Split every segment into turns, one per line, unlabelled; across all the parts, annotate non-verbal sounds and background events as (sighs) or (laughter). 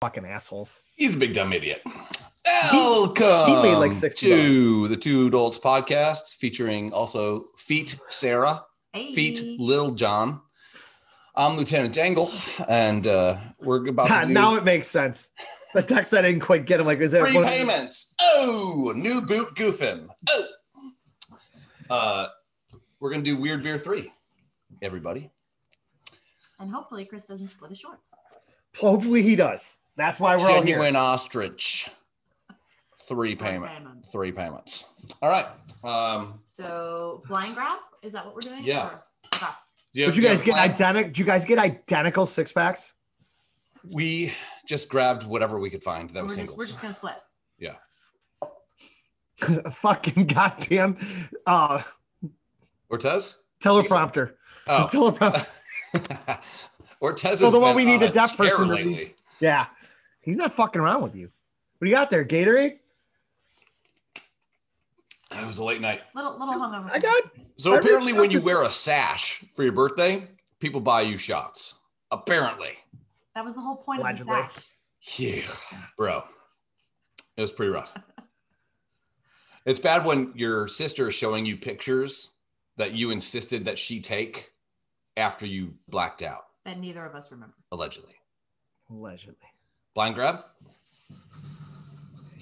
Fucking (laughs) assholes.
He's a big dumb idiot. Welcome
he made like 60
to the Two Adults podcast, featuring also Feet Sarah, Feet Lil John. I'm Lieutenant Dangle, and uh, we're about to
(laughs) God,
do
now it makes sense. The text I didn't quite get. I'm like, is that
free
one of-
payments. Oh, new boot goofing. Oh, uh, we're gonna do Weird Beer Three, everybody.
And hopefully Chris doesn't split his shorts.
Hopefully he does. That's why we're all here.
Genuine ostrich. Three payment.
Diamond.
Three payments. All right. Um,
So blind grab? Is that what we're doing?
Yeah.
Or- okay.
do
Did
have-
you
do
guys
have
get
a plan?
identical? Did you guys get identical six packs? (laughs)
We just grabbed whatever we could find that
we're,
was
just,
singles.
we're just gonna split.
Fucking goddamn uh,
Ortez?
teleprompter.
(laughs) Oh.
The (laughs) teleprompter.
(laughs) Ortez
So
is
the one we need a deaf person to be-
lately.
Yeah, he's not fucking around with you. What do you got there, Gatorade?
It was a late night.
Little little hungover.
I got
So
I
apparently,
reached out
when you
to-
wear a sash for your birthday, people buy you shots. Apparently,
that was the whole point
Allegedly.
of the sash.
yeah, bro, it was pretty
(laughs)
rough. It's bad when your sister is showing you pictures that you insisted that she take after you blacked out,
And neither of us remember.
allegedly.
allegedly.
Blind grab.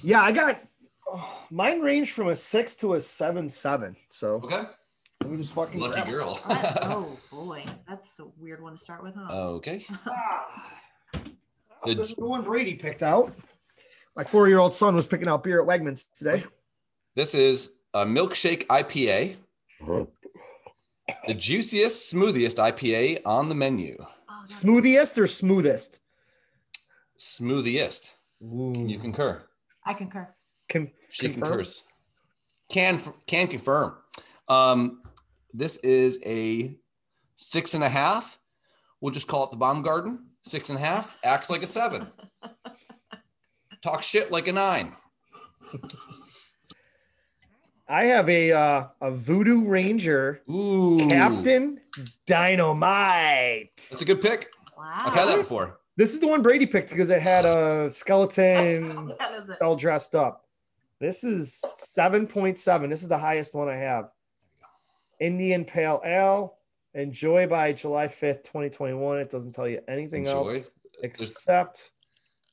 Yeah, I got. oh, mine ranged from a six to a seven seven. So
Okay,
let me just fucking
lucky
grab it.
girl. (laughs)
What? oh boy. That's a weird one to start with, huh? Oh,
okay,
Ah.
Did-
this is the one Brady picked out. My four-year-old son was picking out beer at Wegmans today.
this is a milkshake IPA, Uh-huh. the juiciest, smoothiest IPA on the menu.
Oh, that's-
Smoothiest or smoothest?
Smoothiest. Can
Mm-hmm.
you concur?
I concur.
Can,
She
Confirm?
concurs. Can can confirm. Um, this is a six and a half. We'll just call it the bomb garden. Six and a half acts like a seven. Talk shit like a nine.
I have a uh, a Voodoo Ranger
Ooh,
Captain Dynamite.
That's a good pick.
Wow.
I've had that before.
This is the one Brady picked because it had a skeleton
(laughs) That is it.
all dressed up. This is 7.7. This is the highest one I have. Indian Pale Ale. Enjoy by July 5th, 2021. It doesn't tell you anything else
Enjoy.
except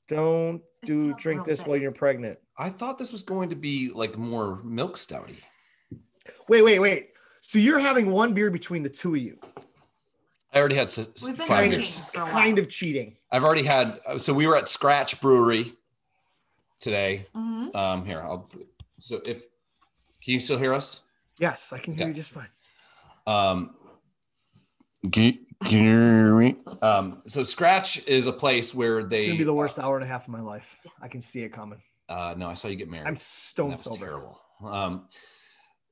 don't do
not
drink
real
this
thick.
while you're pregnant.
I thought this was going to be like more milk stouty.
Wait, wait, wait. So you're having one beer between the two of you.
I already had s-
We've been
five
drinking
years.
for a while.
Kind of cheating.
I've already had. uh, So we were at Scratch Brewery today.
Mhm.
Um, here, I'll. So if can you still hear us?
Yes, I can hear
Yeah.
you just fine.
Um, can you hear me? Um, so Scratch is a place where
It's
they.
gonna be the worst hour and a half of my life.
Yes.
I can see it coming.
Uh, no, I saw you get married.
I'm
and
stone
that was
sober.
terrible. Um,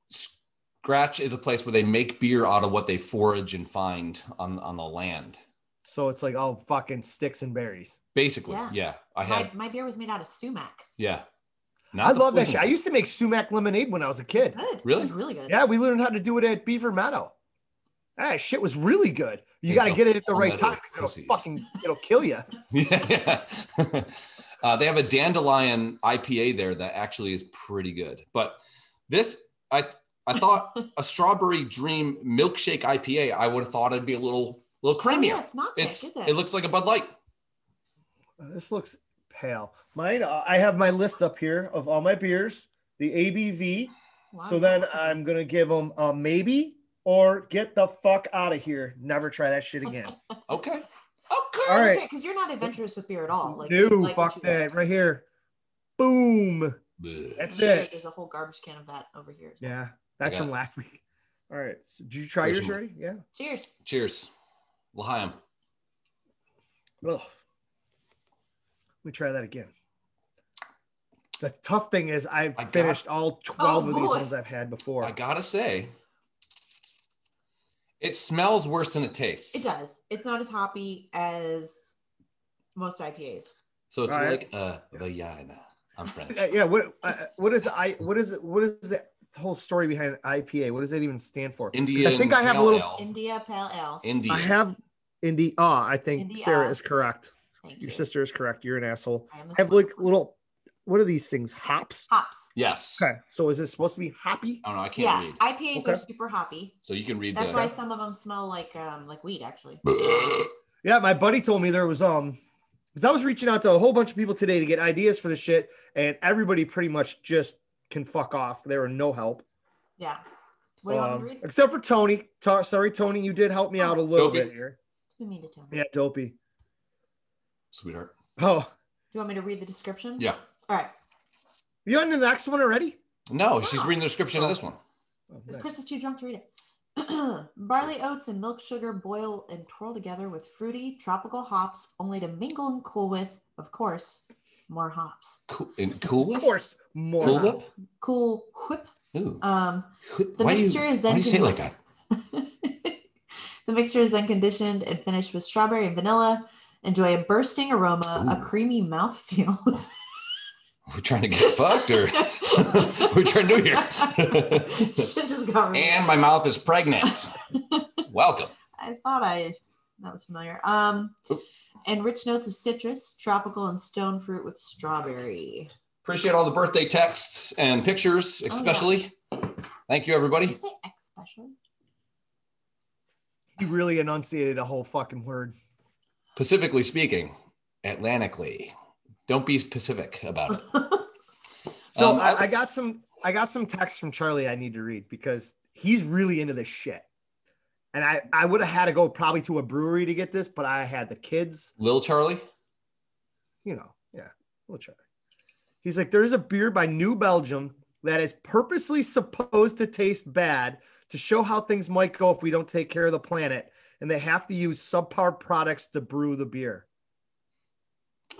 Scratch is a place where they make beer out of what they forage and find on on the land.
So it's like all fucking sticks and berries.
Basically, yeah.
Yeah.
I had,
My, my beer was made out of sumac.
yeah.
I
Not the
love that
poison
shit. I
one.
used to make sumac lemonade when I was a kid.
Good.
Really?
It was really good.
Yeah, we learned how to do it at Beaver Meadow. That shit was really good. You
Hey,
got to
so-
get it at the
I'm
right
not a
time 'cause it'll
pussies.
fucking it'll kill you.
yeah. (laughs) uh, they have a dandelion IPA there that actually is pretty good. But this, I I thought a strawberry dream milkshake IPA. I would have thought it'd be a little little
Oh, yeah,
creamier.
it's not thick,
It's
is it?
it looks like a Bud Light.
This looks pale. Mine. uh, I have my list up here of all my beers, the ABV.
Wow.
So then I'm gonna give them a maybe or get the fuck out of here. Never try that shit again.
Okay.
All
Oh,
Okay.
right.
because you're not adventurous with beer at all. Like,
no,
like what
fuck
you-
that right here. Boom.
Bleh.
That's
Yeah,
it.
There's a whole garbage can of that over here.
Yeah, that's
Yeah.
from last week. All right. So did you try
Here's
yours
your-
already? Yeah.
Cheers.
Cheers. L'chaim.
Ugh. Let me try that again. The tough thing is I've
I got-
finished all 12
Oh,
of these
boy.
ones I've had before.
I gotta say, it smells worse than it tastes.
It does. It's not as hoppy as most IPAs.
So it's
All right.
like a vagina.
(laughs)
I'm French.
Uh, yeah, what uh, what is I what is it what is the whole story behind IPA? What does that even stand for?
Indian.
think I have a
Pale
little-
Ale.
India Pale Ale.
India.
uh, I have India. I think
India.
Sarah is correct.
uh, Thank
Your
you.
sister is correct. You're an asshole.
I am a
Have
slut.
like little, what are these things? Hops.
hops.
Yes.
Okay. So is it supposed to be hoppy?
I don't know. I can't
Yeah,
read.
IPAs are
Okay.
super hoppy.
So you can read
That's
the.
why some of them smell like um like weed actually.
Yeah, my buddy told me there was um because I was reaching out to a whole bunch of people today to get ideas for the shit, and everybody pretty much just can fuck off. There were no help.
Yeah. What do you want
Um,
me to read? What
Except for Tony. Ta- sorry, Tony, you did help me out a little
Dopey.
bit here.
do you mean to tell me?
Yeah, dopey.
Sweetheart.
Oh,
Do you want me to read the description?
Yeah.
All right.
you on the next one already?
No, she's reading the description of this one.
Oh,
Because
nice.
Chris is too drunk to read it. (clears throat) Barley oats and milk sugar boil and twirl together with fruity tropical hops, only to mingle and cool with, of course, more hops.
Cool. And cool
Of
Whip?
course, more.
Cool Whip?
hops.
Cool whip.
Ooh.
Um, (laughs)
Whip.
the
why
mixture
do you,
is then
Why do you say it like that?
conditioned- the mixture is then conditioned and finished with strawberry and vanilla. Enjoy a bursting aroma,
Ooh.
a creamy mouthfeel.
We're trying to get (laughs) fucked
(laughs)
or we're trying to do here.
Shit
(laughs)
just got real.
and my mouth is
(laughs)
pregnant. Welcome.
I thought I that was familiar. Um,
Oop.
and rich notes of citrus, tropical, and stone fruit with strawberry.
Appreciate all the birthday texts and
Oh,
pictures, especially. Thank you,
Did
everybody.
you say X
(laughs)
special?
He really enunciated a whole fucking word.
Pacifically speaking, Atlantically, don't be specific about it.
So
Um,
I,
I-
I got some I got some texts from Charlie I need to read because he's really into this shit. And I, I would have had to go probably to a brewery to get this, but I had the kids,
Lil Charlie,
you know. Yeah, we'll try. He's like, there is a beer by New Belgium that is purposely supposed to taste bad to show how things might go if we don't take care of the planet. And they have to use subpar products to brew the beer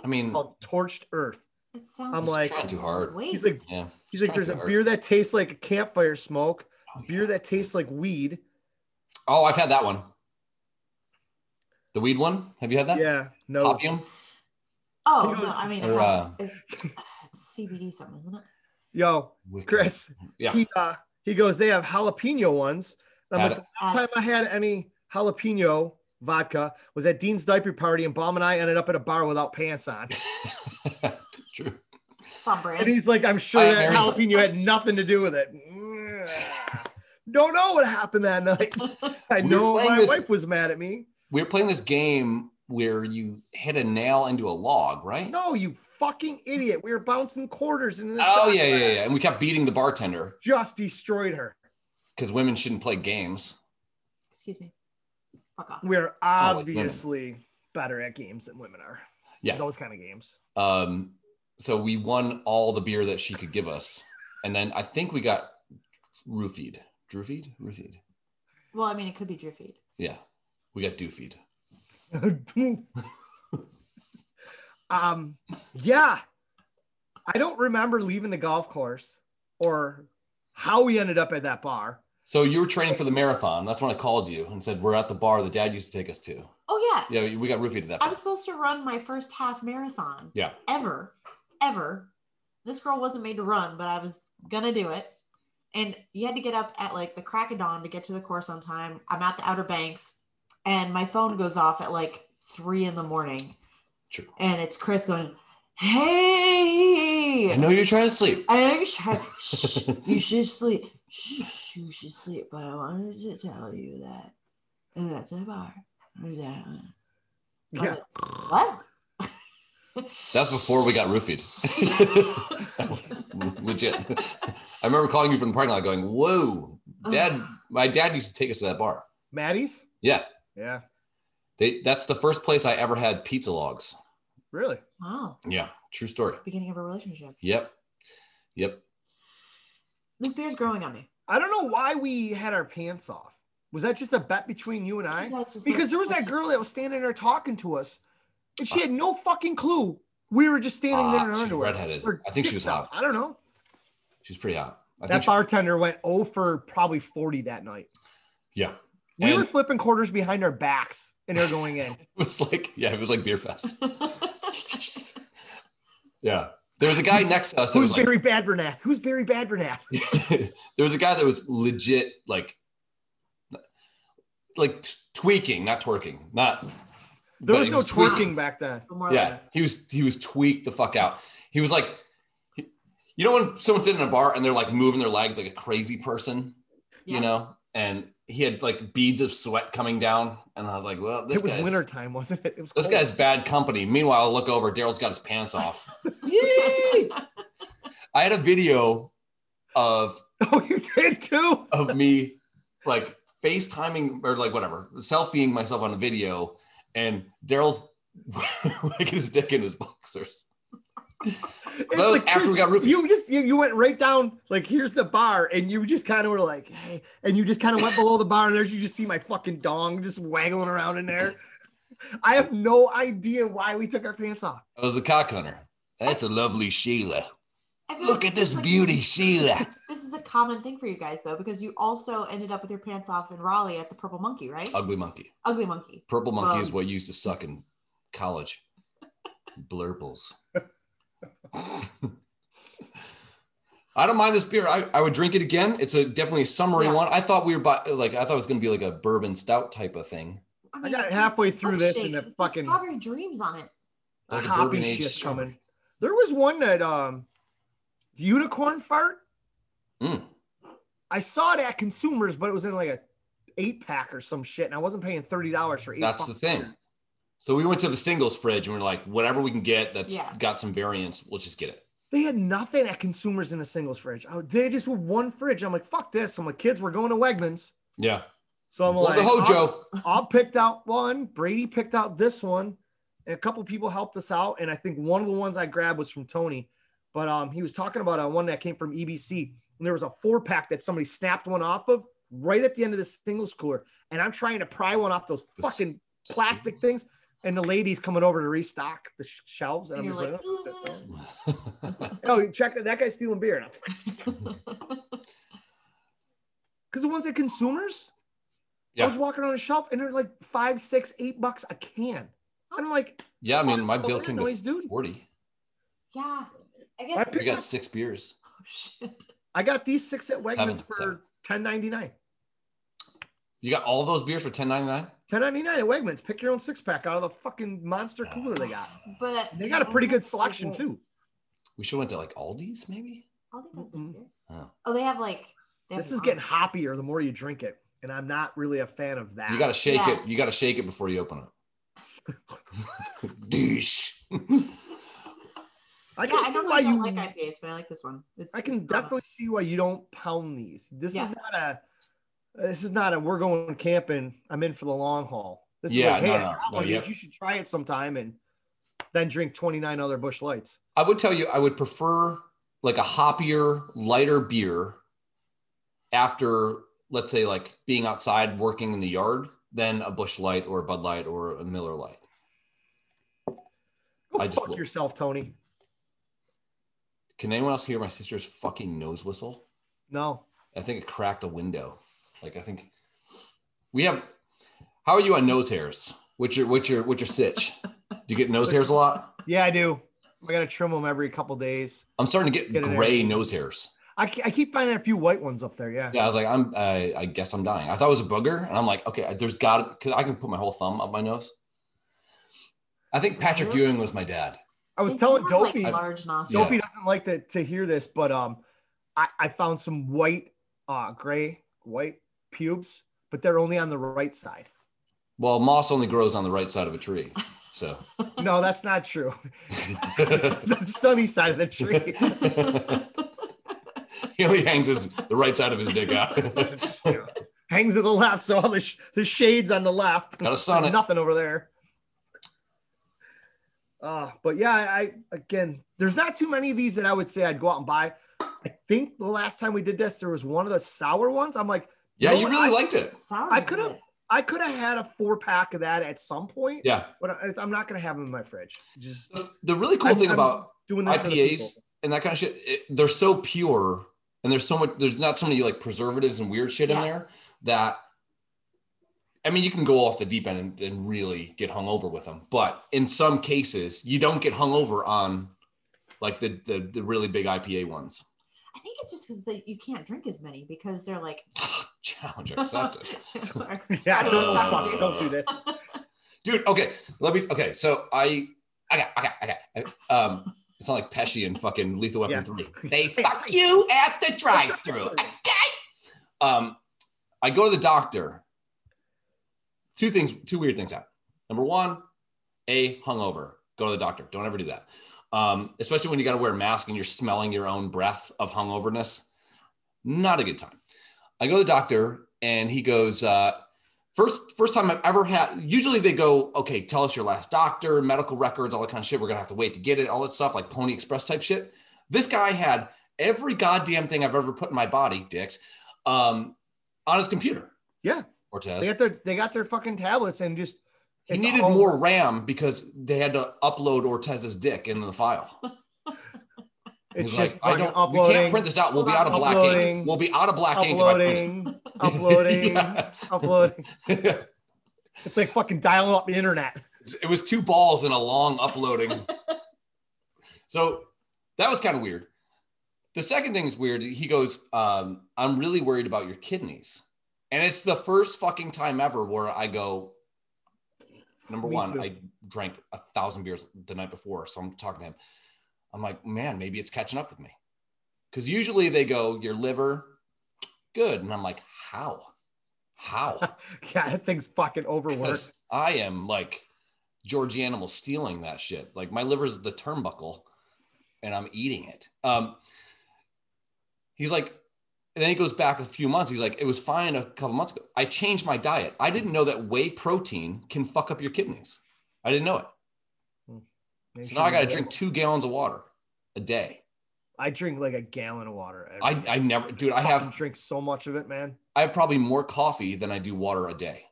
I mean,
called Torched Earth.
It sounds
I'm
just
like-
trying too hard.
waste.
like-
Yeah.
He's like,
Trying
there's a
to-
beer that tastes like a campfire smoke,
Oh, yeah.
beer that tastes like weed.
Oh, I've had that one. The weed one. Have you had that?
Yeah, no.
Hopium
oh,
It
no,
was-
I mean,
(laughs)
or uh,
it's CBD something, isn't it?
Yo,
wick-
Chris,
Yeah.
he uh, he goes, they have jalapeno ones. And I'm like,
Had
the last time I had any jalapeno vodka was at Dean's diaper party, and Bomb and I ended up at a bar without pants on.
(laughs) True.
It's on
And
brand.
he's like, I'm sure
I
that
am
jalapeno had nothing to do with it. (laughs) Don't know what happened that
(laughs)
night. I
We were
know
playing
my
this-
wife was mad at me.
We were playing this game where you hit a nail into a log, right?
No, you fucking idiot. We were bouncing quarters in this.
Oh
shot
yeah, yeah,
glass.
yeah. And we kept beating the bartender
Just destroyed her.
because women shouldn't play games.
Excuse me. Fuck off.
We're
Oh, like women.
obviously better at games than women are.
Yeah.
Those kind of games. (laughs)
Um, so we won all the beer that she could give us, and then I think we got roofied, droofied, roofied.
Well, I mean, it could be drifted.
Yeah, we got doofied.
um, yeah, I don't remember leaving the golf course or how we ended up at that bar.
So you were training for the marathon. That's when I called you and said we're at the bar that Dad used to take us to.
Oh, yeah.
Yeah, we got roofied at that.
I
Point.
was supposed to run my first half marathon.
Yeah.
Ever, ever. This girl wasn't made to run, but I was gonna do it. And you had to get up at like the crack of dawn to get to the course on time. I'm at the Outer Banks, and my phone goes off at like three in the morning,
True.
and it's Chris going, "Hey,
I know you're trying to sleep.
I actually, shh,
(laughs)
you should sleep. Shh, you should sleep. But I wanted to tell you that uh, that's a bar. Yeah. I was
Yeah.
like, what?
That's before we got
(laughs)
roofied. Legit. I remember calling you from the parking lot, going, "Whoa, (laughs)
Oh,
Dad! My dad used to take us to that bar.
Maddie's?
Yeah,
Yeah,
they, that's the first place I ever had pizza logs.
really.
Wow.
Yeah, true story.
Beginning of a relationship.
Yep, yep.
This beer's growing on me.
I don't know why we had our pants off. Was that just a bet between you and I? Because there was that girl that was standing there talking to us, and
Uh,
she had no fucking clue. We were just standing there
Ah,
in her
she's
underwear.
redheaded.
Or
I think she
dicked
was
out.
hot.
I don't know.
She's pretty hot. I think
that
she-
bartender went 0 for probably 40 that night.
yeah, (laughs)
We were
And-
flipping quarters behind our backs and they're going
(laughs)
in.
it was like yeah, it was like beer fest. Yeah, there was a guy next to us. That
Who's
was like,
Barry Badbernath? Who's Barry Badbernath?
(laughs) there was a guy that was legit like like t- tweaking, not twerking, not
There
but
was
he
no
tweaking.
twerking back then.
(laughs) But more
Yeah,
like-
he was he was tweaked the fuck out. He was like, you know, when someone's sitting in a bar and they're like moving their legs like a crazy person,
Yeah.
you know, and he had like beads of sweat coming down, and I was like, well, this
It was
guy's,
winter time, wasn't it? It was
This
cold.
guy's bad company. Meanwhile, I look over. Daryl's got his pants off. Yay! I had a video of
(laughs) Oh, you did
(laughs)
too.
of me like FaceTiming or like whatever, selfieing myself on a video, and Daryl's (laughs) like his dick in his boxers.
It's
Well, after we got roofing.
You just you, you went right down like here's the bar, and you just kind of were like, hey, and you just kind of went below the bar, and there's you just see my fucking dong just waggling around in
(laughs)
there. I have no idea why we took our pants off.
I was a cock hunter. That's a lovely Sheila.
I feel
Look
like
at this
is like-
beauty, Sheila.
This is a common thing for you guys though, because you also ended up with your pants off in Raleigh at the Purple Monkey, right?
Ugly monkey.
Ugly Monkey.
Purple monkey is
Um.
what you used to suck in college. Blurples. (laughs) I don't mind this beer. I, I would drink it again. It's a definitely a summery
Yeah.
one. I thought we were by, like I thought it was gonna be like a bourbon stout type of thing.
I
mean,
got
it's
halfway through this
milkshake.
and the
It's got
fucking
strawberry dreams on it.
the
Like a
hoppy
bourbon aged
shit's
strawberry.
coming. There was one that um, the unicorn fart.
Mm.
I saw it at Consumers, but it was in like a eight pack or some shit, and I wasn't paying thirty dollars for eight.
That's the
fucking
thing.
beers.
So we went to the singles fridge and we are like, whatever we can get that's
Yeah.
got some variants, we'll just get it.
They had nothing at Consumers in a singles fridge. I, they just were one fridge. I'm like, fuck this. I'm like, kids, we're going to Wegmans.
Yeah.
So I'm
Well,
like,
the
I'll-
Hojo.
I'll picked out one. Brady picked out this one, and a couple people helped us out. And I think one of the ones I grabbed was from Tony, but um, he was talking about a one that came from EBC, and there was a four pack that somebody snapped one off of right at the end of the singles cooler, and I'm trying to pry one off those
The s-
fucking plastic things, and the lady's coming over to restock the sh- shelves, and,
And
I'm just
you're
like,
like,
oh, no, check that, that guy's stealing beer,
(laughs)
because the ones at consumers. I was
Yeah.
walking on a shelf and they're like five, six, eight bucks a can. And I'm like,
(laughs) yeah, I mean my
Oh,
bill
that
came
noise,
to
dude.
40.
Yeah. I
I
guess
We got six beers.
Oh, shit.
I got these six at
Seven,
Wegmans for
seven.
ten ninety nine.
You got all those beers for 10.99?
Ten ninety nine at Wegmans. Pick your own six pack out of the fucking monster cooler they got.
But
They got a pretty good selection too.
We should have went to like Aldi's maybe.
All they does
Mm-mm.
is beer.
Oh.
Oh, they have like they have
This
an
is getting
orange-
hoppier the more you drink it, and I'm not really a fan of that.
You got to shake
Yeah.
it. You got to shake it before you open it. Douche.
I
yeah,
can
I
see
don't
why you.
like IPAs, but I like this one. It's,
I can
it's not-
definitely see why you don't pound these. This
Yeah.
is not a. This is not a. We're going camping. I'm in for the long haul. This
Yeah,
is like, hey,
no,
I
no,
got
no,
one of
yep.
these. you should try it sometime, and then drink 29 other Bush Lights.
I would tell you, I would prefer like a hoppier, lighter beer after, let's say, like being outside working in the yard than a Bush Light or a Bud Light or a Miller Light.
Go
I just
fuck
will.
yourself, Tony.
Can anyone else hear my sister's fucking nose whistle?
No,
I think it cracked a window. Like I think we have. How are you on nose hairs? What's your what's your what's your sitch? Do you get nose hairs a lot?
Yeah, I do. I gotta trim them every couple days.
I'm starting to get,
Get in there.
gray nose hairs.
I, ke- I keep finding a few white ones up there. Yeah.
Yeah, I was like, I'm. I, I guess I'm dying. I thought it was a booger, and I'm like, okay, there's got to because I can put my whole thumb up my nose. I think Patrick Ewing was my dad.
I was
They
telling
have, like,
Dopey.
large nostrils.
Dopey doesn't like to, to hear this, but um, I, I found some white, uh, gray, white pubes, but they're only on the right side.
Well, moss only grows on the right side of a tree, so.
(laughs)
(laughs)
No, that's not true. (laughs) the sunny side of the
(laughs)
tree.
(laughs)
he only hangs his the right side of his dick out. (laughs)
Hangs to the left, so all the, sh- the shades on the left.
Gotta sun it.
Nothing over there. Uh, but yeah, I, I again, there's not too many of these that I would say I'd go out and buy. I think the last time we did this, there was one of the sour ones. I'm like,
Yeah,
No,
you really liked it.
Sour
I
is
could've-
good.
I could have had a four pack of that at some point,
Yeah.
but I, I'm not gonna have them in my fridge. Just
The- The really cool
I'm-
thing
I'm
about
doing this for the people. (laughs)
IPAs and that kind of shit, it, they're so pure and there's so much, there's not so many like preservatives and weird shit in
Yeah.
there that, I mean, you can go off the deep end and, and really get hung over with them. But in some cases, you don't get hung over on like the, the, the really big IPA ones. (laughs)
I think it's just because you can't drink as many because they're like.
Challenge accepted.
(laughs) Sorry.
Yeah,
I
don't,
was talking
fuck,
to-
don't do this.
dude. Okay, let me. Okay, so I, I got, I got, I got. Um, it's not like Pesci and fucking Lethal Weapon
Yeah.
Three. They fuck you at the drive-through. Okay. Um, I go to the doctor. Two things, two weird things happen. Number one, a hungover. Go to the doctor. Don't ever do that. Um, especially when you got to wear a mask and you're smelling your own breath of hungoverness. Not a good time. I go to the doctor and he goes, uh, first first time I've ever had. Usually they go, okay, tell us your last doctor, medical records, all that kind of shit. We're gonna have to wait to get it, all that stuff, like Pony Express type shit. This guy had every goddamn thing I've ever put in my body, dicks, um, on his computer.
Yeah.
Cortez.
They got their they got their fucking tablets and just
He
it's
needed
all-
more RAM because they had to upload Ortez's dick into the file.
It's
He's
just
I
fucking
don't. We can't
uploading,
print this out. We'll be out of black
Uploading.
ink. We'll be out of black ink. if I print it.
uploading,
(laughs)
uploading,
Yeah.
uploading. It's like fucking dialing up the internet. (laughs)
it was two balls and a long uploading. so that was kind of weird. The second thing is weird. He goes, um, I'm really worried about your kidneys. And it's the first fucking time ever where I go, number
Me
one,
too.
I drank a thousand beers the night before. So I'm talking to him. I'm like, man, maybe it's catching up with me. Because usually they go, your liver, good. And I'm like, how? How?
Yeah, that thing's fucking overworked.
Because I am like George Animal stealing that shit. Like my liver's the turnbuckle and I'm eating it. Um, he's like, and then he goes back a few months. He's like, it was fine a couple months ago. I changed my diet. I didn't know that whey protein can fuck up your kidneys. I didn't know it. So now I got to drink two gallons of water a day.
I drink like a gallon of water. every
I,
day.
I never, dude, I
Fucking
have,
drink so much of it, man.
I have probably more coffee than I do water a day.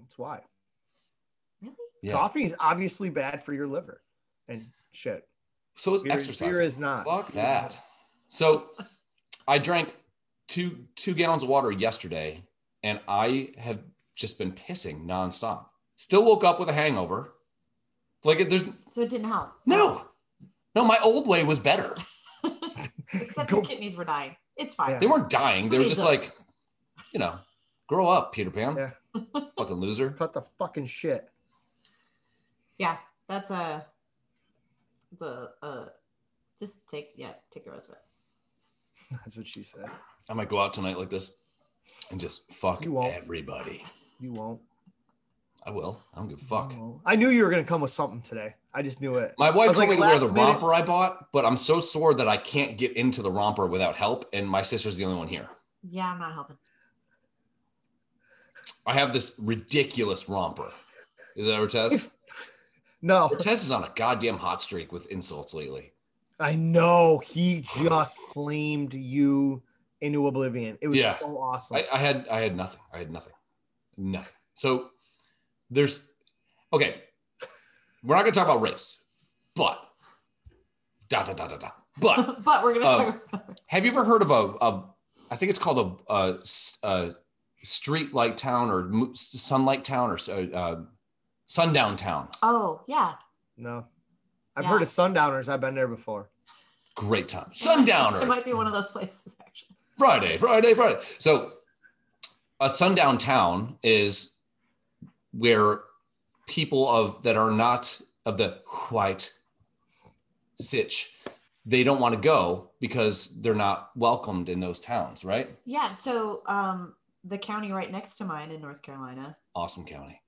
That's why.
Really?
Yeah.
Coffee is obviously bad for your liver and shit.
So it's
Beer,
exercise.
beer is not.
Fuck that. So I drank two two gallons of water yesterday, and I have just been pissing nonstop. Still woke up with a hangover. Like it- there's
So it didn't help.
no, no. My old way was better.
Except
Go-
your kidneys were dying. It's fine.
Yeah.
They weren't dying. They were just like, you know, grow up, Peter Pan.
Yeah.
Fucking loser.
Cut the fucking shit. (laughs)
Yeah, that's a the uh just take yeah, take the rest of it.
That's what she said.
I might go out tonight like this and just fuck
You won't.
everybody.
You won't.
I will. I don't give a fuck.
You won't. I knew you were gonna come with something today. I just knew it.
My wife
was
told
like,
me to wear the
last minute-
romper I bought, but I'm so sore that I can't get into the romper without help, and my sister's the only one here.
Yeah, I'm not helping. (laughs)
I have this ridiculous romper. Is that
(laughs)
Ortez?
No,
Ortez is on a goddamn hot streak with insults lately.
I know he just flamed you into oblivion. It was
Yeah.
so awesome.
I, I had I had nothing. I had nothing. Nothing. So there's okay. We're not gonna talk about race, but da da da da da. But
but we're gonna
Um,
talk about
Have you ever heard of a, a I think it's called a, a s- a street light town or mo- sunlight town or s- uh, sundown town?
Oh yeah.
no, I've
Yeah.
heard of sundowners. I've been there before.
Great time.
It
Sundowners.
(laughs) might be one of those places actually.
Friday, Friday, Friday. So a sundown town is where people of that are not of the white sitch, they don't want to go because they're not welcomed in those towns, right?
Yeah, so um the county right next to mine in North Carolina
Awesome county.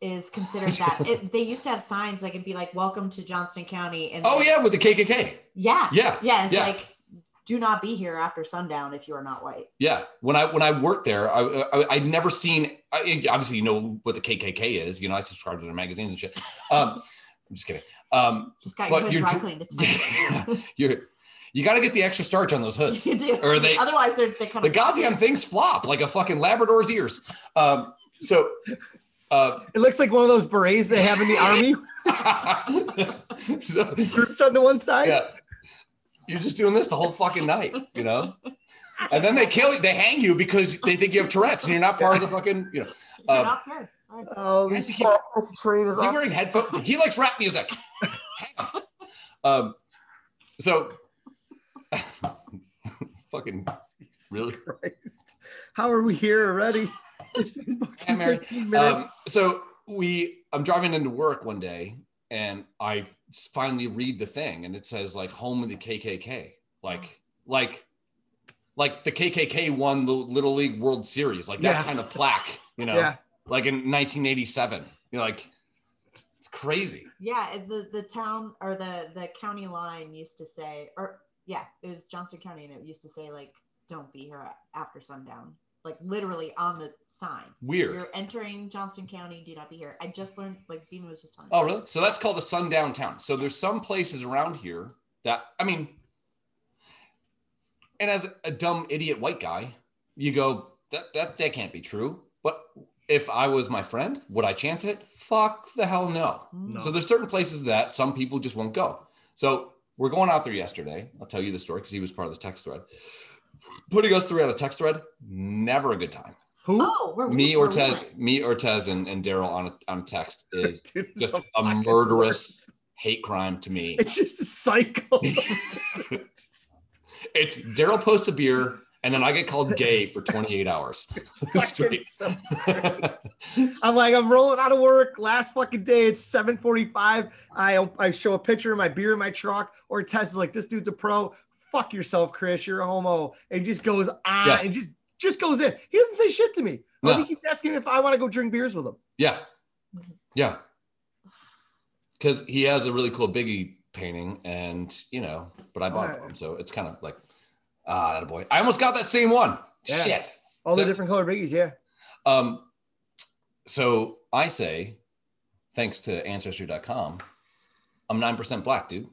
is considered that. It, they used to have signs like it'd be like "Welcome to Johnston County." And
Oh
like-
yeah, with the KKK.
yeah,
Yeah.
yeah. It's
Yeah.
like, do not be here after sundown if you are not white.
Yeah, when I when I worked there, I, I I'd never seen. I, obviously, you know what the KKK is. You know, I subscribe to their magazines and shit. Um, I'm just kidding. Um,
Just got
But
your hood
you're
dry
dr- (laughs)
cleaned. It's fine. (laughs)
you're you got to get the extra starch on those hoods.
you do.
Or they-
Otherwise, they're they kind
The
of
goddamn things flop like a fucking Labrador's ears. Um, so, uh, (laughs)
It looks like one of those berets they have in the army.
so
Groups on the one side.
yeah, you're just doing this the whole fucking night, you know. And then they kill you, they hang you because they think you have Tourette's and you're not part of the fucking, you know.
You're
uh,
not here. Sorry.
Oh,
Guys, you
this,
keep-
(laughs) this train is
Is he
on.
wearing headphones? He likes rap music. um, so, (laughs) fucking really.
Christ. How are we here already? (laughs) It's been
Yeah,
fucking
Mary.
15
Um,
minutes.
so we I'm driving into work one day and I finally read the thing and it says like home of the KKK. Like like like the KKK won the Little League World Series, like that
Yeah.
kind of plaque, you know,
Yeah.
like in 1987. You're like, it's crazy.
Yeah, it- the the town or the the county line used to say, or yeah, it was Johnston County, and it used to say like, "Don't be here after sundown," like literally on the sign.
Weird.
You're entering Johnston County. Do not be here. I just learned, like Bean was just telling. me.
Oh, really? So that's called the sundown town. So there's some places around here that I mean, and as a dumb idiot white guy, you go that that that can't be true. But if I was my friend, would I chance it? Fuck the hell no.
No.
So there's certain places that some people just won't go. So we're going out there yesterday. I'll tell you the story because he was part of the text thread. Putting us through on a text thread, never a good time.
Who?
Oh, we're
Me
we're
Ortez,
one.
me Ortez, and, and Daryl on a, on text (laughs)
(laughs)
is
Dude, it's
just
the
a
fucking
murderous
worst.
hate crime to me.
It's just a
(laughs)
cycle.
It's Daryl posts a beer and then I get called gay for 28
(laughs)
hours.
Fucking (laughs)
(laughs) Straight.
so- I'm like, I'm rolling out of work. Last fucking day, it's 7:45. I I show a picture of my beer in my truck. Or Tess is like, this dude's a pro. Fuck yourself, Chris. You're a homo. And just goes on
Yeah.
and just just goes in. He doesn't say shit to me. All
No.
He keeps asking if I want to go drink beers with him.
yeah. Yeah. Because he has a really cool Biggie painting and, you know, but I bought it for him. So it's kind of like, ah, that boy. I almost got that same one.
Yeah.
Shit.
All the
So-
different color biggies, yeah. (clears throat)
Um, so I say, thanks to ancestry.com, I'm 9% black, dude.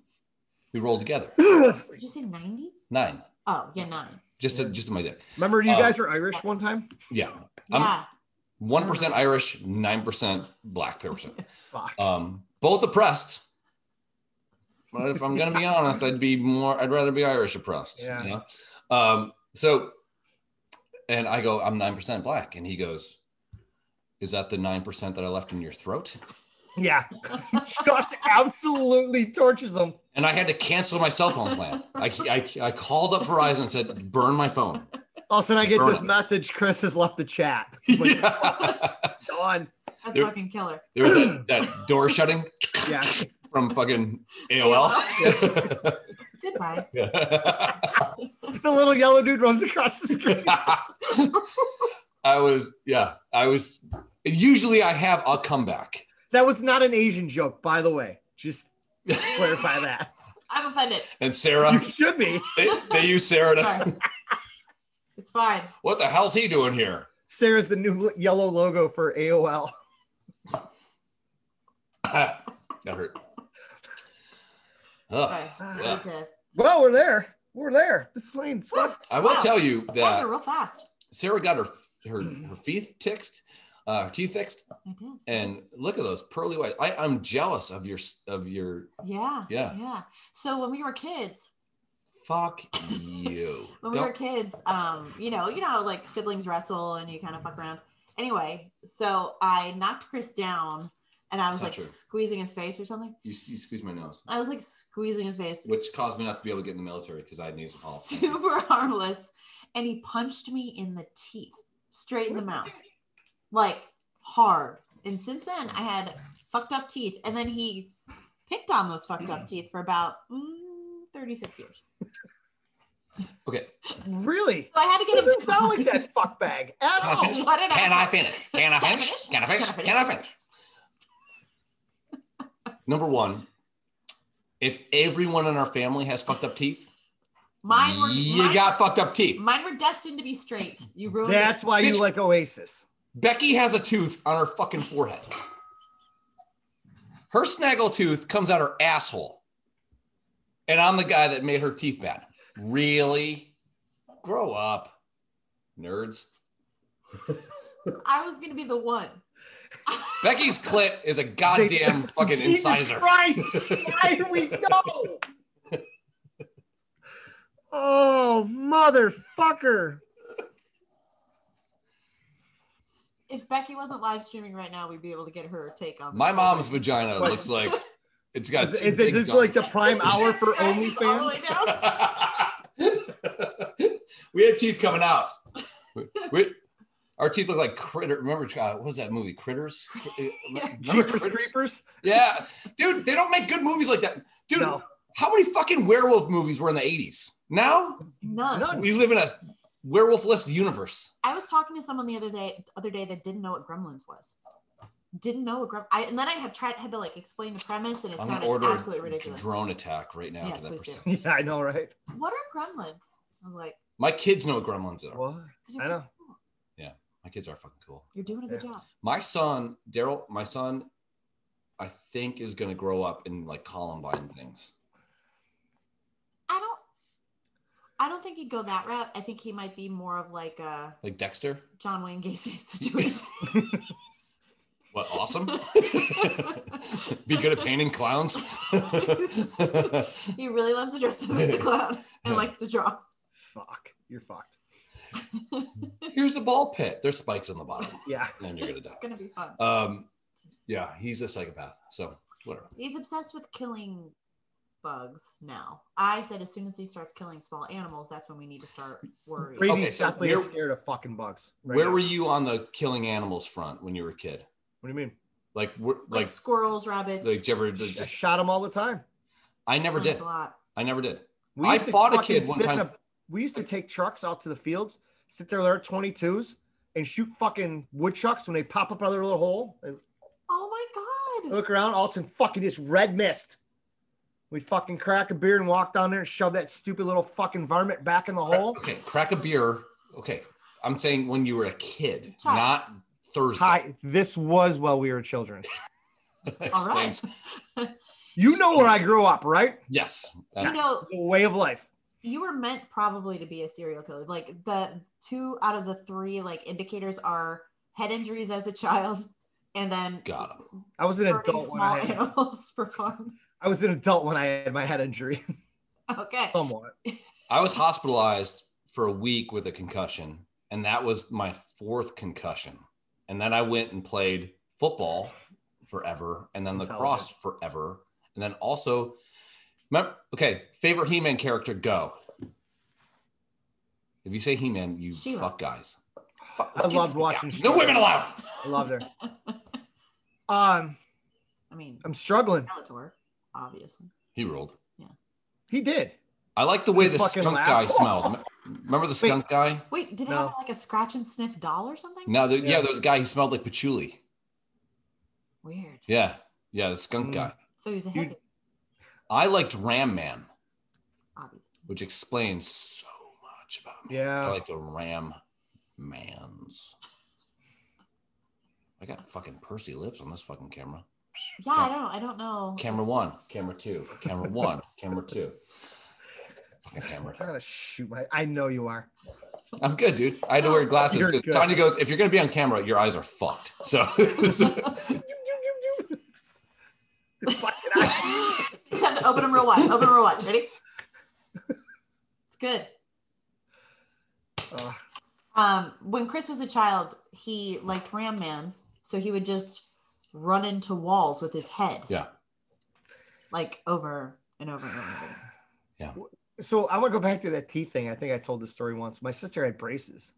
We rolled together.
Did you say ninety?
Nine.
Oh, yeah, nine.
Just, just in my dick.
Remember, you
Uh,
guys were Irish one time.
Yeah. I'm-
Yeah,
one percent Irish, nine percent black person.
(laughs) Fuck.
Um, both oppressed. But if I'm
(laughs)
gonna be honest, I'd be more. I'd rather be Irish oppressed.
Yeah.
You know? um, so, and I go, I'm nine percent black, and he goes, Is that the nine percent that I left in your throat?
yeah, (laughs) just absolutely tortures him.
And I had to cancel my cell phone plan. I, I, I called up Verizon and said, Burn my phone.
All of a sudden, I get
Burn
this
him.
message: Chris has left the
(laughs)
chat. I'm Like,
Yeah.
Done.
that's
There-
fucking killer.
There was that, that door shutting
Yeah.
from fucking AOL. (laughs)
Goodbye.
The little yellow dude runs across the screen.
I was, yeah, I was. Usually, I have a comeback.
That was not an Asian joke, by the way. Just clarify that.
I'm offended.
and Sarah,
You should be.
(laughs) they, they use Sarah to. (laughs)
Sorry. it's fine.
What the hell's he doing here? (laughs)
Sarah's the new lo- yellow logo for AOL.
that hurt. Ugh.
Sorry. I
Yeah.
need to-
Well, we're there. We're there. This plane's fun.
I will
Wow.
tell you
Happened
that
real fast.
Sarah got her her her teeth fixed, uh, her teeth fixed,
I did.
and look at those pearly white. I I'm jealous of your of your.
Yeah.
Yeah.
Yeah. So when we were kids,
Fuck (laughs) you.
when we were
Don't.
kids, um, you know, you know, how, like siblings wrestle and you kind of fuck around. Anyway, so I knocked Chris down and I was
That's not
like
true.
squeezing his face or something.
You, you squeeze my nose.
I was like squeezing his face.
which caused me not to be able to get in the military because I had nasal (laughs) polyps.
super (laughs) harmless and he punched me in the teeth straight in the mouth like hard and since then i had fucked up teeth and then he picked on those fucked up teeth for about mm, 36 years
Okay.
Really?
so i had to
It
get him
doesn't sound like
(laughs)
that fuck bag at all.
(laughs) what did
Can I
I,
finish? Can I
Can I
finish?
finish?
Can I finish? Can I finish? Number one, if everyone in our family has fucked up teeth,
mine were
you
mine,
got fucked up teeth.
mine were destined to be straight you ruined
That's why you
Bitch.
like Oasis.
Becky has a tooth on her fucking forehead. Her snaggle tooth comes out her asshole. And I'm the guy that made her teeth bad. Really? Grow up, nerds.
it i was gonna be the one
Becky's clit is a goddamn
(laughs)
fucking
Jesus
incisor.
Christ! Why do we
(laughs)
know? Oh, motherfucker.
if becky wasn't live streaming right now we'd be able to get her take on
My
this.
mom's vagina
What?
looks like it's got.
Is,
two
is, is
things
this
on
like
it.
the prime hour for
Scratches all the
OnlyFans?
way down.
(laughs) we had teeth coming out. We, Our teeth look like critter. Remember, uh, what was that movie?
(laughs)
Critters.
Yeah.
Remember
Jeepers
Critters?
Creepers?
Yeah, dude, they don't make good movies like that. Dude,
No.
how many fucking werewolf movies were in the '80s? Now
None.
None.
we live in a werewolf-less universe.
I was talking to someone the other day, other day that didn't know what Gremlins was. Didn't know what Gremlins. I, and then I had tried had to like explain the premise, and it
I'm gonna
sounded
order
absolutely
a
ridiculous.
drone attack right now. 'cause
Yes,
that
please do.
person-
(laughs) Yeah, I know, right?
What are Gremlins? I was like,
My kids know what gremlins are.
What?
'cause you're
I know.
cool.
My kids are fucking cool.
You're doing a good job.
My son, Daryl, my son, I think is gonna grow up in like Columbine things.
I don't. I don't think he'd go that route. I think he might be more of like a
Like Dexter.
John Wayne Gacy (laughs) situation.
What
(laughs)
awesome? Be good at painting clowns. (laughs)
he really loves to dress up as
(laughs)
a clown and likes to draw.
Fuck. You're fucked.
Here's a ball pit. There's spikes on the bottom. (laughs)
Yeah.
And you're gonna
It's
die.
gonna be fun.
Um, yeah, he's a psychopath. So whatever.
He's obsessed with killing bugs now. I said as soon as he starts killing small animals, that's when we need to start worrying.
Brady's
Okay, so
definitely
where-
scared of fucking bugs. right
Where
now.
were you on the killing animals front when you were a kid?
What do you mean?
Like, were,
like,
like,
squirrels, rabbits.
like, did you ever?
I
Just,
shot them all the time.
I never
That's
did.
A lot.
I never did.
We
I
used to
fought a
fucking
kid one
sit in
time.
a- we used to take trucks out to the fields, sit there with our 22s, and shoot fucking woodchucks when they pop up out of their little hole. And
Oh my god.
look around, all of a sudden, fucking just red mist. We fucking crack a beer and walk down there and shove that stupid little fucking varmint back in the
(laughs)
hole.
Okay, crack a beer. Okay, I'm saying when you were a kid,
Child.
not Thursday. (laughs)
Hi, this was while we were children.
All right.
Explains-
You know where I grew up, right?
Yes.
You
Uh,
know,
The way of life.
you were meant probably to be a serial killer. Like the two out of the three like indicators are head injuries as a child and then
Got him.
I was an
burning
adult when
small
I had,
animals (laughs) for fun.
I was an adult when I had my head injury. (laughs)
Okay.
Somewhat.
I was hospitalized for a week with a concussion, and that was my fourth concussion. And then I went and played football forever, and then
Intelligent.
lacrosse forever, and then also, remem- okay, favorite He-Man character, go. If you say He-Man, you
She-Ra.
fuck guys.
I loved watching.
Yeah,
She-Ra.
No women allowed.
I loved her. Um,
I mean
I'm struggling.
Bellator, obviously.
He ruled.
He did.
I like the way
Just
the
fucking
skunk
laugh.
guy smelled. Remember the skunk guy?
Wait, did it
No.
have like a scratch and sniff doll or something?
No, the, yeah.
Yeah.
there was a guy who smelled like patchouli.
Weird.
Yeah, yeah, the skunk
Mm.
guy.
So he was a
You-
hippie,
I liked Ram Man,
obviously.
which explains so much about me. I
Yeah.
like the Ram Mans. I got fucking Percy lips on this fucking camera.
Yeah, I don't I don't know. (laughs)
Camera one, camera two,
(laughs)
camera one, camera two. Fucking camera.
I'm gonna shoot my. I know you are. (laughs)
I'm good, dude. I had to wear glasses
You're
because
good.
Tanya goes, if you're gonna be on camera, your eyes are fucked. (laughs) So
Fucking I-
Just have to open them real wide. Open them real wide. Ready? It's good.
Ugh.
Um, when Chris was a child, he liked Ram Man, so he would just run into walls with his head.
Yeah.
Like over and over and over. again.
so I want to go back to that teeth thing. I think I told this story once. My sister had braces,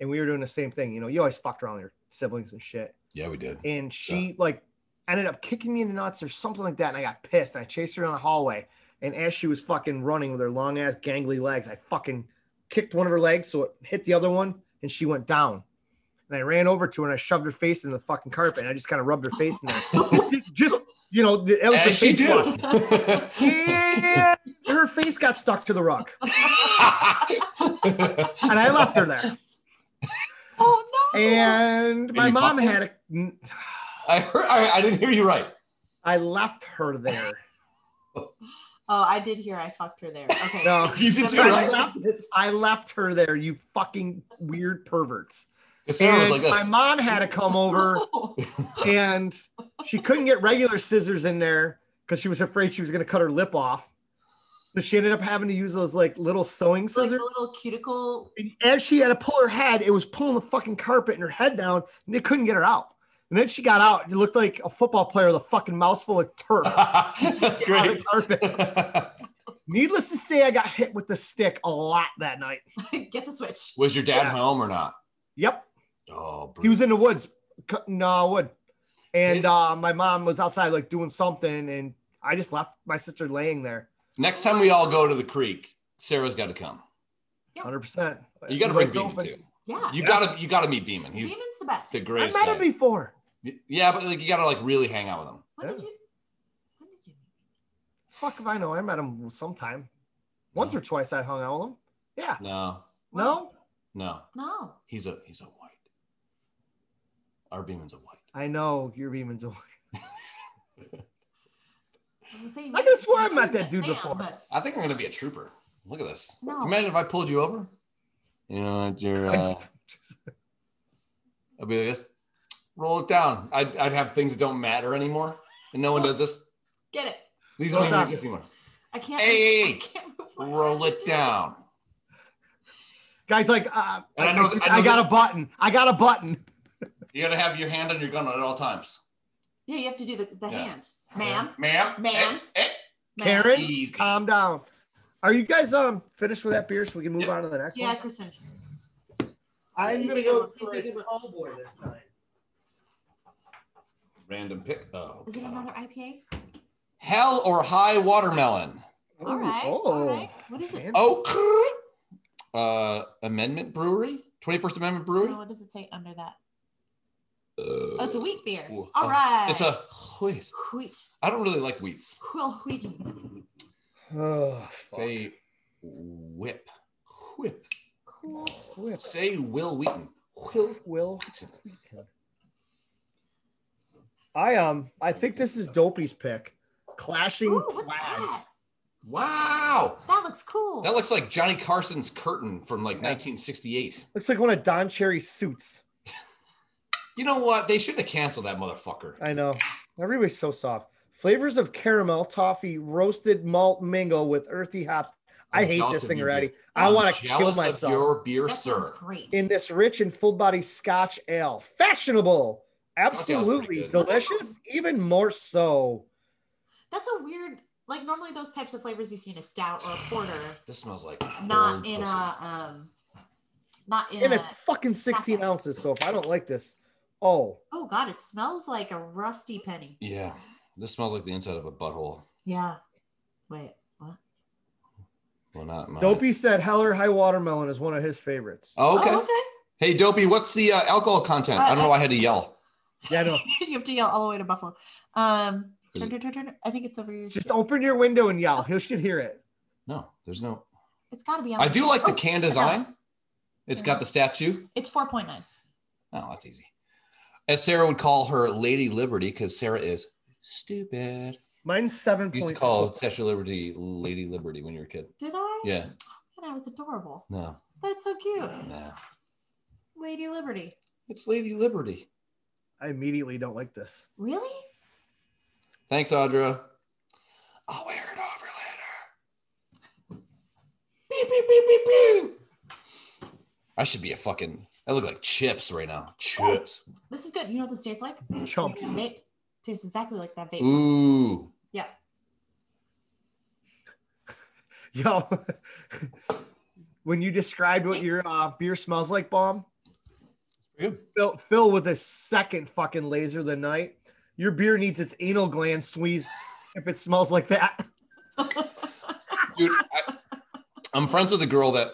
and we were doing the same thing. You know, you always fucked around with your siblings and shit.
yeah, we did.
and she like ended up kicking me in the nuts or something like that. And I got pissed. And I chased her down the hallway. And as she was fucking running with her long ass gangly legs, I fucking kicked one of her legs so it hit the other one and she went down. And I ran over to her and I shoved her face in the fucking carpet and I just kind of rubbed her face
(laughs)
in there. just you know, that was
As
the
she
face
do.
rub.
(laughs)
Yeah, her face got stuck to the rug, and I left her there.
Oh no.
And my
you
mom
fuck her?
had a,
I heard. I, I didn't hear you right.
I left her there.
oh, I did hear I fucked her
(laughs)
there. Okay.
No.
You did too,
I
right?
left, I left her there, you fucking weird perverts.
Sarah was
And
like this. (laughs)
my mom had to come over and she couldn't get regular scissors in there because she was afraid she was going to cut her lip off. So she ended up having to use those like little sewing
like a
scissors.
little cuticle. (laughs)
And as she had to pull her head, it was pulling the fucking carpet and her head down, and they couldn't get her out. And then she got out. It looked like a football player with a fucking mouthful of turf out
That's
of
(laughs) great.
the carpet. Needless to say, I got hit with the stick a lot that night.
Get the switch.
(laughs) was your dad
Yeah.
home or not?
Yep.
Oh,
He was in the woods cutting uh, wood, and uh, my mom was outside like doing something, and I just left my sister laying there.
next time we all go to the creek, Sarah's got to come.
Hundred percent.
You got to bring Beeman too.
Yeah.
You got to you got to meet Beeman. He's
Beeman's the best.
the
I
greatest.
met him
guy.
before.
Yeah, but like you got to like really hang out with him.
When did
Yeah.
you? When did you?
Fuck if I know. I met him sometime, once
No.
or twice. I hung out with him. Yeah.
No,
No,
no,
No.
he's a he's a white. Our Beeman's a white.
I know your Beeman's. a-
I was gonna say, you
I
met-
could've swore I
you
met that dude
Sam,
before.
but
I think I'm gonna be a trooper. Look at this.
No.
Imagine if I pulled you over. You know, at your, uh, I'd be like this. Roll it down. I'd, I'd have things that don't matter anymore, and no one does this.
get it.
These
Roll
don't
it
even
down.
exist anymore.
I can't.
Hey,
I can't move my
Roll
hand.
it down.
(laughs) Guys, like, uh,
And I
I,
know-
I-
I know
I got
this-
a button. I got a button. (laughs)
You gotta have your hand on your gun at all times.
Yeah, you have to do the, the
Yeah.
hand, ma'am.
ma'am,
Ma'am. Uh,
Eh,
ma'am.
eh,
Karen,
easy.
calm down. Are you guys um finished with that beer so we can move
Yeah.
on to the next
Yeah,
one?
Chris finished.
I'm
Please
gonna
make it
go
one. Please
for
make
a
it one.
tall boy this time.
Random pick. Oh,
Is it
God.
another IPA?
Hell or high watermelon.
All
Ooh,
right. All right. What is it?
fancy.
Oh, uh, Amendment Brewery, Twenty First Amendment Brewery.
No, what does it say under that? Oh,
Uh,
it's a wheat beer.
Ooh.
All
Oh,
right.
it's a wheat.
wheat.
I don't really like wheats.
Well, wheaty.
Oh, fuck.
Say whip, whip.
Cool.
Whip.
Say Will Wheaton. Will
Will
Wheaton.
Wheaton. I um I think this is Dopey's pick. Clashing
Ooh, what's that?
flags.
Wow,
That looks cool.
that looks like Johnny Carson's curtain from like 1968.
Looks like one of Don Cherry's suits.
You know what? They should have canceled that motherfucker.
I know. Everybody's so soft. Flavors of caramel, toffee, roasted malt mingle with earthy hops. I
I'm
hate
jealous
this
of
thing
you,
already.
dude.
I
I'm
want to kill
jealous of
myself.
Your beer,
That sounds
sir.
great.
in this rich and full bodied Scotch ale. Fashionable, absolutely
That sounds
pretty good.
delicious, even more so.
That's a weird. Like normally those types of flavors you see in a stout or a porter,
This smells like
not
old
in
pussy.
a um, not in
And
a.
it's fucking 16
Nothing.
ounces. So if I don't like this, oh,
Oh God, it smells like a rusty penny.
Yeah, this smells like the inside of a butthole.
Yeah. Wait. What?
Well, not mine.
Dopey said Heller High Watermelon is one of his favorites.
Oh, okay.
Oh, Uh, okay.
Hey, Dopey, what's the uh, alcohol content? I don't know. why I had to yell.
Yeah, no,
(laughs) you have to yell all the way to Buffalo. Um,
Is
turn,
it-
turn, turn, turn. I think it's over your.
just open your window and yell. He should hear it.
No, there's no.
It's got to be. on
I do like the
Oh,
can
I found it.
design. It's got the statue.
It's four point nine.
Oh, that's easy. As Sarah would call her Lady Liberty, because Sarah is stupid.
Mine's
You used to
7.0.
call Statue of Liberty Lady Liberty when you were a kid.
Did I?
Yeah.
And I was adorable.
No,
That's so cute.
no.
Lady Liberty.
It's Lady Liberty.
oh. I immediately don't like this.
Really?
Thanks, Audra. I'll wear it over later. Beep, beep, beep, beep, beep. I should be a fucking. I look like chips right now. Chips.
This is good. You know what this tastes like?
Chumps.
Vape. Tastes exactly like that vape.
Ooh.
Yeah.
(laughs) Yo, (laughs) when you described what your uh, beer smells like, bomb,
Good.
Phil, Phil with a second fucking laser of the night. Your beer needs its anal gland squeezed if it smells like that.
Dude, I, I'm friends with a girl that.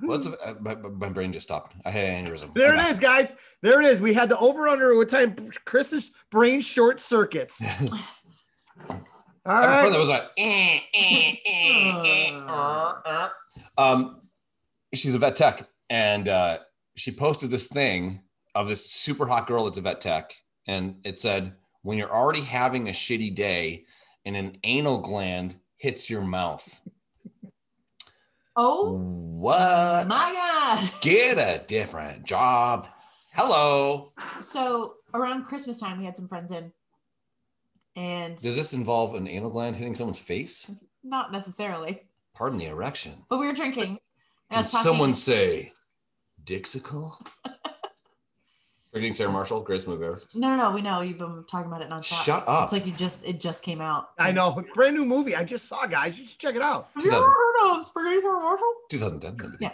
What's the, uh, my, my brain just stopped. I had an aneurysm.
There it is, guys. There it is. We had the over under what time Chris's brain short
(laughs)
circuits. All
I had a friend
right.
that was like, eh, eh, eh, eh, er, er. um, she's a vet tech, and uh, she posted this thing of this super hot girl that's a vet tech, and it said, "When you're already having a shitty day, and an anal gland hits your mouth,
Oh
what?
my
Get a different job." Hello.
God. So around Christmas time, we had some friends in, and
Does this involve an anal gland hitting someone's face?
not necessarily,
Pardon the erection.
but we were drinking. and I
Can
was talking-
someone say Dixical? (laughs) Forgetting Sarah Marshall, Grace movie ever.
No, no, no. We know you've been talking about it nonstop.
Shut up.
It's like you just. It just came out.
I know. Brand new movie. I just saw, guys. You should check it out.
Have you ever heard of Spaghetti Sarah Marshall?
2010.
Yeah.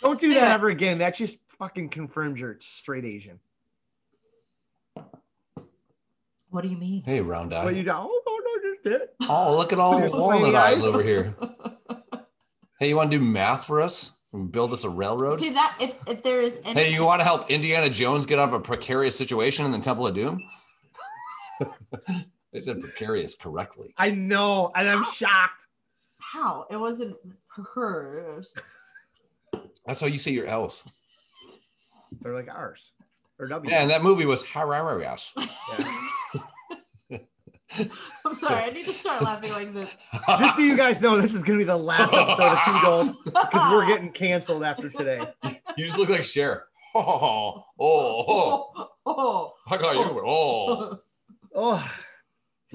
Don't do
Yeah.
that ever again. That just fucking confirmed you're straight Asian.
What do you mean?
Hey, round
But you
eye.
don't. Oh, no, no, just it.
Oh, look
(laughs)
at all the
There's
walnut
lady
eyes
eyes. (laughs)
over here. Hey, you want to do math for us? Build us a railroad?
See that if if there is any
Hey, you want to help Indiana Jones get out of a precarious situation in the Temple of Doom? (laughs) they said precarious correctly.
I know, and I'm shocked.
how it wasn't hers. (laughs)
That's how you say your L's.
They're like ours or W.
Yeah, and that movie was hilarious.
Yeah.
I'm sorry, I need to start laughing like
(laughs)
this.
Just so you guys know, this is gonna be the last episode of Two Adults because we're
(laughs)
getting canceled after today.
you just look like Cher. (laughs) Oh, oh, oh,
oh.
I got you. Oh.
(laughs)
Oh,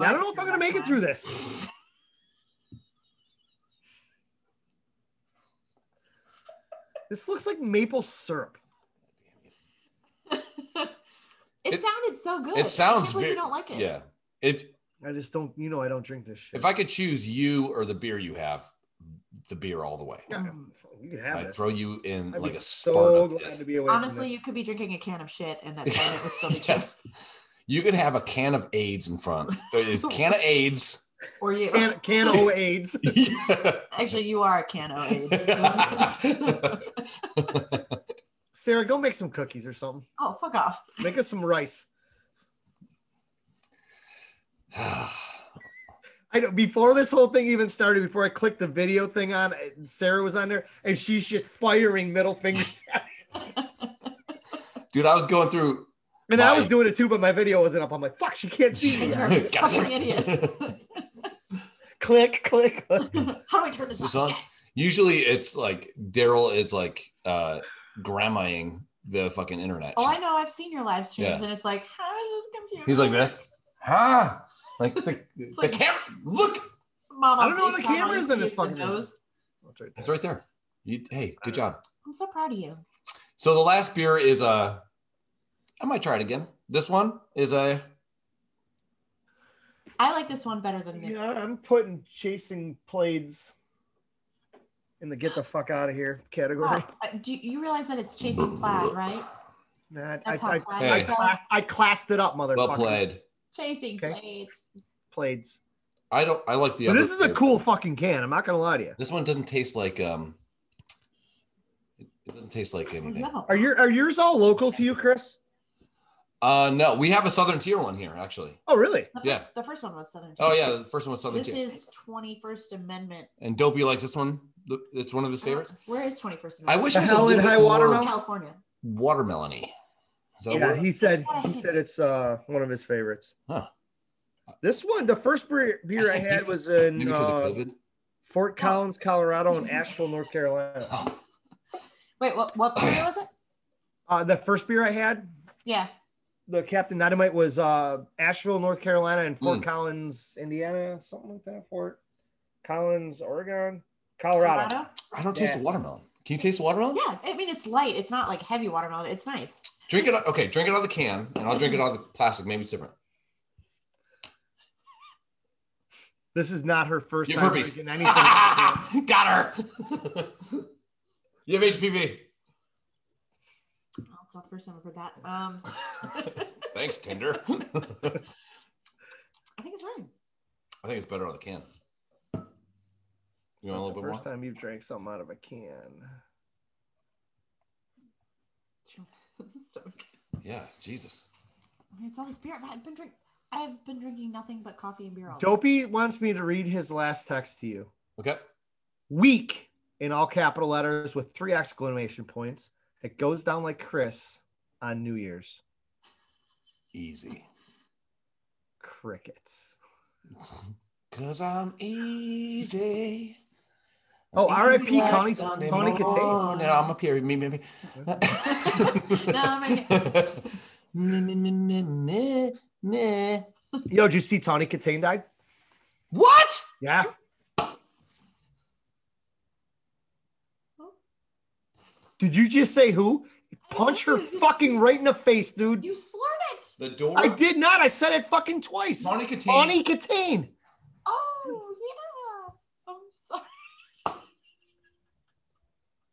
I don't know if I'm gonna make it through this. This looks like maple syrup.
It,
It-
sounded so good.
It sounds
I can't believe
very,
you don't like it.
yeah. If
I just don't, you know, I don't drink this shit.
if I could choose you or the beer you have, the beer all the way.
Yeah, you can have
I'd
this.
throw you in
I'd
like
be
a
so
Sparta.
glad
pit. (laughs)
to be away.
Honestly,
from
you could be drinking a can of shit and that's and it would still be true.
Yes. You could have a can of AIDS in
(laughs)
front. There is can of AIDS.
Or you
this. can, can
(laughs)
O AIDS.
actually you are a can of
(laughs)
AIDS.
Sarah, go make some cookies or something.
oh fuck off.
Make us some rice. I know before this whole thing even started, before I clicked the video thing on, Sarah was on there and she's just firing middle fingers. (laughs)
Dude, I was going through.
and I was
Why?
doing it too, but my video wasn't up. I'm like, fuck, she can't see
(laughs)
me.
(laughs)
You're a
God damn
fucking
it.
idiot.
click, click, click.
How do I turn this,
This
on?
on? Usually it's like Daryl is like uh grandmaing the fucking internet.
Oh, I know. I've seen your live streams,
Yeah.
and it's like, how is this computer?
He's like this. Ha!
(laughs)
Like the, the
like-
camera. Look!
Mom,
I
on
don't know where the
FaceTime, all
camera
you
is
see
in this fucking
the
thing.
nose.
That's right
It's
there.
right there. You, hey, good job.
I'm so proud of you.
So the last beer is a. I might try it again. This one is a.
I like this one better than the.
Yeah, I'm putting chasing plates in the get the fuck out of here (laughs) category.
Oh, uh, do you, you realize that it's chasing plaid, right?
Nah, I,
That's how
I,
plaid.
I, I
Hey.
classed, I classed it up, motherfucker.
Well played.
Chasing
Okay.
plates.
Plaids.
I don't. I like the.
But
other
this is a
beer.
cool fucking can. I'm not gonna lie to you.
This one doesn't taste like um. It it doesn't taste like
Oh,
anything.
you have a-
Are your are yours all local to you, Chris?
Uh, no, we have a Southern Tier one here actually.
Oh, really?
The first,
yeah.
the first one was Southern.
Oh
Tier.
yeah, the first one was Southern
This
Tier.
is 21st Amendment.
and Dopey likes this one. Look, It's one of
Uh-huh.
his favorites.
Where is 21st
I
Amendment?
wish
The
it was a
Hell
little
in
bit
High
more
Water Mountain?
California.
watermelony. Is that a
Yeah,
word?
he said
That's what I
he said it's uh one of his favorites.
Huh.
This one, the first beer, beer I
think
had
he's-
was
Maybe
in
because
uh,
of COVID.
Fort Collins, Colorado, and Asheville, North Carolina.
Oh,
Wait, what? What period was
(clears throat)
it?
Uh, the first beer I had,
Yeah.
the Captain Dynamite, was uh, Asheville, North Carolina, and Fort
Mm.
Collins, Indiana, something like that. Fort Collins, Oregon, Colorado.
I don't taste
Yeah.
the watermelon. Can you taste the watermelon?
Oh, Yeah. I mean, it's light. It's not like heavy watermelon. It's nice.
Drink it. Okay, drink it out of the can, and I'll drink it out of the plastic. Maybe
(laughs)
it's different.
This is not her first
Give
time
herpes.
drinking
(laughs)
anything.
Got her. (laughs) you
(laughs)
have HPV.
Oh, it's not the first time I've heard that. Um,
Thanks, Tinder. (laughs) I think
I think it's right.
it's better on the can. You want a
Not
little
the
bit more?
first time you've drank something out of a can.
(laughs) Stomach.
Yeah, Jesus.
I mean, it's all this beer. I've been drink. I have been drinking nothing but coffee and beer all. day.
Dopey wants me to read his last text to you.
Okay.
Weak in all capital letters with three exclamation points. It goes down like Chris on New Year's.
Easy.
Crickets.
Cause I'm easy.
Oh, RIP
Easy like
Tony-
Sunday
Tony Katay.
morning. No, I'm up here. Me,
(laughs)
me, me. no,
I'm right
me, me, me, me, me, me.
Yo, did you see Tawny Katane died?
What?
Yeah. Did you just say who? Punch her fucking right in the face, dude.
You slurred it.
The door.
I did not. I said it fucking twice.
Tony Katane.
Tawny Katane.
Oh yeah. I'm sorry.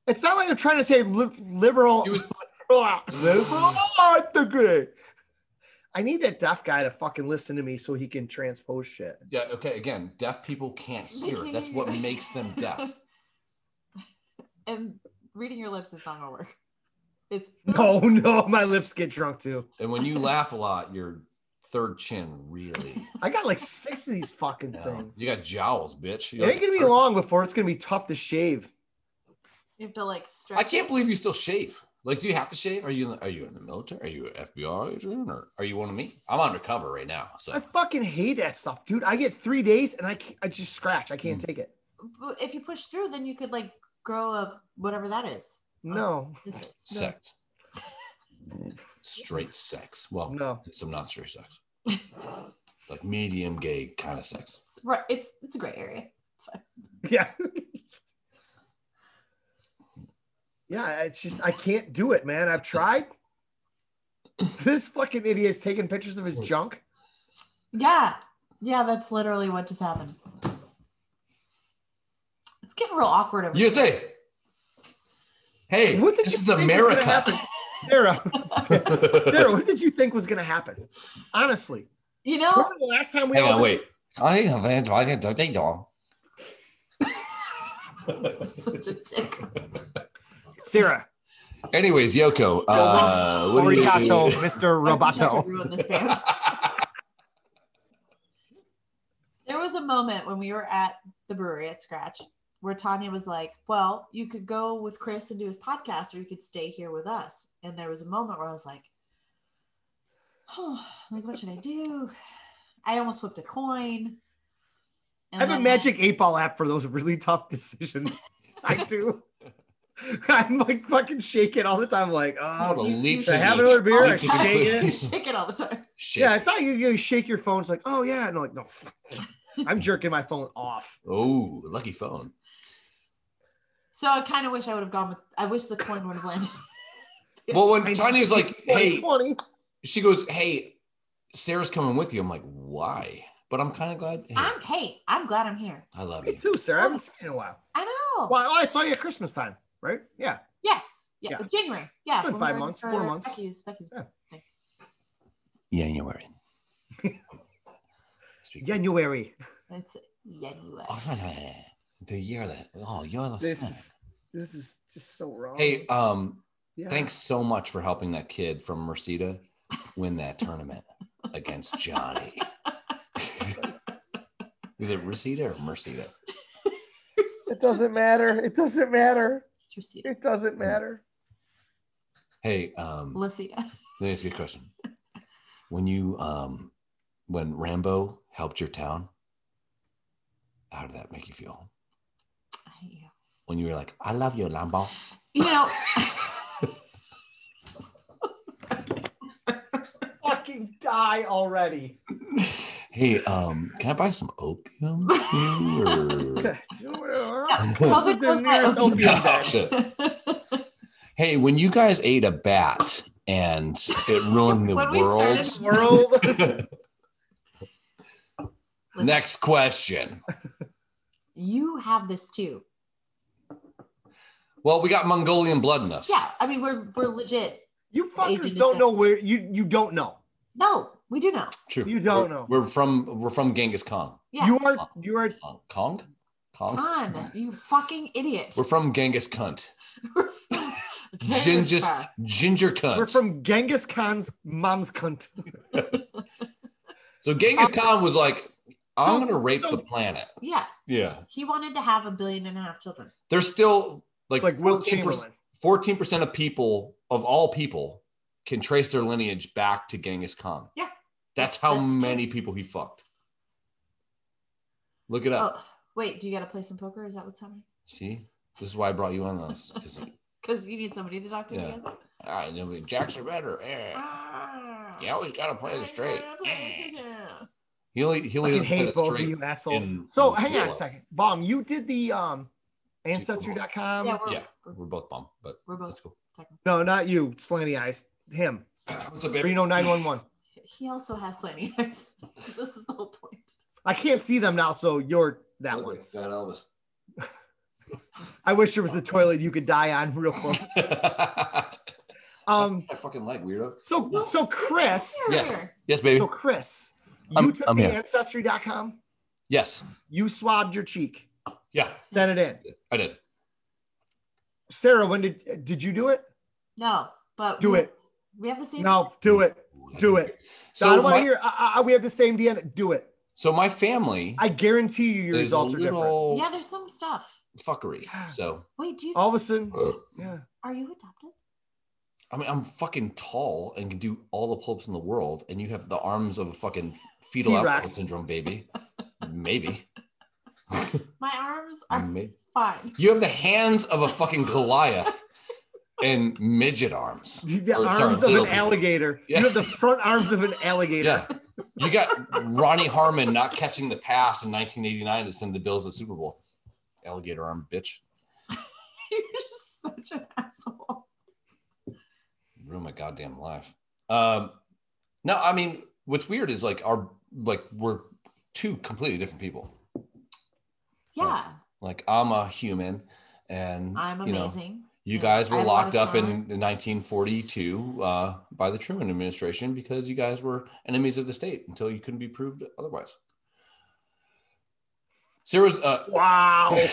It's not like I'm trying to say li- liberal.
He was
I need that deaf guy to fucking listen to me so he can transpose shit.
Yeah, okay, again, deaf people can't
They
hear.
can't
That's
hear
what
you.
makes them deaf.
(laughs) and reading your lips is not gonna work. It's
No, (laughs) no, my lips get drunk too.
And when you laugh a lot, your third chin really.
I got like six of these fucking
You, know,
things.
you got jowls, bitch.
It ain't gonna be long before it's gonna be tough to shave.
you have to like stretch.
I can't
it.
believe you still shave. Like, do you have to shave? Are you are you in the military? Are you an FBI agent or are you one of me? I'm undercover right now,
I
so
fucking hate that stuff, dude. I get three days and I can't, I just scratch. I
Mm.
can't take it.
But if you push through, then you could like grow up whatever that is.
No,
This is-
(laughs)
sex. Straight sex. Well,
no. (laughs)
it's some not straight sex. like medium gay kind of sex.
It's right. It's it's a great area.
Yeah. yeah, it's just I can't do it, man. I've tried. (laughs) This fucking idiot's taking pictures of his junk.
Yeah, yeah. That's literally what just happened. It's getting real awkward over here.
USA. Hey,
What did
this
you
is
think was gonna
America.
happen? Sarah,
(laughs)
(laughs) Sarah, what did you think was gonna happen? Honestly, (laughs)
You know,
remember the last time we
Hang
all
on,
did-
wait. I have an I don't think dog.
such a dick.
Sarah,
Anyways, Yoko, uh, what do you
Arigato, Mr. (laughs)
I
Roboto.
ruined this band. (laughs) There was a moment when we were at the brewery at Scratch where Tanya was like, Well, you could go with Chris and do his podcast, or you could stay here with us. And there was a moment where I was like, Oh, like, what should I do? I almost flipped a coin.
I
And
have a
then-
magic eight ball app for those really tough (laughs) decisions. I do. (laughs) I'm like fucking shaking all the time, like,
What a
oh,
You- you
leaf
should-
I have another beer, I
Leaf of
shake it. (laughs)
inclusion.
Shake it all the time.
Shit.
Yeah, it's not you, you shake your phone. It's like, oh yeah, no, (laughs) like no, I'm jerking my phone off.
Oh, lucky phone.
So I kind of wish I would have gone with, I wish the coin would have landed.
Well, when Tanya's
(laughs)
like, hey,
20.
she goes, hey, Sarah's coming with you. I'm like, why? But I'm kind of glad. Hey,
I'm, hey, I'm glad I'm here.
I love
Me
you.
too, Sarah. I haven't seen you in a while.
I know.
Well, I saw you at Christmas time, right? Yeah.
Yes. Yeah.
Yeah.
January. Yeah.
It's been
when we
five
were
months,
for
four months.
Becky's, Becky's
Yeah, you're
(laughs)
wearing. Speak-
January.
It's January. (laughs)
(laughs) the year that oh you're the
This
sun.
is this is just so wrong.
Hey, um,
Yeah.
thanks so much for helping that kid from Merceda win that tournament against Johnny.
(laughs)
(laughs) Is it Reseda or Merceda?
It doesn't matter. It doesn't matter.
It's Reseda.
It
Mm.
doesn't matter.
Hey, um,
(laughs) Lucida.
Let me ask you a question. When you um when Rambo helped your town, how did that make you feel?
I hate you.
When you were like, I love you, Lambo.
(laughs)
You know,
Fucking die (laughs) already.
Hey, um, can I buy some
(laughs)
opium?
Tell
Or- (laughs)
Tell
us
it was my own.
Oh, shit. hey, when you guys ate a bat and it ruined the
When we
world.
started-
World.
(laughs)
Listen,
Next question.
(laughs) You have this too.
Well, we got Mongolian blood in us.
Yeah. I mean, we're we're legit.
You
Agent
fuckers
is
don't
a-
know where you you don't know.
No, we do know.
True.
You don't
We're-
know.
We're from we're from Genghis Khan.
Yeah.
You are you are
Kong? Kong? Kong?
Con, you fucking idiot.
We're from Genghis Cunt.
(laughs) Okay,
Gingis-
Khan.
Ginger
We're
Cunt.
from Genghis Khan's mom's cunt.
so Genghis Khan was like, I'm
Um, So-
going to rape
so-
the planet.
Yeah.
Yeah.
He wanted to have a billion and a half children.
There's still like,
Like Will
14%,
Chamberlain.
14% of people, of all people, can trace their lineage back to Genghis Khan.
Yeah.
That's how
That's true.
many people he fucked. Look it up.
Oh, wait. Do you got to play some poker? Is that what's happening?
See? This is why I brought you on this. 'cause-
Because you need somebody to talk to, I
Yeah.
guess.
all right, and then we- jacks are better. Yeah,
Ah.
You always got to play the straight.
I gotta play
Eh.
the straight.
He only, he
I fucking
only doesn't play
hate
the
both of
straight.
you assholes.
in-
so
in
hang on a
Europe.
second. Bomb, you did the um ancestry.com.
Yeah, we're,
Yeah.
we're,
We're both bum, but
we're both.
that's cool.
No, not you, Slanty Eyes. Him.
What's up, baby?
Reno 911.
He also has (laughs) slimy eyes. this is the whole point.
I can't see them now, so you're that
Look
one.
at Fat Elvis. (laughs)
I wish there was a toilet you could die on real close. Um,
I fucking like weirdo.
so so Chris,
Yes. Yes, baby.
so Chris, you
I'm-
took
I'm
the
here.
ancestry.com,
Yes.
you swabbed your cheek,
Yeah,
sent it in.
I did.
Sarah, when did did you do it?
No, but
Do
we-
it.
We have the same.
No, do it, do it. So I
So
don't want
my,
to hear. I, I, we have the same DNA. Do it.
so my family
I guarantee you, your
is a
results are different.
little
Yeah, there's some stuff.
fuckery. So
Wait, do you?
All of a sudden,
uh,
yeah.
Are you adopted?
I mean, I'm fucking tall and can do all the pull-ups in the world, and you have the arms of a fucking fetal
T-Rex.
alcohol syndrome baby. Maybe.
My arms are
Maybe.
fine. (laughs)
You have the hands of a fucking Goliath and midget arms.
The
Or, sorry,
arms
little
of an
people.
alligator.
Yeah.
You have the front arms of an alligator.
Yeah. You got Ronnie Harmon not catching the pass in 1989 to send the Bills to the Super Bowl. Alligator arm bitch.
You're just such an asshole.
ruin my goddamn life. Um, no, I mean, what's weird is like our like we're two completely different people.
Yeah,
Like I'm a human, and
I'm
you know,
amazing.
you
Yeah,
guys
I
were
have a lot of
locked up in
talent.
1942 uh, by the Truman administration because you guys were enemies of the state until you couldn't be proved otherwise. Sarah's uh,
Wow.
(laughs)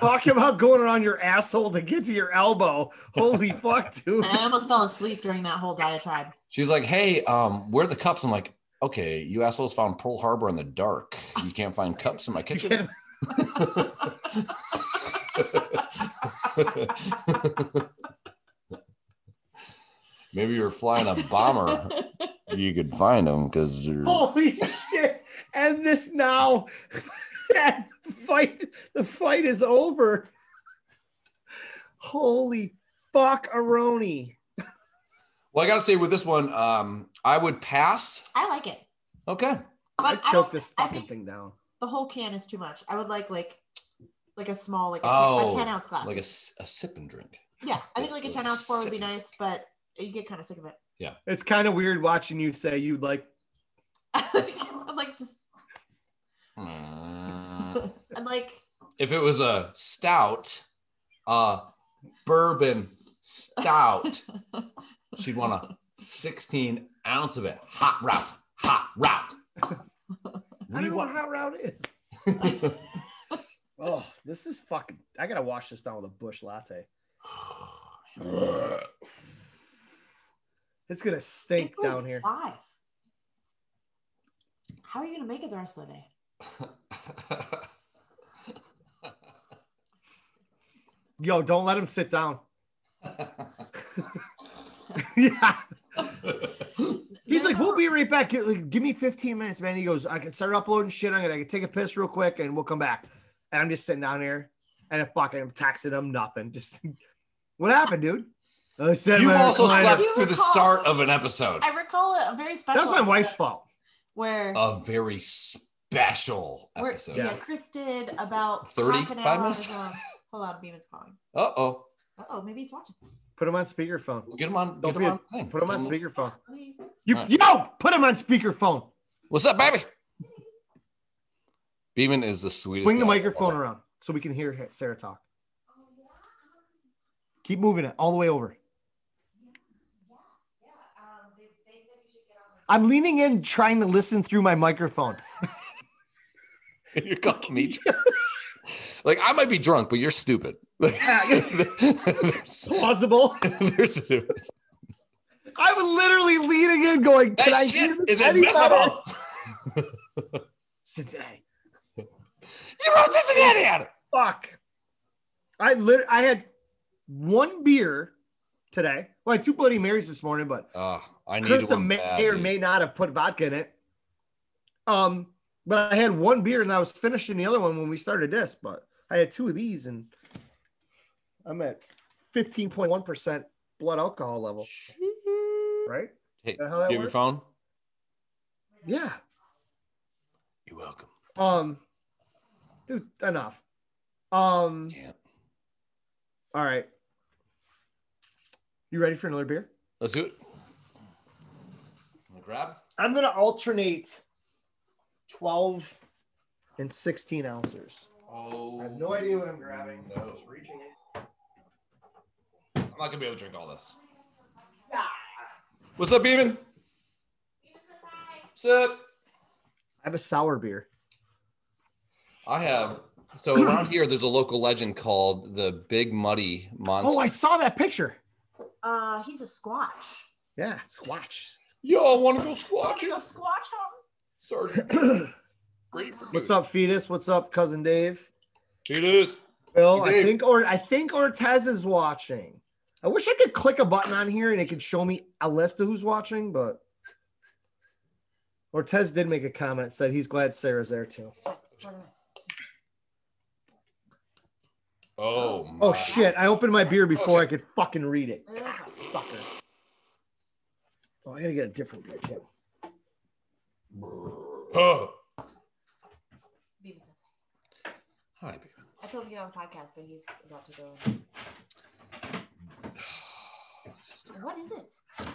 Talk about going around your asshole to get to your elbow. Holy fuck, dude.
I almost fell asleep during that whole diatribe.
she's like, hey, um, where are the cups? I'm like, okay, you assholes found Pearl Harbor in the dark. You can't find cups in
(laughs)
my
You
kitchen.
can't-
(laughs) Maybe you're flying a bomber. You could find them because they're.
Holy shit. End this now. (laughs) That fight the fight is over. Holy fuck Aroni.
Well, I gotta say with this one, um, I would pass.
I like it,
Okay,
I
but I,
choked
don't.
this
I
fucking
think
thing down.
the whole can is too much. I would like like like a small like a 10
Oh,
a ten ounce glass.
like a, s- a sip and drink.
yeah, I think like a
like
ten
a
ounce pour would be
sip.
nice, but you get kind of sick of it. (laughs)
It's kind of weird watching you say you'd like
I'd like just
Mm.
and like
if it was a stout, uh, bourbon stout, she'd want a 16 ounce of it. Hot route, hot route.
I
What do
don't
you
know
want?
how route is. Oh, this is fucking I gotta wash this down with a bush latte. It's gonna stink
it's like
down here.
Five. How are you gonna make it the rest of the day?
(laughs)
Yo, don't let him sit down. (laughs) yeah. He's like, we'll be right back. Give, like, give me 15 minutes, man. He goes, I can start uploading shit. I'm gonna I can take a piss real quick and we'll come back. And I'm just sitting down here and I'm fucking I'm texting him nothing. Just (laughs) what happened, dude? I said,
you
man,
also
I-
slept
You
through the
recall-
start of an episode.
I recall a very special.
That's my wife's fault.
Where
A very special
where
Oh, episode.
yeah, Chris did about
30,
half an
five
hour
minutes?
long- Hold on, Beeman's calling.
Uh oh.
Uh oh, maybe he's watching.
Put him on speakerphone.
Get him on.
Don't
Get him on. the thing.
Put him on
Tell him-
speakerphone.
Let me-
You
All right.
yo, put him on speakerphone.
What's up, baby? Beeman is the sweetest.
Swing the
guy.
microphone around so we can hear Sarah talk. Keep moving it all the way over. I'm leaning in trying to listen through my microphone.
(laughs) You're calling me
(laughs)
drunk. like I might be drunk, but you're stupid. (laughs) there's,
Plausible.
there's a
(laughs)
difference.
I'm literally leaning in going,
That
can I hear
shit
this
is
any better?
admissible.
Cincinnati.
(laughs) You wrote Cincinnati.
Fuck. I lit I had one beer today. Well, I had two Bloody Marys this morning, but
Uh, I need
Krista
one
may
bad,
or
dude.
may not have put vodka in it. Um, but I had one beer and I was finishing the other one when we started this. But I had two of these and I'm at 15.1% blood alcohol level, right?
Hey,
that how that
you have your
works?
phone?
Yeah.
You're welcome.
Um, dude, enough. Um,
Yeah.
all right. You ready for another beer?
Let's do it. Wanna Grab.
I'm gonna alternate 12 and 16 ounces.
Oh.
I have no idea what I'm grabbing.
No.
Just reaching in.
I'm not gonna be able to drink all this.
Yeah,
What's up, Beaven? What's up?
I have a sour beer.
I have. So
(clears throat)
around here, there's a local legend called the Big Muddy Monster.
Oh, I saw that picture.
Uh, he's a squatch.
Yeah, squatch. (clears throat)
Yo, want to go squatch
You know,
it?
squatch him.
Sergeant, ready for
What's up, fetus? What's up, cousin Dave?
Here it is.
Bill,
Hey, Dave.
I think or I think Ortez is watching. I wish I could click a button on here and it could show me a list of who's watching, but Ortez did make a comment, said he's glad Sarah's there too.
Oh, my.
Oh shit! I opened my beer before I could fucking read it.
Ugh.
Sucker. Oh, I gotta get a different beer too.
Huh.
Beavis is-
Hi, Beaven.
I told him to get on the podcast, but he's about to go. What is it?
(sighs)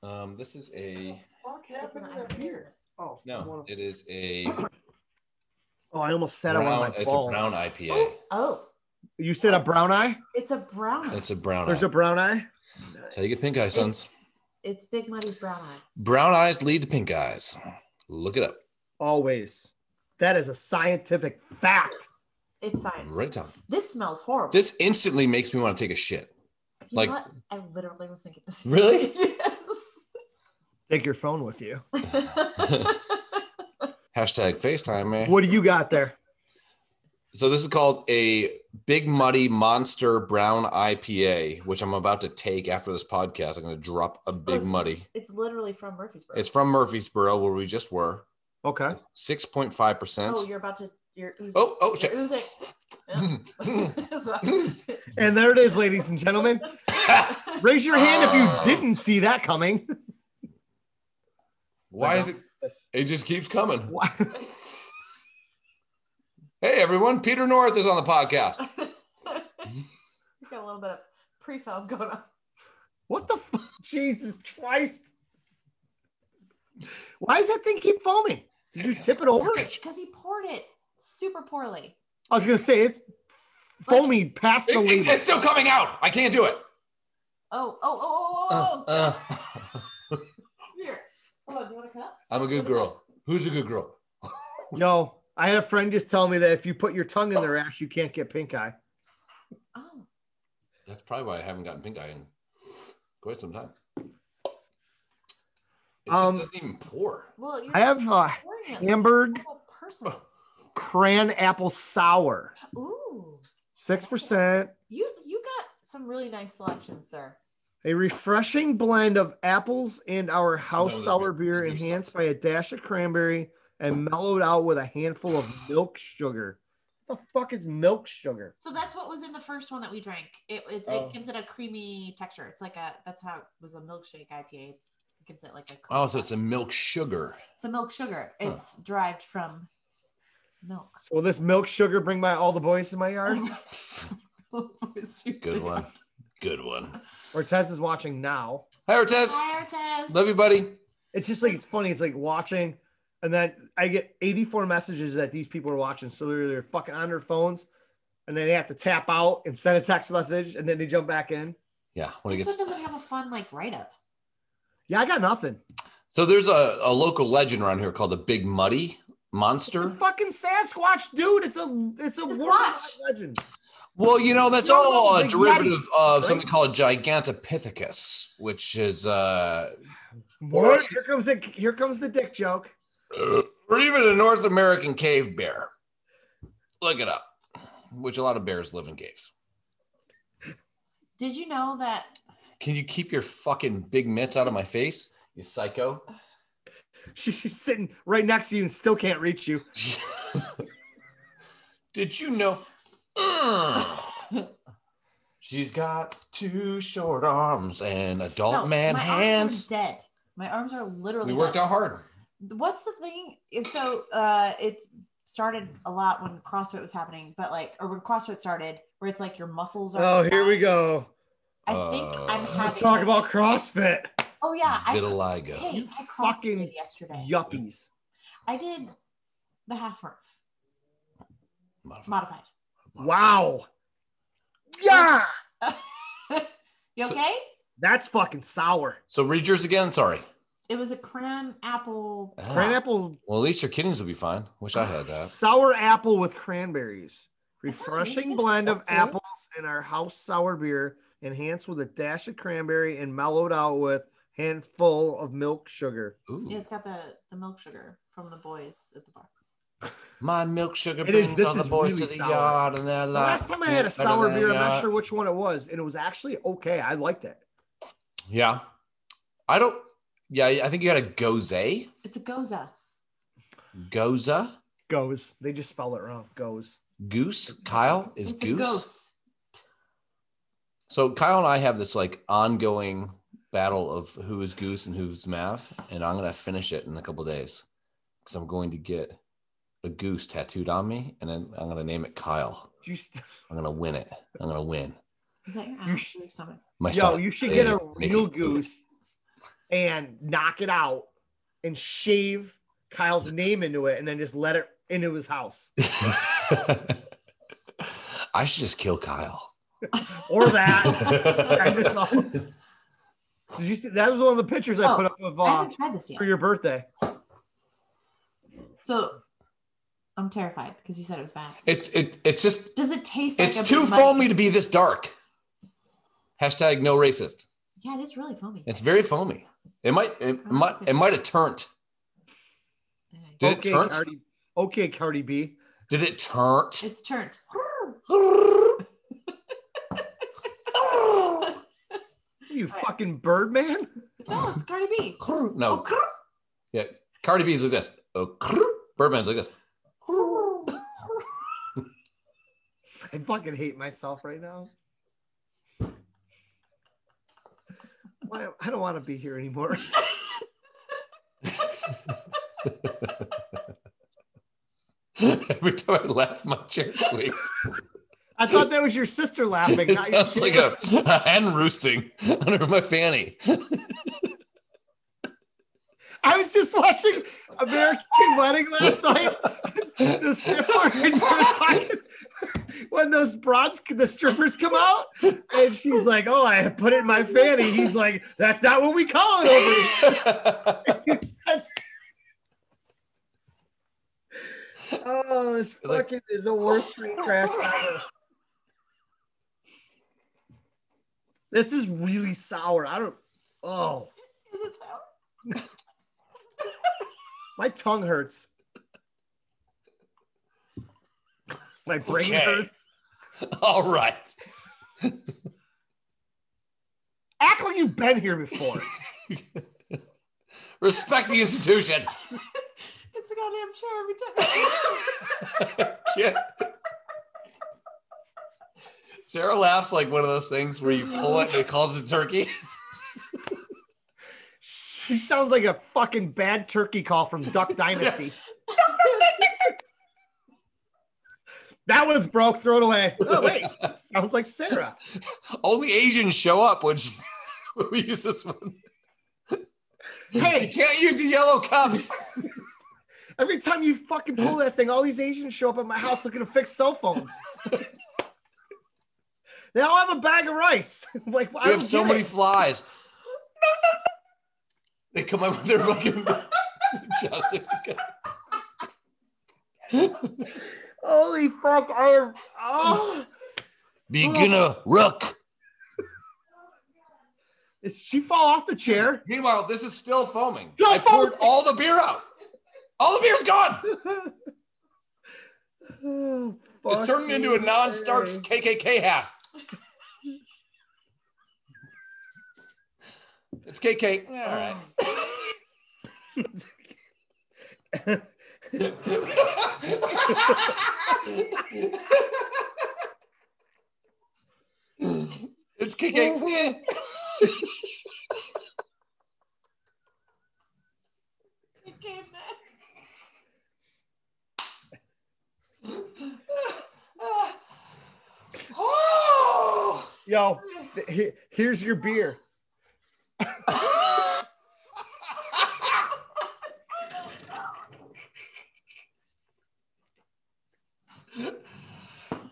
Um, this is a
What
It's an IPA.
Oh
no. It is
(clears throat)
a
Oh, I almost said I
brown,
wanted my
it's a
balls.
brown IPA.
Oh,
You said a brown eye.
it's a brown.
It's a brown.
There's
eye.
a brown eye.
Tell you pink eye, sons.
It's Big Muddy's brown eye.
Brown eyes lead to pink eyes. Look it up.
Always. That is a scientific fact.
It's science.
Right down.
This smells horrible.
This instantly makes me want to take a shit.
You
like-
know what? I literally was thinking this.
Really?
(laughs) yes.
Take your phone with you.
Hashtag FaceTime, man.
What do you got there?
So this is called a Big Muddy Monster Brown IPA, which I'm about to take after this podcast. I'm going to drop a Big
Awesome.
Muddy.
(laughs) it's literally from Murfreesboro.
It's from Murfreesboro, where we just were.
Okay.
Six point five percent.
oh, you're about to. You're oozing.
Oh, oh,
You're
shit. (laughs)
oozing. (laughs)
And there it is, ladies and gentlemen. Raise your hand if
Ah.
you didn't see that coming.
Why is it? It just
(laughs)
keeps coming.
Why-
Hey, everyone! Peter North is on the podcast.
You've (laughs) got a little bit of prefab going on.
What the fuck? Jesus Christ. Why does that thing keep foaming? Did you tip it over? I
Because he poured it super poorly.
was gonna say it's foamy past
It-
the
it-
label.
it's still coming out. I can't do it.
Oh, oh, oh, oh, oh, oh.
Uh, (laughs) uh.
Here. Hold on. You want a cup?
I'm a good girl. Who's a good girl?
No, I had a friend just tell me that if you put your tongue in their ass, you can't get pink eye.
Oh.
That's probably why I haven't gotten pink eye in quite some time. It just
Um,
doesn't even pour.
Well, you're
I have uh,
not pouring it like
Hamburg
a normal person.
cran apple sour,
Ooh.
six percent.
You you got some really nice selections, sir.
A refreshing blend of apples and our house
No,
sour
that-
beer,
that-
enhanced by a dash of cranberry and mellowed out with a handful of milk sugar. What the fuck is milk sugar?
So that's what was in the first one that we drank. It it,
Oh.
it gives it a creamy texture. It's like a that's how it was a milkshake IPA. It gives it like a
Oh, so it's a milk sugar.
it's a milk sugar. It's derived from milk. (laughs)
So will this milk sugar bring my all the boys in my yard? (laughs)
Good one. Good one.
Ortez is watching now.
Hi, Ortez.
Fire test.
Love you, buddy.
It's just like it's funny. It's like watching, and then I get 84 messages that these people are watching. So they're, they're fucking on their phones, and then they have to tap out and send a text message, and then they jump back in.
Yeah. When it
This
gets
one doesn't have a fun like write up.
Yeah, I got nothing.
so there's a, a local legend around here called the Big Muddy
It's a
Monster.
fucking Sasquatch, dude. It's a it's a
It's
worldwide
Squatch.
legend.
Well, you know, that's
You're
all
about
a
Big
derivative of
right?
something called Gigantopithecus, which is uh
More, here comes it. Here comes the dick joke. (laughs)
or even a North American cave bear. Look it up. Which a lot of bears live in caves.
Did you know that
Can you keep your fucking big mitts out of my face? You psycho. (laughs)
She, she's sitting right next to you and still can't reach you.
Did you know? (laughs) Mm. She's got two short arms and adult
no,
man
my arms are
hands.
dead. My arms are literally
Oh, We worked
dead.
out hard.
what's the thing if so uh it started a lot when crossfit was happening but like or when crossfit started where it's like your muscles are
Oh, here we go.
i think i'm
Uh,
having
Let's talk about CrossFit.
oh yeah I,
Vitiligo.
hey i
fucking
crossfit yesterday
Yuppies.
i did the half murph
Motherfucker.
modified
Wow. Yeah.
you
So-
okay
That's fucking sour.
So read yours again. Sorry.
It was a cran apple.
Ah.
Cran apple,
Well, at least your kidneys will be fine. Wish I had that.
sour apple with cranberries.
That sounds really
Refreshing
good.
blend of
Okay.
apples in our house sour beer, enhanced with a dash of cranberry and mellowed out with handful of milk sugar.
Ooh.
Yeah, it's got the, the milk sugar from the boys at the bar.
My milk sugar
It is-
brings
this
all the
is
boys
really
to the
sour.
yard and they're
The
like,
last time I had a
"Better
sour
than
beer, I'm
that."
not sure which one it was, and it was actually okay. I liked it.
Yeah. I don't. Yeah, I think you had a goze.
It's a goza.
Goza.
Goes. They just spelled it wrong. Goes.
Goose. Kyle is
it's
goose.
a ghost.
So Kyle and I have this like ongoing battle of who is goose and who's mav, and I'm gonna finish it in a couple days because I'm going to get a goose tattooed on me, and then I'm gonna name it Kyle.
You
(laughs)
st-
I'm gonna win it. I'm gonna win.
Is that your
You
ass
sh-
or your ah, stomach?
My
Yo,
son-
you should get a
Hey, make
real
it good.
goose and knock it out and shave Kyle's name into it and then just let it into his house.
(laughs) I should just kill Kyle.
Or
(laughs)
that. I just know. Did you see that was one of the pictures I
Oh,
put up of
I
uh,
haven't tried this yet.
for your birthday?
So I'm terrified because you said it was bad.
it, it it's just
Does it taste like a
it's too
big muddy-
foamy to be this dark. Hashtag no racist.
Yeah, it is really foamy.
It's very foamy. It might it might it might have turned.
Okay.
Did it turn?
Cardi, okay, Cardi B.
Did it turn?
It's turned.
You
All right.
fucking birdman. (laughs)
No, it's Cardi B.
(laughs) Oh.
Oh,
No, yeah. Cardi B's like this. Oh, (laughs) Birdman's like this. (laughs)
I fucking hate myself right now. Why I don't want to be here anymore. (laughs)
Every time I laugh, my chair squeaks.
I thought that was your sister laughing.
It
not your
sounds like
chair.
a, a hen roosting (laughs) under my fanny. (laughs)
I was just watching American Wedding last night. The stifler and you were talking when those broads, the strippers come out, and she's like, "Oh, I put it in my fanny." He's like, "That's not what we call it over here." You said- oh, this
Like-
fucking is the worst train crash ever. This is really sour. I don't. Oh,
Is it sour?
my tongue hurts. My brain
Okay.
hurts.
All right.
Act like you've been here
(laughs)
before.
Respect the institution. (laughs)
It's the goddamn chair every time.
Yeah. Sarah laughs like one of those things where you pull it and it calls it turkey. (laughs)
she sounds like a fucking bad turkey call from Duck
(laughs)
Dynasty. that one's broke. Throw it away. Oh
(laughs)
wait, sounds like Sarah.
Only Asians show up when, she- (laughs) when we use this one. You
Hey,
can't use the yellow cups.
every time you fucking pull that thing, all these Asians show up at my house looking to fix cell phones. they all have a bag of rice. (laughs) like I
We
don't
have so
get
many
it.
flies. They come up with their fucking (laughs) chopsticks.
Holy fuck! I am. Oh,
Beginner rook.
did she fall off the (sighs) chair?
Meanwhile, this is still foaming.
Still
I poured
foaming.
all the beer out. All the beer's gone.
Oh,
It's turning into a
fucking (sighs)
non-starch
A.
KKK hat. it's KK. All right. it's KK.
You
(laughs)
came back.
oh!
Yo, th- he- here's your beer. (sighs)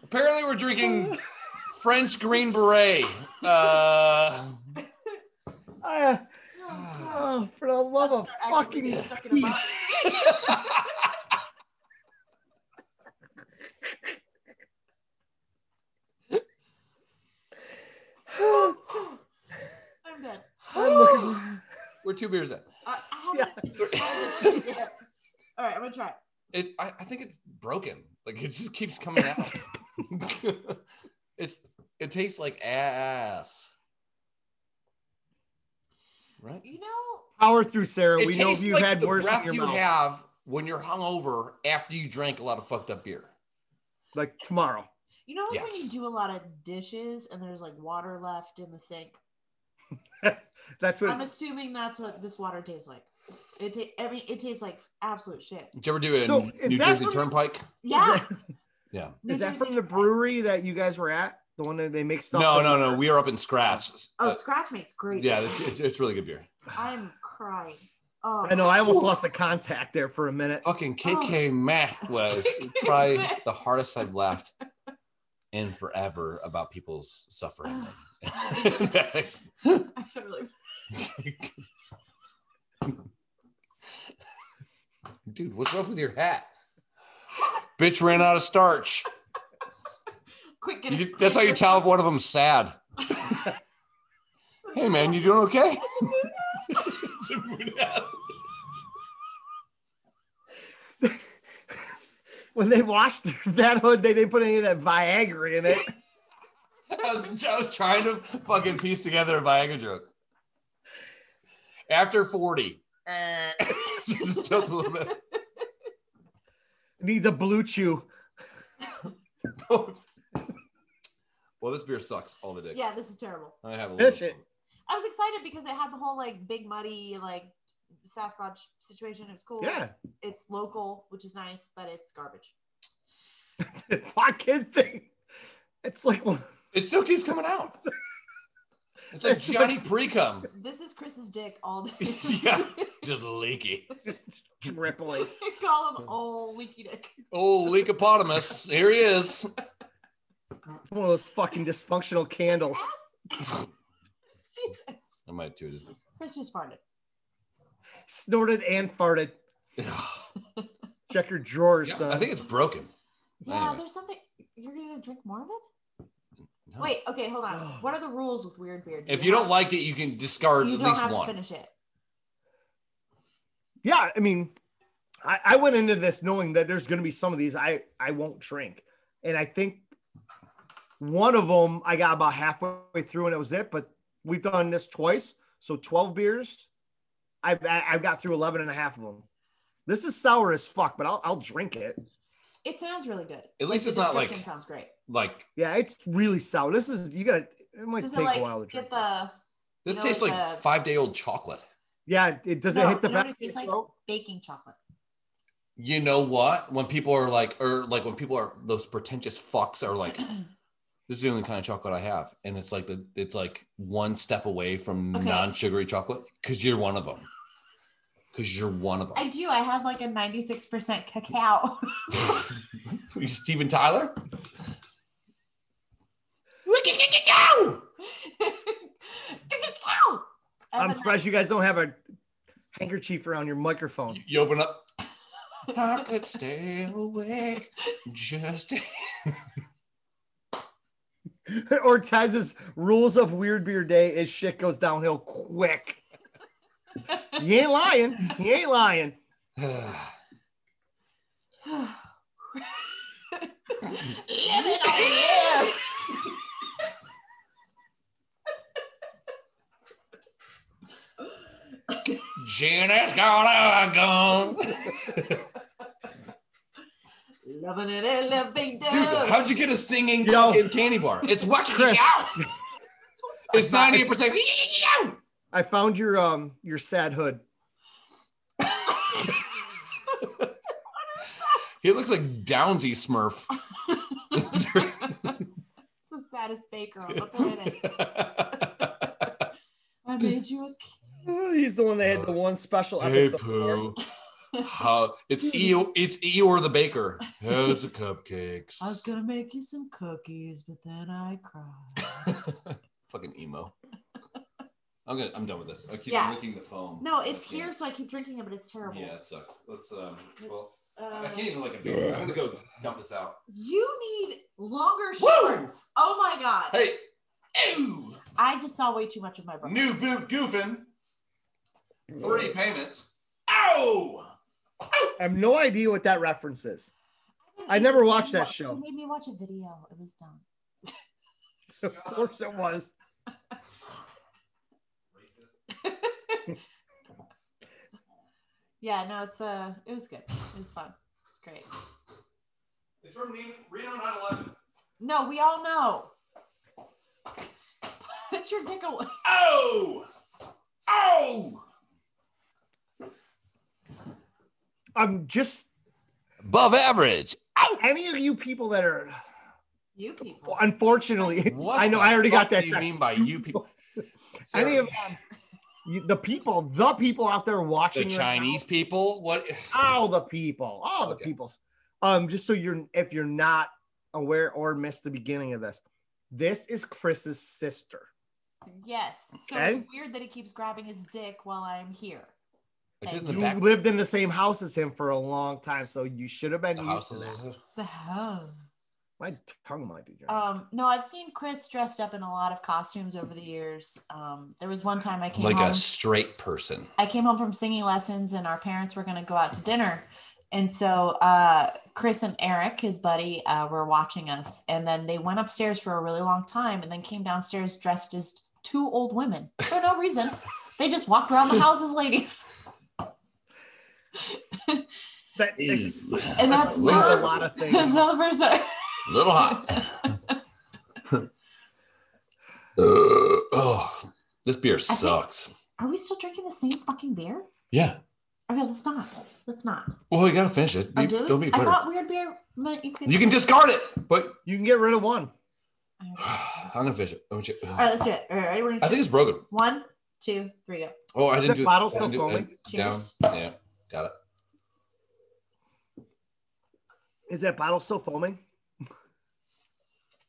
Apparently, we're drinking French Green Beret. Uh, (laughs)
Ah, oh, for the love of
Start acting like
fucking
you're stuck in a box. I'm done.
(sighs) I'm looking.
We're two beers in.
I, I haven't. I haven't- yeah. All right, I'm gonna try. it.
It, I, I think it's broken. Like it just keeps coming out. (laughs) it's it tastes like ass. Right?
You know,
(sighs) Power through, Sarah.
It
we know
tastes
you've
like
had
the
worse in
breath
your
you
mouth.
have when you're hungover after you drank a lot of fucked up beer.
Like tomorrow.
you know, like when
Yes.
you do a lot of dishes and there's like water left in the sink.
That's
I'm
what.
assuming that's what this water tastes like. It ta- I mean, it tastes like absolute shit.
Did you ever do a
So, is
New
that
Jersey
from-
Turnpike?
Yeah.
Is that-
(laughs) Yeah.
New
Is that
Jersey
from the
Turnpike.
brewery that you guys were at? The one that they make stuff.
No,
with?
no, no. We are up in Scratch.
Oh,
Uh,
Scratch makes great.
yeah, it's, it's, it's really good beer.
I'm crying. Oh,
I know. I almost lost the contact there for a minute.
Fucking
Oh. (laughs)
KK Mac was probably the hardest I've laughed in forever about people's suffering.
(sighs)
(laughs) That's-
(laughs) I feel really.
Dude, what's up with your hat? Bitch ran out of starch.
Quick, get a
You- that's how you
stick.
tell if (laughs) one of them's
(laughs)
sad. Hey man, you doing
(laughs)
okay?
When they washed (laughs) that hood, they didn't put any of that Viagra in it.
I was, I was trying to fucking piece together a Viagra joke. After 40. (laughs) Just tilt a little bit. (laughs)
It needs a blue chew.
well, this beer sucks all the dicks.
Yeah, this is terrible.
I have a
Pitch
little.
it.
I was excited because it had the whole like big muddy like Sasquatch situation. It was cool.
Yeah.
It's local, which is nice, but it's garbage.
(laughs) Fucking thing. It's like one.
It still keeps coming out. It's like
It's
Johnny Precum.
This is Chris's dick all day.
(laughs) Yeah. Just leaky.
just dripping.
(laughs) Call him old leaky
(laughs)
dick. (laughs)
Oh, leakopotamus. Here he is.
One of those fucking dysfunctional candles.
Ass. Jesus.
I might too.
Chris just farted.
Snorted and farted. Check your drawers, son.
I think it's broken.
Yeah,
Anyways.
there's something. You're gonna drink more of it?
No.
Wait, okay,
(sighs)
hold on. What are the rules with weird beer? Do
If you don't
have-
like it, you can discard
you
at
don't
least
have to
one.
finish it.
yeah, I mean, I, I went into this knowing that there's going to be some of these I, I won't drink. And I think one of them I got about halfway through and that was it. But we've done this twice. So 12 beers. I've, I- I've got through 11 and a half of them. This is sour as fuck, but I'll, I'll drink it.
It sounds really good.
At least
the
it's not like-
description sounds great.
Like
Yeah, it's really sour. This is, you got to, it might
Does it
take
like
a while to drink.
get the
this
You know,
tastes
like
like
a-
five day old chocolate.
Yeah, it does
No,
it hit the
you know what
back.
it tastes like? baking chocolate?
You know what? When people are like, or like when people are those pretentious fucks are
(clears throat)
like, this is the only kind of chocolate I have, and it's like the it's like one step away from
Okay.
non sugary chocolate because you're one of them. Because you're one of them.
I do. I have like a
(laughs)
96% cacao.
you Steven Tyler. Go!
cacao! I have
I'm
a (sighs)
surprised you guys don't have a handkerchief around your microphone. (laughs)
You open up. I
(laughs)
could stay awake just. (sighs)
Ortez's rules of weird beer day is shit goes downhill quick. He ain't lying. He ain't lying.
Live it
Janet's gonna go.
or live. Loving it elevated.
Dude, how'd you get a singing
Yo.
fucking candy bar? It's what
Chris. (laughs)
It's ninety eight percent.
I found your um your sad hood.
He looks like Downsy Smurf.
(laughs)
It's the saddest baker on the planet.
(laughs)
I made you a
Oh, He's the one that had the one special
hey
episode.
Pooh, how it's Eeyore, it's Eeyore the baker. How's the cupcakes?
I was gonna make you some cookies, but then I cried.
Fucking emo. I'm gonna. I'm done with this. I keep
Yeah.
licking the foam.
(laughs) No, it's
Yeah.
here, so I keep drinking it, but it's terrible.
Yeah, it sucks. Let's um. Well,
It's,
I
uh,
can't even like a beer. I'm gonna go dump this out.
you need longer
Woo!
shorts. Oh my god.
Hey, ew,
I just saw way too much of my brother.
new boot goofing. Three payments. Ow!
I have no idea what that reference is. (laughs) I never watched that
He
show.
made me watch a video. It was dumb.
Of course it was.
Yeah, no, it's uh it was good. It was fun. It's great.
It's from Reno 911.
No, we all know. (laughs) Put your dick away.
Ow! Ow!
I'm Um, just
Above average.
any of you people that are
You people.
unfortunately. (laughs)
What
I know.
the
I already got
fuck
that.
Do you
section.
mean by
(laughs)
you people?
any
Sarah,
of them, you, the people, the people out there
the
watching right now,
Chinese people? What? (sighs)
all the people, all the
Okay.
peoples. Um, just so you're if you're not aware or missed the beginning of this, this is Chris's sister.
Yes. So
Okay.
it's weird that he keeps grabbing his dick while I'm here.
I did in the
You
back.
lived in the same house as him for a long time, so you should have been
The
used to
houses.
that.
The hell?
My tongue might be dry.
Um, no, I've seen Chris dressed up in a lot of costumes over the years. Um, there was one time I came
Like
home.
a straight person.
I came home from singing lessons and our parents were going to go out to dinner. And so uh, Chris and Eric, his buddy, uh, were watching us. And then they went upstairs for a really long time and then came downstairs dressed as two old women for
(laughs)
no reason. they just walked around the house as ladies.
that ex-
(laughs) Little
And that's
explains
not-
a lot of
(laughs) That's
things.
not the first time.
hot. (laughs) Ugh. oh, this beer
think-
sucks.
Are we still drinking the same fucking beer?
Yeah.
Okay, let's not. Let's not.
Well, you gotta finish it.
Oh,
You-
do we?
don't be a
I
quitter.
thought weird beer meant you could.
You can discard it, but (sighs)
You can get rid of one.
I'm gonna finish it. I'm gonna-
All right, let's do it. All right, ready? We're gonna
I think it's broken.
one, two, three, go.
Oh, I didn't
that
do
bottle
I didn't
still
do- I- Down.
Cheers.
Yeah, got it.
Is that bottle still foaming?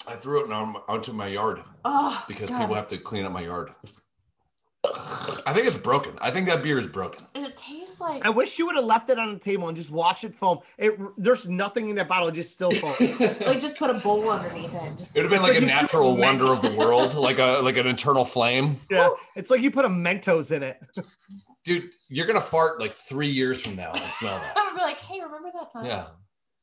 I threw it on, onto my yard
Oh,
because
God,
people have to clean up my yard. I think it's broken. I think that beer is broken.
It tastes like
I wish you would have left it on the table and just watched it foam. It there's nothing in that bottle, it just still
(laughs)
foam.
it
(laughs) like just put a bowl underneath it. and Just
would have been like a
(laughs)
Like you-
natural wonder of the world, like a like an eternal flame.
yeah, it's like you put a Mentos in it.
Dude, you're gonna fart like three years from now and smell
(laughs)
that.
I'd be like, hey, remember that time?
Yeah.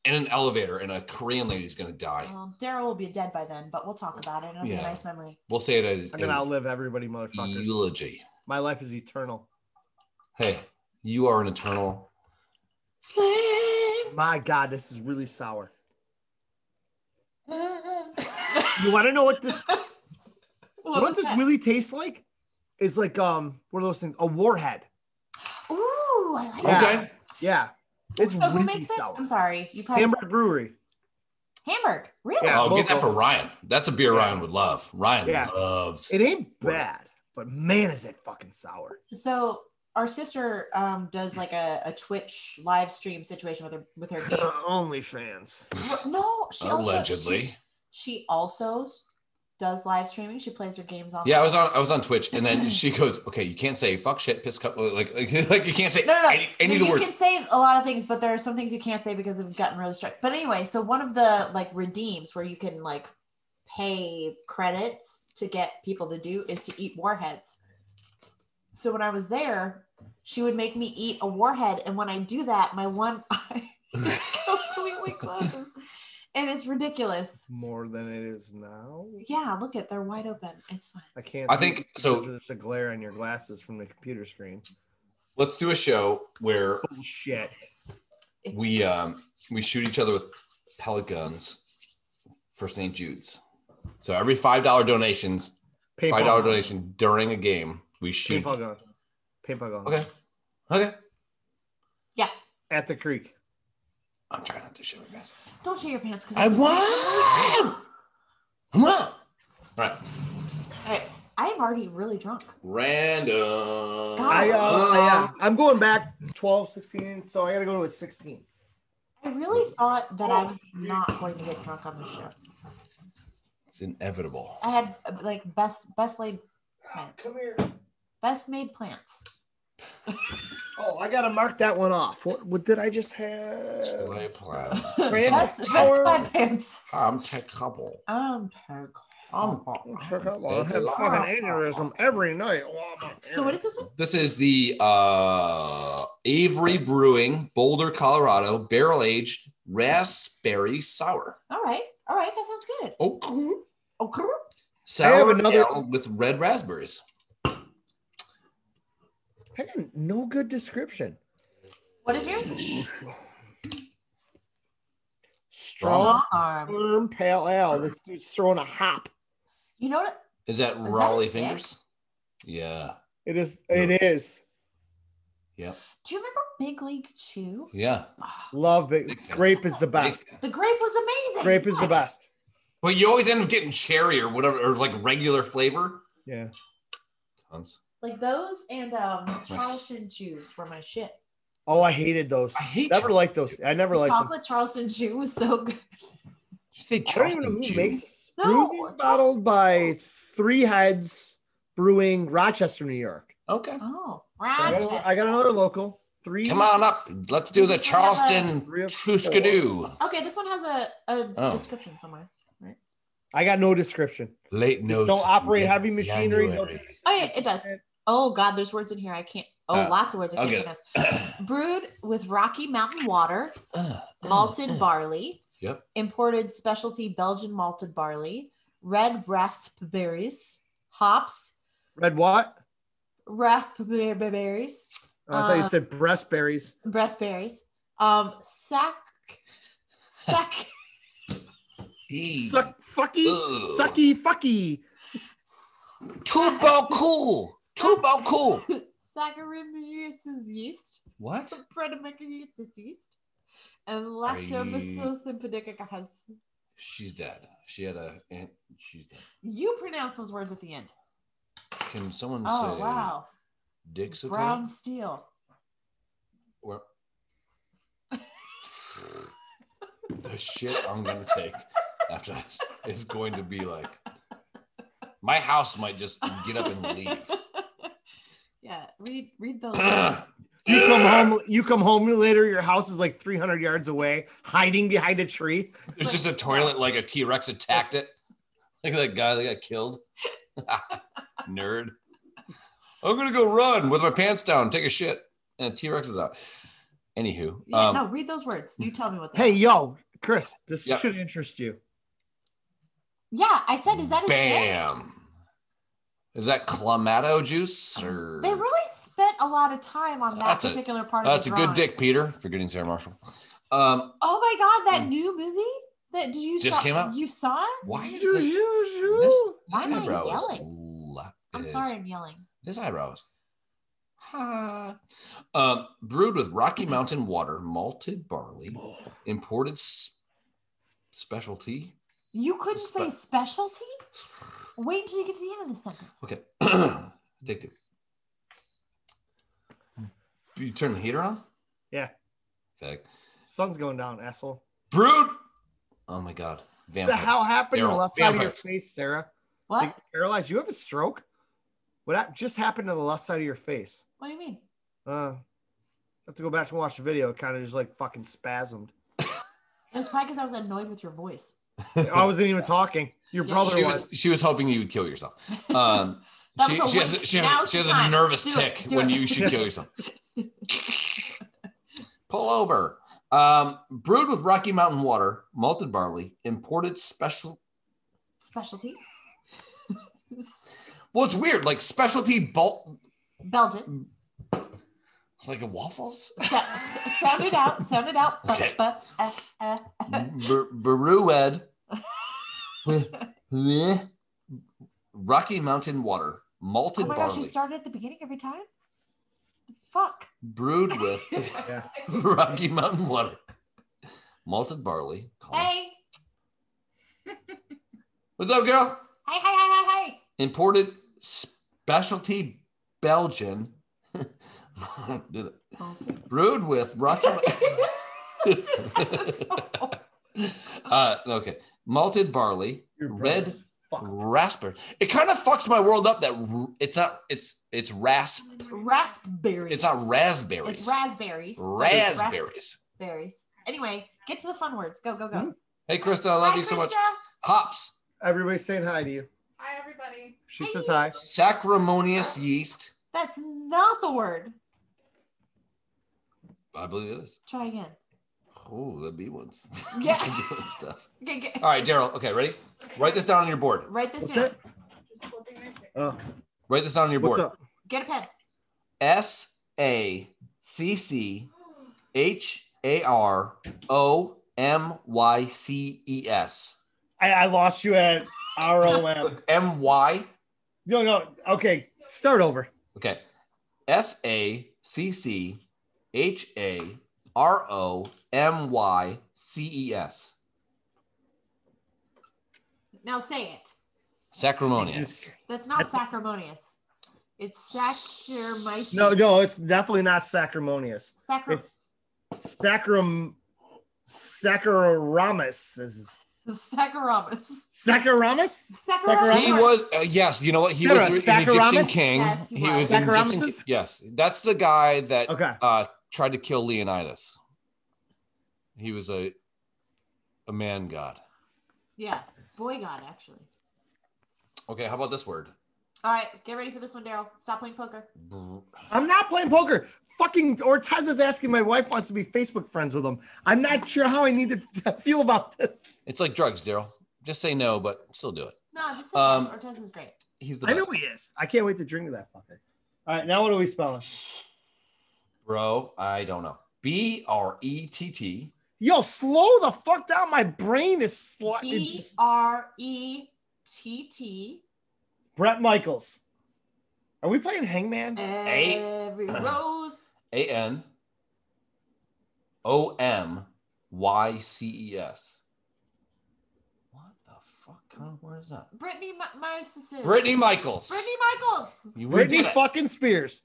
In an elevator, and a Korean lady's gonna die.
Well, Um, Daryl will be dead by then, but we'll talk about it. It'll be
Yeah.
a nice
(laughs)
memory.
We'll say it as
I'm gonna outlive everybody, motherfuckers.
eulogy.
My life is eternal.
Hey, you are an eternal
My God, this is really sour. You want to know what this?
What
what
was (laughs)
this
that?
really tastes like? Is like um, what are those things? A warhead.
Ooh, I like
Yeah.
that.
Okay.
Yeah, it's
So who
really
makes it?
sour.
I'm sorry. You probably
Hamburg Brewery.
Hamburg. Really?
Yeah.
I'll get that
local.
for Ryan. That's a beer
Yeah.
Ryan would love. Ryan
Yeah.
loves.
It ain't bad, but man, is it fucking sour.
So our sister um, does like a, a Twitch live stream situation with her with her
(laughs)
game.
Only fans.
Well, no, she also-
allegedly.
she, she also does live streaming. She plays her games on.
yeah, I was on. I was on Twitch, and then she goes, "Okay, you can't say fuck, shit, piss, cup, like, (laughs) like, like you can't say
No, no, no.
any, any of
you
the words."
can say a lot of things, but there are some things you can't say because they've gotten really strict. But anyway, so one of the like redeems where you can like pay credits to get people to do is to eat warheads. So when I was there, she would make me eat a warhead, and when I do that, my one (laughs)
(laughs)
eye completely closes, and it's ridiculous.
More than it is now.
Yeah, look at they're wide open. It's fine.
I can't.
I
see
think-
because
so-
of There's a glare on your glasses from the computer screen.
Let's do a show where
Shit.
It's,
we um we shoot each other with pellet guns for St. Jude's. So every five dollar donations,
Paintball
five dollar
gun.
donation during a game, we shoot.
Paintball gun. Paintball gun.
Okay, okay.
yeah.
At the creek.
I'm trying not to shit my pants.
Don't show your pants because
I won. I won. All right.
I am already really drunk.
Random.
Oh,
I, uh,
Uh,
yeah, I'm going back 12, 16, so I got to go to a 16.
I really
Mm.
thought that I
Oh.
was not going to get drunk on the show.
It's inevitable.
I had like best best laid.
Come here.
Best made plants. (laughs)
Oh, I gotta mark that one off. What, what did I just have?
Display
(laughs)
plan.
Test, test
Tower.
my pants.
I'm tech couple.
Um, Coke.
I'm
I'll have fucking aneurysm every night. Oh, my
So what is this one?
This is the uh, Avery Brewing, Boulder, Colorado, barrel aged raspberry sour.
All right, all right, that sounds good. Oh,
Okay.
Okay.
I have
Sour
another-
ale with red raspberries.
Again, no good description.
What is yours?
Strong,
Arm.
firm, pale ale. This dude's throwing a hop.
You know what?
Is that
that a
Raleigh
stick?
fingers? Yeah.
It is. It is.
Yep.
Do you remember Big League Chew? (sighs)
Yeah.
Love it. Grape is the best.
The grape was amazing.
Grape is the best.
But you always end up getting cherry or whatever, or like regular flavor.
Yeah.
Tons.
Like those and um,
My s-
Charleston chews were my shit.
Oh, I hated those.
I hate
Never
Charleston
liked those. I never liked them.
Chocolate Charleston chew was so good. (laughs)
Did you say
I don't even know
Charleston
who
Chew?
makes this.
No,
Brewed
Charleston-
and bottled by Three Heads Brewing, Rochester, New York.
Okay.
Oh,
I got,
Rochester.
I got another local. Three.
Come on up. Let's do the
Does this one have a-
Charleston
Three or four.
Truskadoo.
Okay, this one has a, a
Oh.
description somewhere.
I got no description.
Late
Just
notes.
don't operate
in
heavy machinery. don't
(clears throat) January.
do this.
Oh, yeah, it does. Oh God, there's words in here I can't. Oh,
Uh,
lots of words I
I'll
can't
get
pronounce. Brewed with Rocky Mountain water,
Uh, (clears throat)
malted barley,
Yep.
imported specialty Belgian malted barley, red raspberries, hops,
Red what?
raspberries,
Oh, I thought you
Uh,
said breastberries.
raspberries, um, sack, sack,
E.
Suck, fucky,
Ugh.
sucky, fucky.
Tubo cool. Tubo cool.
Saccharomyces yeast,
What?
Brettanomyces yeast, and
you-
Lactobacillus sympodicus.
She's dead. She had a. aunt- She's dead.
You pronounce those words at the end.
Can someone
Oh
say
wow,
Dixico?
brown steel.
Or... the shit I'm gonna take after this is going to be like my house might just get up and leave.
(laughs) yeah, read
(clears throat)
read those.
(clears throat) You come home. You come home later. Your house is like 300 yards away, hiding behind a tree.
There's just a toilet like a T Rex attacked it. Like that guy that got killed. (laughs) Nerd. I'm gonna go run with my pants down, take a shit, and a T Rex is out. Anywho,
yeah,
um,
no, read those words. You tell me what.
Hey,
they are.
yo, Chris, this
Yeah.
should interest you.
yeah, I said, is that his name?
bam. Is that clamato juice or
They really spent a lot of time on that
That's a-
particular part.
That's a
of the
good
drawing.
dick, Peter, for getting Sarah Marshall. Um,
Oh my god, that new movie that did you
Just
saw,
came out?
You saw it?
why is
You,
this, this,
you, you.
Why
this
am I
eyebrow is, la-
I'm
is-
sorry, I'm yelling.
This eyebrow is ha. Um, brewed with Rocky Mountain water, malted barley,
Oh.
imported s- specialty.
You couldn't say
Spe-
specialty. Wait until you get to the end of the sentence.
Okay, (clears throat) addicted. You turn the heater on.
Yeah.
Okay.
Sun's going down, asshole.
Brewed. Oh my God.
What the
Vampire.
hell happened to the
Daryl,
left side of your
vampires.
face, Sarah? Did
What?
you paralyzed? You have a stroke? What hap- just happened to the left side of your face?
What do you mean?
Uh, I have to go back and watch the video. It kind of just like fucking
(laughs)
spasmed.
It was probably because I was annoyed with your voice.
I wasn't even talking. Your
Yeah.
brother
she
was.
was she was hoping you would kill yourself.
(laughs)
Um,
That
she,
was a
she has
wink.
she
Now's
has, she
the
has a
time.
nervous
Do it.
tick
Do
when
it.
you should kill
(laughs)
yourself. Pull over. Um, brewed with Rocky Mountain water, malted barley, imported special. (laughs)
Specialty.
Well, it's weird, like specialty bulk,
Belgian.
like a
(laughs)
waffles.
So, s- sound it out. Sound it out. Bu-
Okay.
bu- uh, uh.
Bre-
(laughs)
Brewed. with Rocky Mountain water,
Oh
malted
my gosh, you
barley,
start at the beginning every time?
(laughs)
Fuck.
brewed with
(laughs)
Yeah.
(laughs) Rocky Mountain water, malted barley. Colin.
Hey,
What's up, girl?
hey, hey, hey, hey, hey.
Imported specialty Belgian. (laughs) Do that. Brewed with Rocky. (laughs) uh, okay. Malted barley,
Your brother
red
was fucked.
Raspberry. It kind of fucks my world up that r- it's not. It's it's rasp.
(laughs) Raspberries.
It's not raspberries.
It's raspberries.
raspberries.
Raspberries. Anyway, get to the fun words. Go, go, go.
Mm.
Hey, Krista, I love
Hi,
you so much.
Krista.
Hops,
Everybody's saying hi to you.
Hi, everybody.
She
Hi.
says hi.
sacrimonious yeast.
That's not the word.
I believe it is.
Try again.
Oh, the B ones. (laughs)
Yeah. (laughs)
Good stuff.
Okay, get,
All right, Daryl. Okay, ready? Write this down on your board.
write this
What's
down.
that?
Just flipping my picture.
Oh,
Write this down on your
what's
board.
up?
Get a pen.
S A C C H A R O M Y C E S.
I, I lost you at R O M.
(laughs) M Y.
No, no. Okay, start over.
Okay. S A C C H A R O M Y C E S.
Now say it.
Sacrimonious.
That's not
That's-
sacrimonious. It's sacrimice.
No, no, it's definitely not sacrimonious.
Sacri-
it's- Sacrum, sacraramus is
Saccharomys.
sacraramus.
Saccharomys.
He was uh, yes. You know what? He
There
was
a
an Egyptian
Saccharomys?
king.
Yes, he
he
was.
was an Egyptian.
Saccharomyces?
Yes, that's the guy that
Okay,
uh, tried to kill Leonidas. He was a a man god.
Yeah. Boy God, actually.
Okay, how about this word?
All right, get ready for this one, Daryl. Stop playing poker.
Br-
I'm not playing poker. Fucking Ortez is asking my wife wants to be Facebook friends with him. I'm not sure how I need to (laughs) feel about this.
It's like drugs, Daryl. Just say no, but still do it.
No, just say
Um,
yes. Ortez is great.
He's the
I
best.
know he is. I can't wait to drink that fucker. All right, now what are we spelling?
bro. I don't know. B R E T T.
Yo, slow the fuck down. My brain is sl- it's
B
just-
R E T T.
Brett Michaels. Are we playing Hangman?
Uh,
Eight.
E Every rose.
A N O M Y C E S. What the fuck kind of word is that?
Brittany Mi- Michaels.
Brittany Michaels.
Brittany Michaels.
You- we
Brittany
did it.
fucking Spears.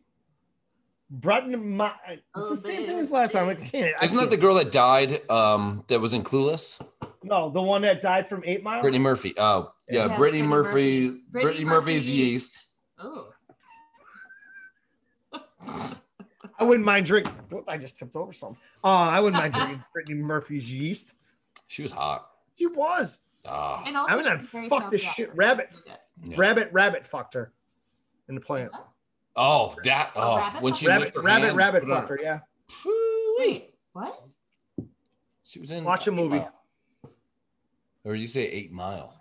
Brett and my, it's
Oh,
the same
baby.
thing as last time. I can't, I
Isn't that the
can't-
girl that died um, that was in Clueless?
No, the one that died from Eight Mile.
Brittany Murphy. Oh, yeah. Brittany
Yeah, Brittany
Murphy.
Murphy.
Brittany, Murphy's yeast.
Oh.
I wouldn't mind drinking. I just tipped over something. Uh, I wouldn't mind drinking (laughs) Brittany Murphy's yeast.
She was hot.
He was.
Ah,
And also,
I'm gonna
she's very
fuck this
talented
shit
actress.
rabbit.
yeah.
Rabbit, rabbit fucked her in the plant.
Oh, that.
A
Oh,
rabbit
when she
rabbit,
whipped her
rabbit,
hand,
rabbit
put it on-
fucked her. Yeah.
Phew-wee.
Wait, what?
She was in.
Watch a movie.
Or you say Eight Mile.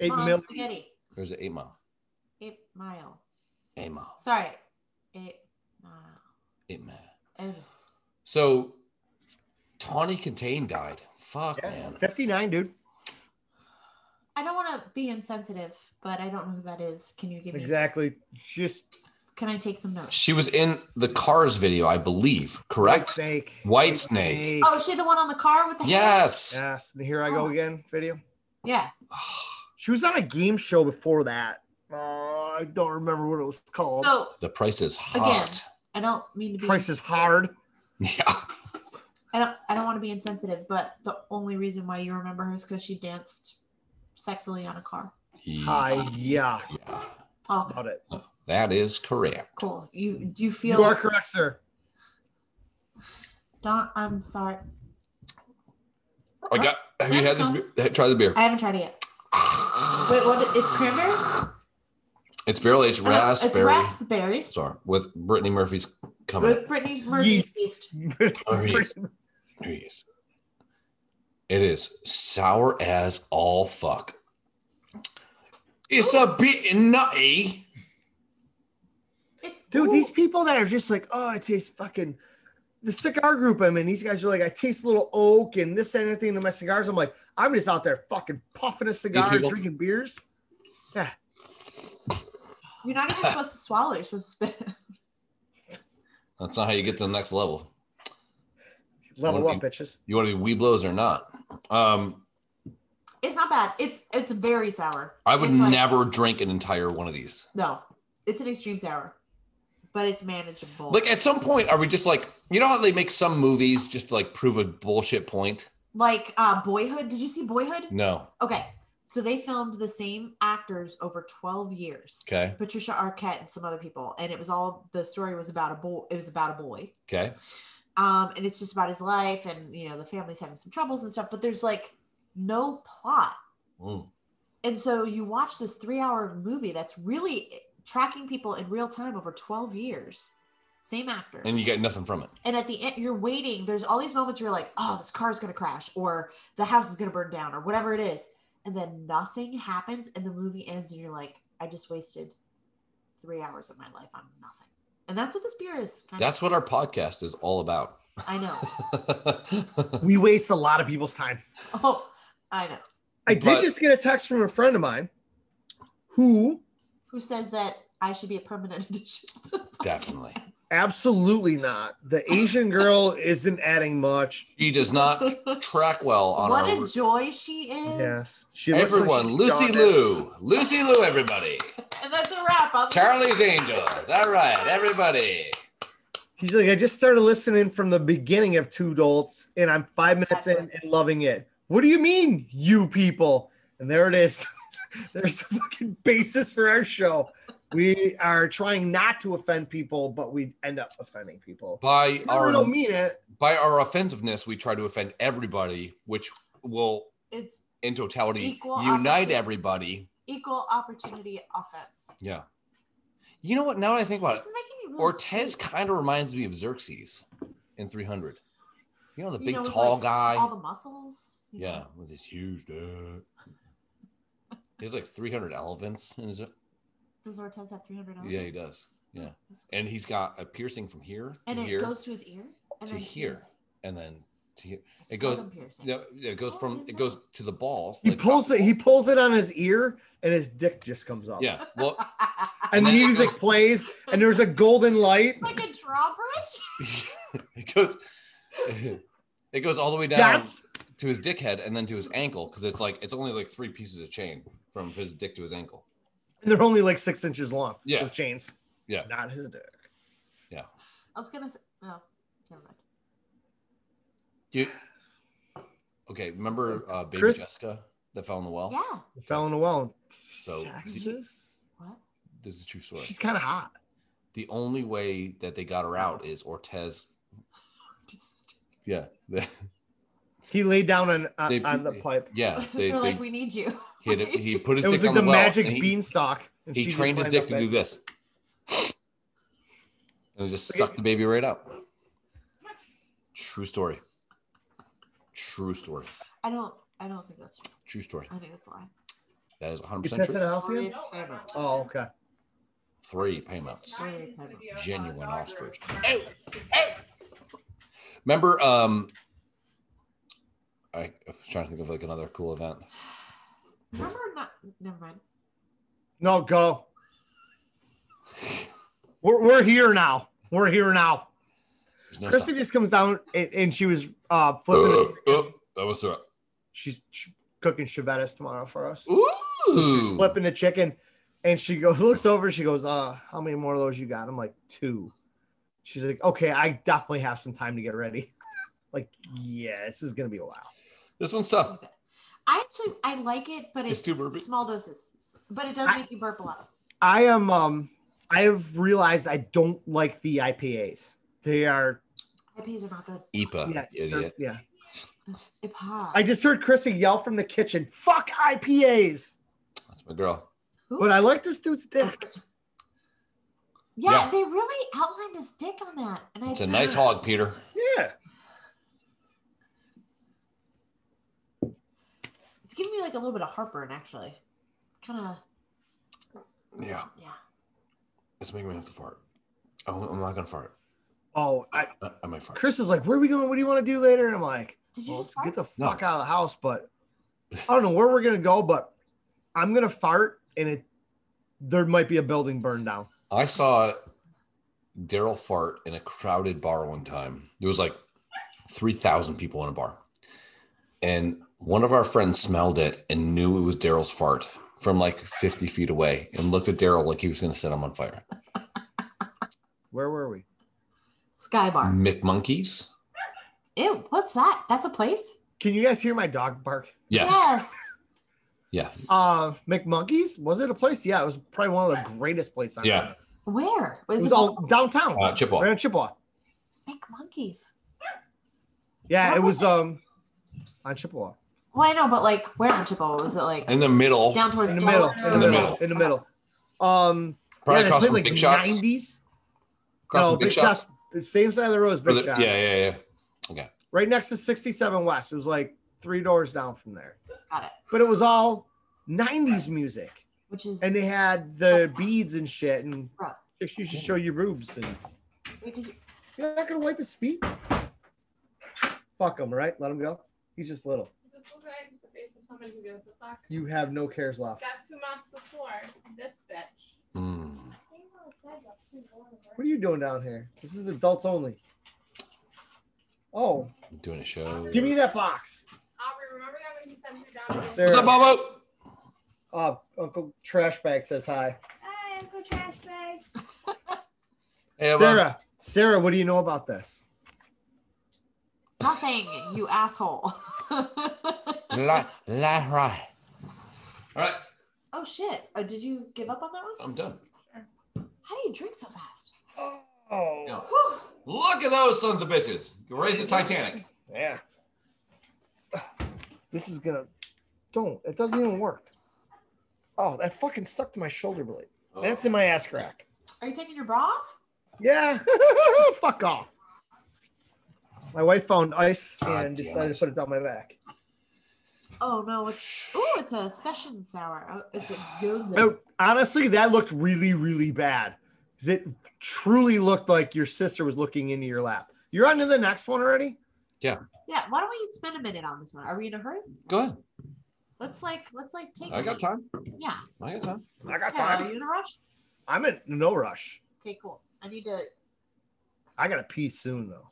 Eight
Mom,
mil.
Spaghetti.
Or is it Eight Mile?
Eight mile.
Eight Mile.
Sorry. Eight mile.
Eight Mile.
Ugh.
So Tawny Contain died. Fuck,
Yeah,
man.
59, dude.
I don't want to be insensitive, but I don't know who that is. Can you give me?
Exactly. Just
Can I take some notes?
She was in the Cars video, I believe,
white
correct?
snake.
White snake.
Oh, is she the one on the car with the hand?
Yes. Ah,
Yes. and Here I go again. Video.
Yeah.
She was on a game show before that. Uh, I don't remember what it was called.
So
The price is hot. (laughs)
I don't mean to be.
Price is hard.
Yeah.
I don't. I don't want to be insensitive, but the only reason why you remember her is because she danced sexually on a car.
Hi, Uh, yeah.
Yeah.
Oh,
About it.
That is correct.
cool. You you feel?
You are correct, (laughs) sir.
Don, I'm sorry.
I got. Oh, Have you had this? Beer? Try the beer.
I haven't tried it yet. Wait, what? It's cranberry.
It's barrel aged
I know, Oh, It's
raspberry.
raspberries
Sorry, with Brittany Murphy's coming.
with Brittany Murphy's
Yeast.
yeast.
Here he is. It is sour as all fuck. It's a bit nutty.
It's
Dude,
ooh,
these people that are just like, oh, I taste fucking the cigar group I'm in. These guys are like, I taste a little oak and this and everything in my cigars. I'm like, I'm just out there fucking puffing a cigar,
people-
drinking beers.
You're not even supposed to swallow. You're supposed to spit. (laughs)
That's not how you get to the next level.
Level
Wanna
up,
be- (laughs)
bitches.
You want to be Weeblos or not? Um,
It's not bad. It's it's very sour.
I would
It's like-
never drink an entire one of these.
No, it's an extreme sour, but it's manageable.
Like
Like,
at some point, are we just like you know how they make some movies just to like prove a bullshit point?
uh, Boyhood. Did you see Boyhood?
No,
Okay, So they filmed the same actors over 12 years.
Okay.
Patricia Arquette and some other people, and it was all the story was about a boy. It was about a boy,
Okay.
um, and it's just about his life, and you know the family's having some troubles and stuff. But there's like no plot,
Mm.
and so you watch this three-hour movie that's really tracking people in real time over 12 years, same actors,
And you get nothing from it.
and at the end you're waiting there's all these moments where you're like oh this car's gonna crash or the house is gonna burn down or whatever it is and then nothing happens and the movie ends and you're like i just wasted three hours of my life on nothing and that's what this beer is kind
That's what our podcast is all about. (laughs)
of. i know (laughs)
We waste a lot of people's time.
oh i know
I did
But-
just get a text from a friend of mine who
who says that i should be a permanent (laughs) addition to the
Definitely. (laughs)
podcast?
absolutely not. The Asian girl isn't adding much.
she does not track well on
what
our
a joy she is
Yes. She looks like
everyone.
she's
Lucy
jaundiced.
Lou. Lucy Lou, everybody.
and that's a wrap on
Charlie's Angels. All right, everybody.
He's like, I just started listening from the beginning of Two Dolts, and I'm five minutes in and loving it. What do you mean, you people? And there it is. (laughs) There's the fucking basis for our show. We are trying not to offend people, but we end up offending people.
By
I really
our
don't mean it.
by our offensiveness, we try to offend everybody, which will
it's
in totality
Equal
unite
opportunity.
everybody.
equal opportunity offense
Yeah. You know what? Now that I think about it,
this is making me really
Ortez
sick.
kind of reminds me of Xerxes in 300. You know, the
You
big
know, with,
tall
like,
guy.
all the muscles you know?
yeah, with his huge dick. (laughs) He has like 300 elephants in his.
Does Ortiz have 300
Yeah, he does. Yeah. And he's got a piercing from here to
And it
here,
goes to his ear? And
to
then
here.
his
and then to here. It
scrotum
goes-
Piercing.
No, it goes
Oh, I
from
didn't
it
know.
goes to the balls.
He
like-
pulls it. He pulls it on his ear, and his dick just comes up.
(laughs) Yeah. Well, (laughs)
And the
And then it
music
goes-
plays, and there's a golden light.
(laughs) It's like a drawbridge?
it goes. (laughs) It goes all the way down.
Yes.
to his dick head and then to his ankle because it's like it's only like three pieces of chain from his dick to his ankle.
And they're only like six inches long.
Yeah.
Those chains.
Yeah.
Not his dick.
I was going to say, no, never mind.
You, okay, remember uh, baby
Chris-
Jessica that fell in the well?
Yeah.
It fell in the well. So
Texas?
What? (laughs)
This is a true story.
she's kind of hot.
The only way that they got her out is Ortez.
Just-
(laughs)
Yeah,
He laid down on on,
They-
on the pipe.
(laughs)
yeah. They,
They're
they,
like, we need you.
he, had, he put his
It
dick
was like
on
the,
well,
magic
and he-
beanstalk. and
He,
she just
trained his
climbed
dick
up
to
it.
do this, and it just sucked the baby right out. True story. True story.
I don't, I don't think that's true.
True story.
I think that's a lie.
That is 100
You
percent
pissed in
true.
a house
No,
again?
I'm not
Oh,
listening.
okay.
Three payments.
Mine is gonna be a hot
Genuine
dog or
ostrich.
something.
Remember, um, I, I was trying to think of like another cool event.
Remember not, never mind.
No,
(laughs)
go. We're, we're here now. We're here now.
There's no
Krista
sound.
just comes down and, and she was uh, flipping. it.
(gasps) Oh, that was through.
She's ch- cooking chevettes tomorrow for us.
Ooh.
Flipping the chicken, and she goes (laughs) looks over. She goes, "Uh, how many more of those you got?" I'm like, two. She's like, "Okay, I definitely have some time to get ready." (laughs) like, yeah, this is gonna be a while.
This one's tough.
Okay. I actually, I like it, but
It's
it's,
too burpy.
small doses. But it does
I-
make you burp a lot.
I am um I have realized I don't like the IPAs. They are
IPAs are not good.
IPA,
yeah,
Uh, you
they're-
idiot.
yeah.
IPA.
I just heard Chrissy yell from the kitchen, fuck IPAs.
That's my girl.
Who?
But I like this dude's dick.
(laughs)
Yeah,
Yeah.
they really outlined his dick on that, and I.
It's a nice hog, Peter.
Yeah.
It's giving me like a little bit of heartburn, actually. Kind of,
Yeah,
yeah.
it's making me have to fart. Oh, I'm not gonna fart.
Oh, I
I, I might fart.
Chris is like, where are we going? What do you want to do later? And I'm like,
Did you
well,
just
let's get
fart?
the
No.
fuck out of the house. But I don't know where we're gonna go, but I'm gonna fart and it there might be a building burned down.
I saw Daryl fart in a crowded bar one time. There was like 3,000 people in a bar. And one of our friends smelled it and knew it was Daryl's fart from like 50 feet away and looked at Daryl like he was going to set him on fire.
Where were we?
Sky bar.
McMonkeys?
Ew, what's that? That's a place.
Can you guys hear my dog bark?
Yes.
yes.
Yeah.
Uh, McMonkeys was it a place? Yeah, it was probably one of the greatest places. on
Yeah.
Earth.
Where
it
was
was all downtown,
Uh,
right
Chippewa.
on Chippewa.
Big monkeys.
Yeah,
Where
it
was
was um on Chippewa
Well, I know, but like, where in Chippewa was it? Like
In the middle.
down towards
in the middle,
Delaware?
in the middle, in the middle. Um,
probably
yeah, they
across
played
from
like
Big Shots.
nineties.
Across
No,
from
big, shots. The same side of the road as
Or
big
the-
shots.
Yeah, yeah, yeah.
Right next to sixty-seven West. It was like three doors down from there.
Got it.
But it was all nineties music,
Which is
and they had the beads and shit. And
Bruh.
you should show your boobs. And you're not gonna wipe his feet. Fuck him, right? Let him go. He's just little.
Does this look like the face of somebody who gives a fuck?
You have no cares left.
Guess who mops the floor? This bitch.
Mm.
What are you doing down here? This is adults only. Oh,
Doing a show.
give me that box.
Aubrey, remember that when you sent her down? to-
Sarah.
What's up, Bobo?
Uh, Uncle Trashbag says hi.
Hi, Uncle Trash Bag.
Hey, Emma.
Sarah, Sarah, what do you know about this?
nothing, you asshole. (laughs) Oh,
La, la, right. All right,
oh shit! Oh, did you give up on that one?
I'm done.
How do you drink so fast?
Oh,
Now,
Whew.
look at those sons of bitches. Raise the Titanic.
yeah. This is gonna. Don't. It doesn't even work. Oh, that fucking stuck to my shoulder blade.
Oh.
That's in my ass crack.
Are you taking your bra off?
Yeah. (laughs) Fuck off. My wife found ice
God
and
damn
decided
it.
to put it down my back.
Oh no! It's ooh, it's a session sour. Oh, it's a goza.
No, honestly, that looked really, really bad. 'Cause It truly looked like your sister was looking into your lap. You're on to the next one already?
Yeah. Why don't we spend a minute on this one? Are we in a hurry?
Go ahead.
Let's like, let's like take.
I
a
got
minute.
time.
Yeah.
I got time.
I got
yeah. Are
time.
you in a rush?
I'm in no rush.
Okay, cool. I need to.
I gotta pee soon though.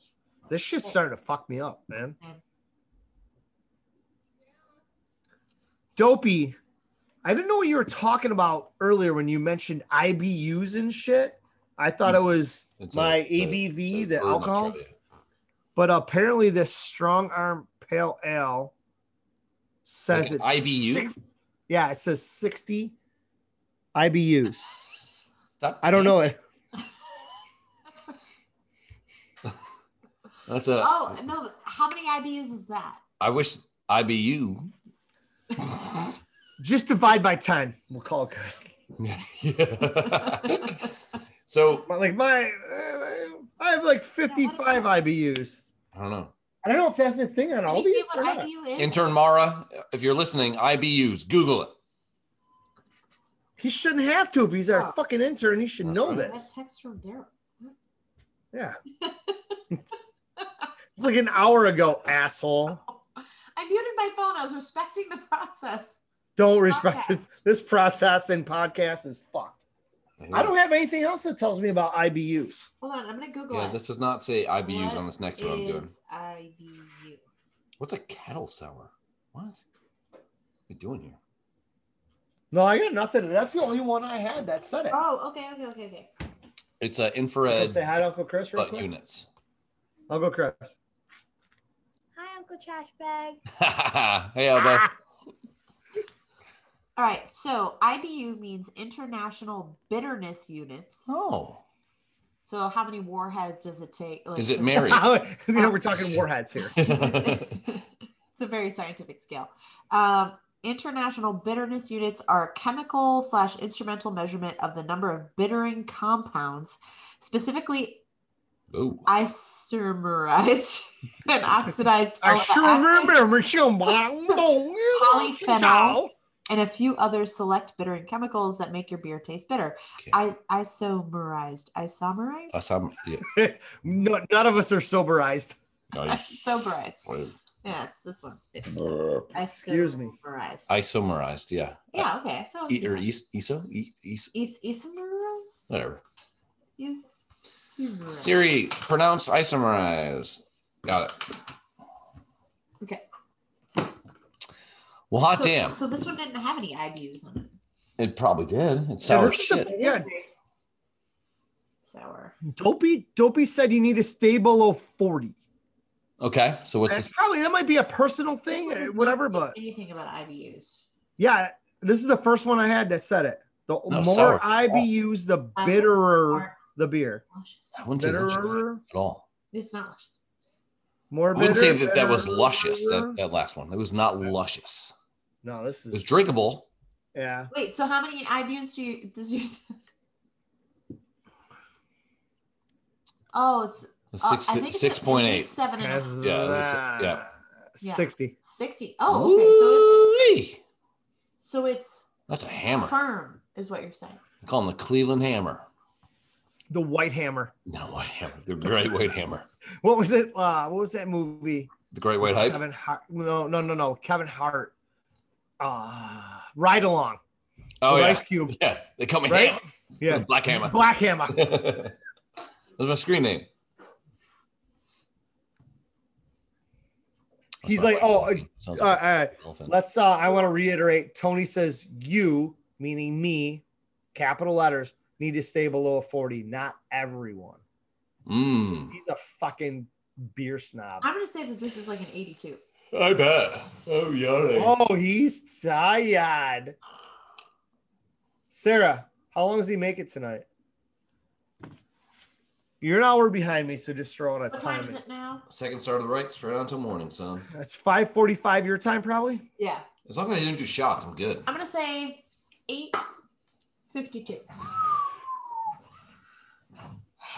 This shit's starting to fuck me up, man. Dopey, I didn't know what you were talking about earlier when you mentioned IBUs and shit. I thought it was
It's
my
a- a-
ABV,
a
the
bird
alcohol,
Australia.
but apparently this strong arm pale ale says
Like an
it's
IBU?
six- yeah, it says 60 IBUs.
Stop.
I don't know it.
That's
Uh,
a.
Oh no! How many IBUs is that?
I wish IBU.
Just divide by 10. We'll call it good.
(laughs) so
My- like my I have like 55 IBUs.
I don't know.
I don't know if that's a thing on
Can
all
you see
these. or
what
not.
IBU is?
Intern Mara, if you're listening, IBUs. Google it.
He shouldn't have to if he's our
Oh.
fucking intern. He should
That's
know
right.
I got
this.
text from Daryl.
Yeah. it's like an hour ago, asshole.
I muted my phone. I was respecting the process.
Don't respect it.
Podcast.
This process and podcast is fucked. I don't have anything else that tells me about IBUs.
Hold on, I'm gonna Google
Yeah,
it.
this does not say IBUs
What
on this next one I'm doing.
is IBU?
What's a kettle sour? What? What are you doing here?
No, I got nothing. That's the only one I had that said it.
Oh, okay, okay, okay, okay.
It's an
Come
infrared
Say hi to Uncle Chris real
butt
quick.
units. (laughs)
Uncle Chris.
Hi, Uncle Trash Bag.
hey, Elba.
Ah.
All right, so IBU means International Bitterness Units.
Oh, (laughs)
So how many warheads does it take? Like,
is it
(laughs) does
Mary?
(laughs) yeah, we're talking warheads
Oh,
here.
it's a very scientific scale. Um, international bitterness units are a chemical slash instrumental measurement of the number of bittering compounds, specifically
Ooh.
isomerized (laughs) and oxidized
I
alpha
sure
oxide
remember (laughs) Michelle Wong.
Polyphenol. and a few other select bittering chemicals that make your beer taste bitter.
Okay.
I- isomerized, isomerized,
Uh,
(laughs)
some,
(laughs)
yeah.
No, none of us are soberized.
Nice.
Isomerized.
Wait.
Yeah, it's this one.
Excuse me.
Isomerized.
Isomerized, yeah.
yeah. Okay. So.
E- or is, iso? E- is,
Is isomerized?
whatever.
Is isomerized.
Siri, pronounce isomerized. Got it.
Okay.
Well, hot
so,
Ah, damn.
So this one didn't have any IBUs on it.
It probably did. It's sour
this is the-
shit.
It is
Yeah.
very Sour.
Dopey, Dopey said you need to stay below 40.
okay, so what's
That's
this?
probably, that might be a personal
This
thing,
one
or
does not
whatever,
say
but
anything about IBUs.
Yeah, this is the first one I had that said it. The
No, sour.
more IBUs, the bitterer the beer.
Luscious.
I wouldn't say luscious at
Bitterer,
all.
It's not luscious.
more
I
bitter.
wouldn't say that that was
bitterer.
luscious. That, that last one. It was not luscious.
no, this
It
is
was drinkable.
yeah.
Wait, so how many IBUs do you does you? Oh, it's
It was
oh,
six
I think it's
six
at
point
least
eight.
Seven and a half.
Passes
Yeah, it was-
that.
yeah.
Yeah.
Sixty.
Sixty. Oh, okay. So
Ooh-wee.
it's so it's
that's a hammer.
firm, is what you're saying.
I call them the Cleveland Hammer. (laughs)
The White Hammer.
No, white hammer. The Great White Hammer.
What was it? Uh, what was that movie?
The Great White Hype.
Kevin Hart. No, no, no, no. Kevin Hart. Uh, ride along.
Oh
with
yeah,
Ice Cube.
yeah. They call me
Right?
Hammer.
Yeah.
Black Hammer.
Black Hammer.
(laughs) That's my screen name. That's
He's
my
like,
white
oh,
elephant. Sounds
All right,
like
all right.
an elephant.
Let's uh I want to reiterate Tony says you, meaning me, capital letters, need to stay below a 40, not everyone.
Mm,
He's a fucking beer snob.
I'm gonna say that this is like an 82.
I bet. Oh, yummy.
Oh, he's tired. Sarah, how long does he make it tonight? You're an hour behind me, so just throw out a
What time
time.
is it now?
Second start of the right, straight on till morning, son.
That's 5:45 your time, probably.
Yeah,
As long as I didn't do shots, I'm good.
I'm gonna say eight fifty-two.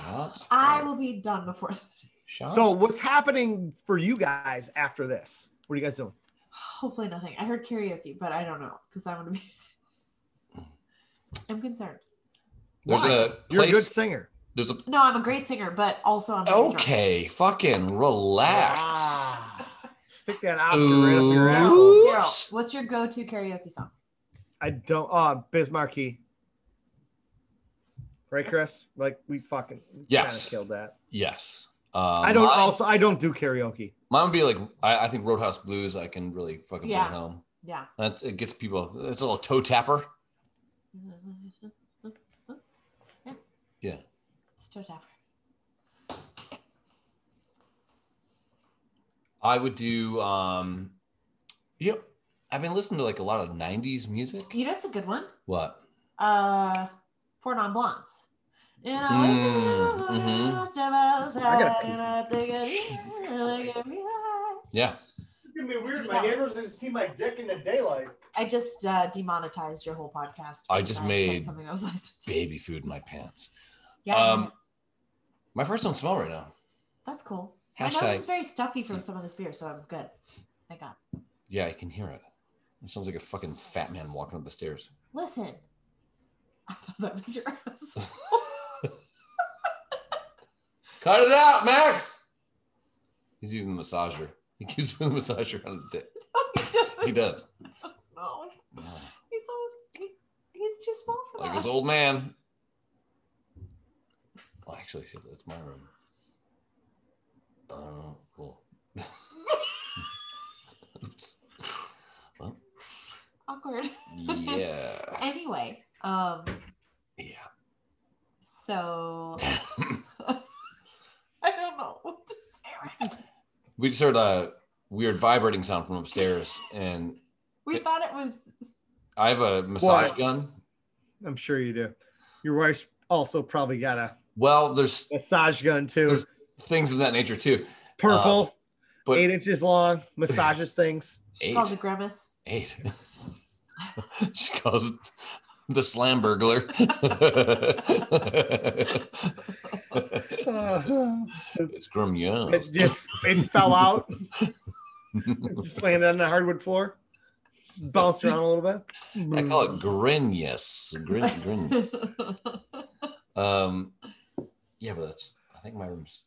Shots.
I will be done before. That.
Shots.
So, what's happening for you guys after this? What are you guys doing?
Hopefully nothing. I heard karaoke, but I don't know because I'm gonna be. (laughs) I'm concerned.
there's
Why?
a
You're a good
place.
singer.
There's a
No, I'm a great singer, but also I'm drunk.
okay. Fucking relax.
Ah, stick that Oscar right up your asshole.
Ooh. Oops.
Daryl, Daryl, what's your go-to karaoke song?
I don't. Uh, Bismarcky. Right, Chris? Like we fucking
Yes.
kind of killed that.
Yes. Um,
I don't.
mine-
also, I don't do karaoke.
Mine would be like I, I think Roadhouse Blues. I can really fucking
Yeah.
bring home.
Yeah.
That it gets people. It's a little toe tapper. Yeah.
It's toe tapper.
I would do. um You know, I've been listening to like a lot of '90s music.
You know, it's a good one.
What?
Uh, Four Non Blondes. You know,
Mm, mhm.
I gotta pee.
Jesus
Yeah.
It's gonna be weird.
My
neighbors are gonna see my dick in the daylight.
I just uh, demonetized your whole podcast.
I just
said
made
something that was licensed. (laughs)
Baby food in my pants.
Yeah,
Um, my first don't smell right now.
that's cool. My nose is
Hashtag.
very stuffy from some of this beer, so I'm good. Thank God.
Yeah, I can hear it. It sounds like a fucking fat man walking up the stairs. (laughs)
Listen, (laughs) I thought that was your ass. (laughs)
Cut it out, Max. He's using the massager. He keeps putting the massager on his dick.
Oh,
He does.
No, he's almost, he, he's too small for
like
that.
this old man. Well, actually, shit, that's my room. I don't know. Cool. (laughs) Oops.
Awkward. (laughs)
yeah.
Anyway, um,
Yeah.
so (laughs) I don't know what to say. Right now.
we just heard a weird vibrating sound from upstairs, and
We thought it was
I have a massage
What?
gun.
I'm sure you do. Your wife's also probably got a
Well, there's
massage gun too.
There's- things of that nature too.
Purple,
but-
eight inches long, massages
(sighs)
things. (sighs)
she
Eight.
calls it grimace. (laughs)
Eight. (laughs) she calls it the slam burglar. (laughs)
Uh,
it's grum
it just it fell out. It just landed on the hardwood floor. Bounced around a little bit.
I
Hmm.
call it grin yes. Grin grin.
no,
Um yeah, but that's I think my room's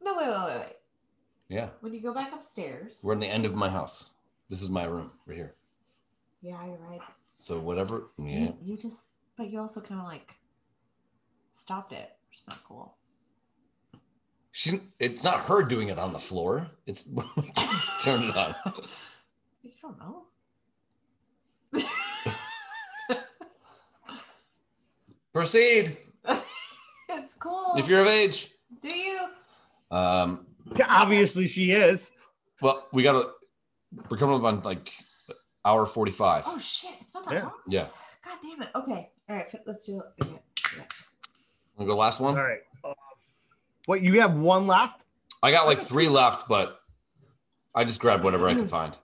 wait, wait, wait, wait.
yeah.
When you go back upstairs,
We're in the end of my house. This is my room right here.
yeah, you're right.
So whatever yeah.
You, you just, but you also kind of like stopped it, which is not cool.
She it's not her doing it on the floor. It's (laughs) my kids turn it on.
You don't know. (laughs)
Proceed
it's cool.
if you're of age.
Do you?
Um
Obviously, she is.
Well, we gotta. We're coming up on like hour 45.
Oh shit! It's about that
Yeah.
long.
Yeah.
God damn it. Okay. All right. fi- Let's do. Okay.
Wanna go last one?
All right. Uh, what you have one left?
I got like three left, but I just grabbed whatever I could find.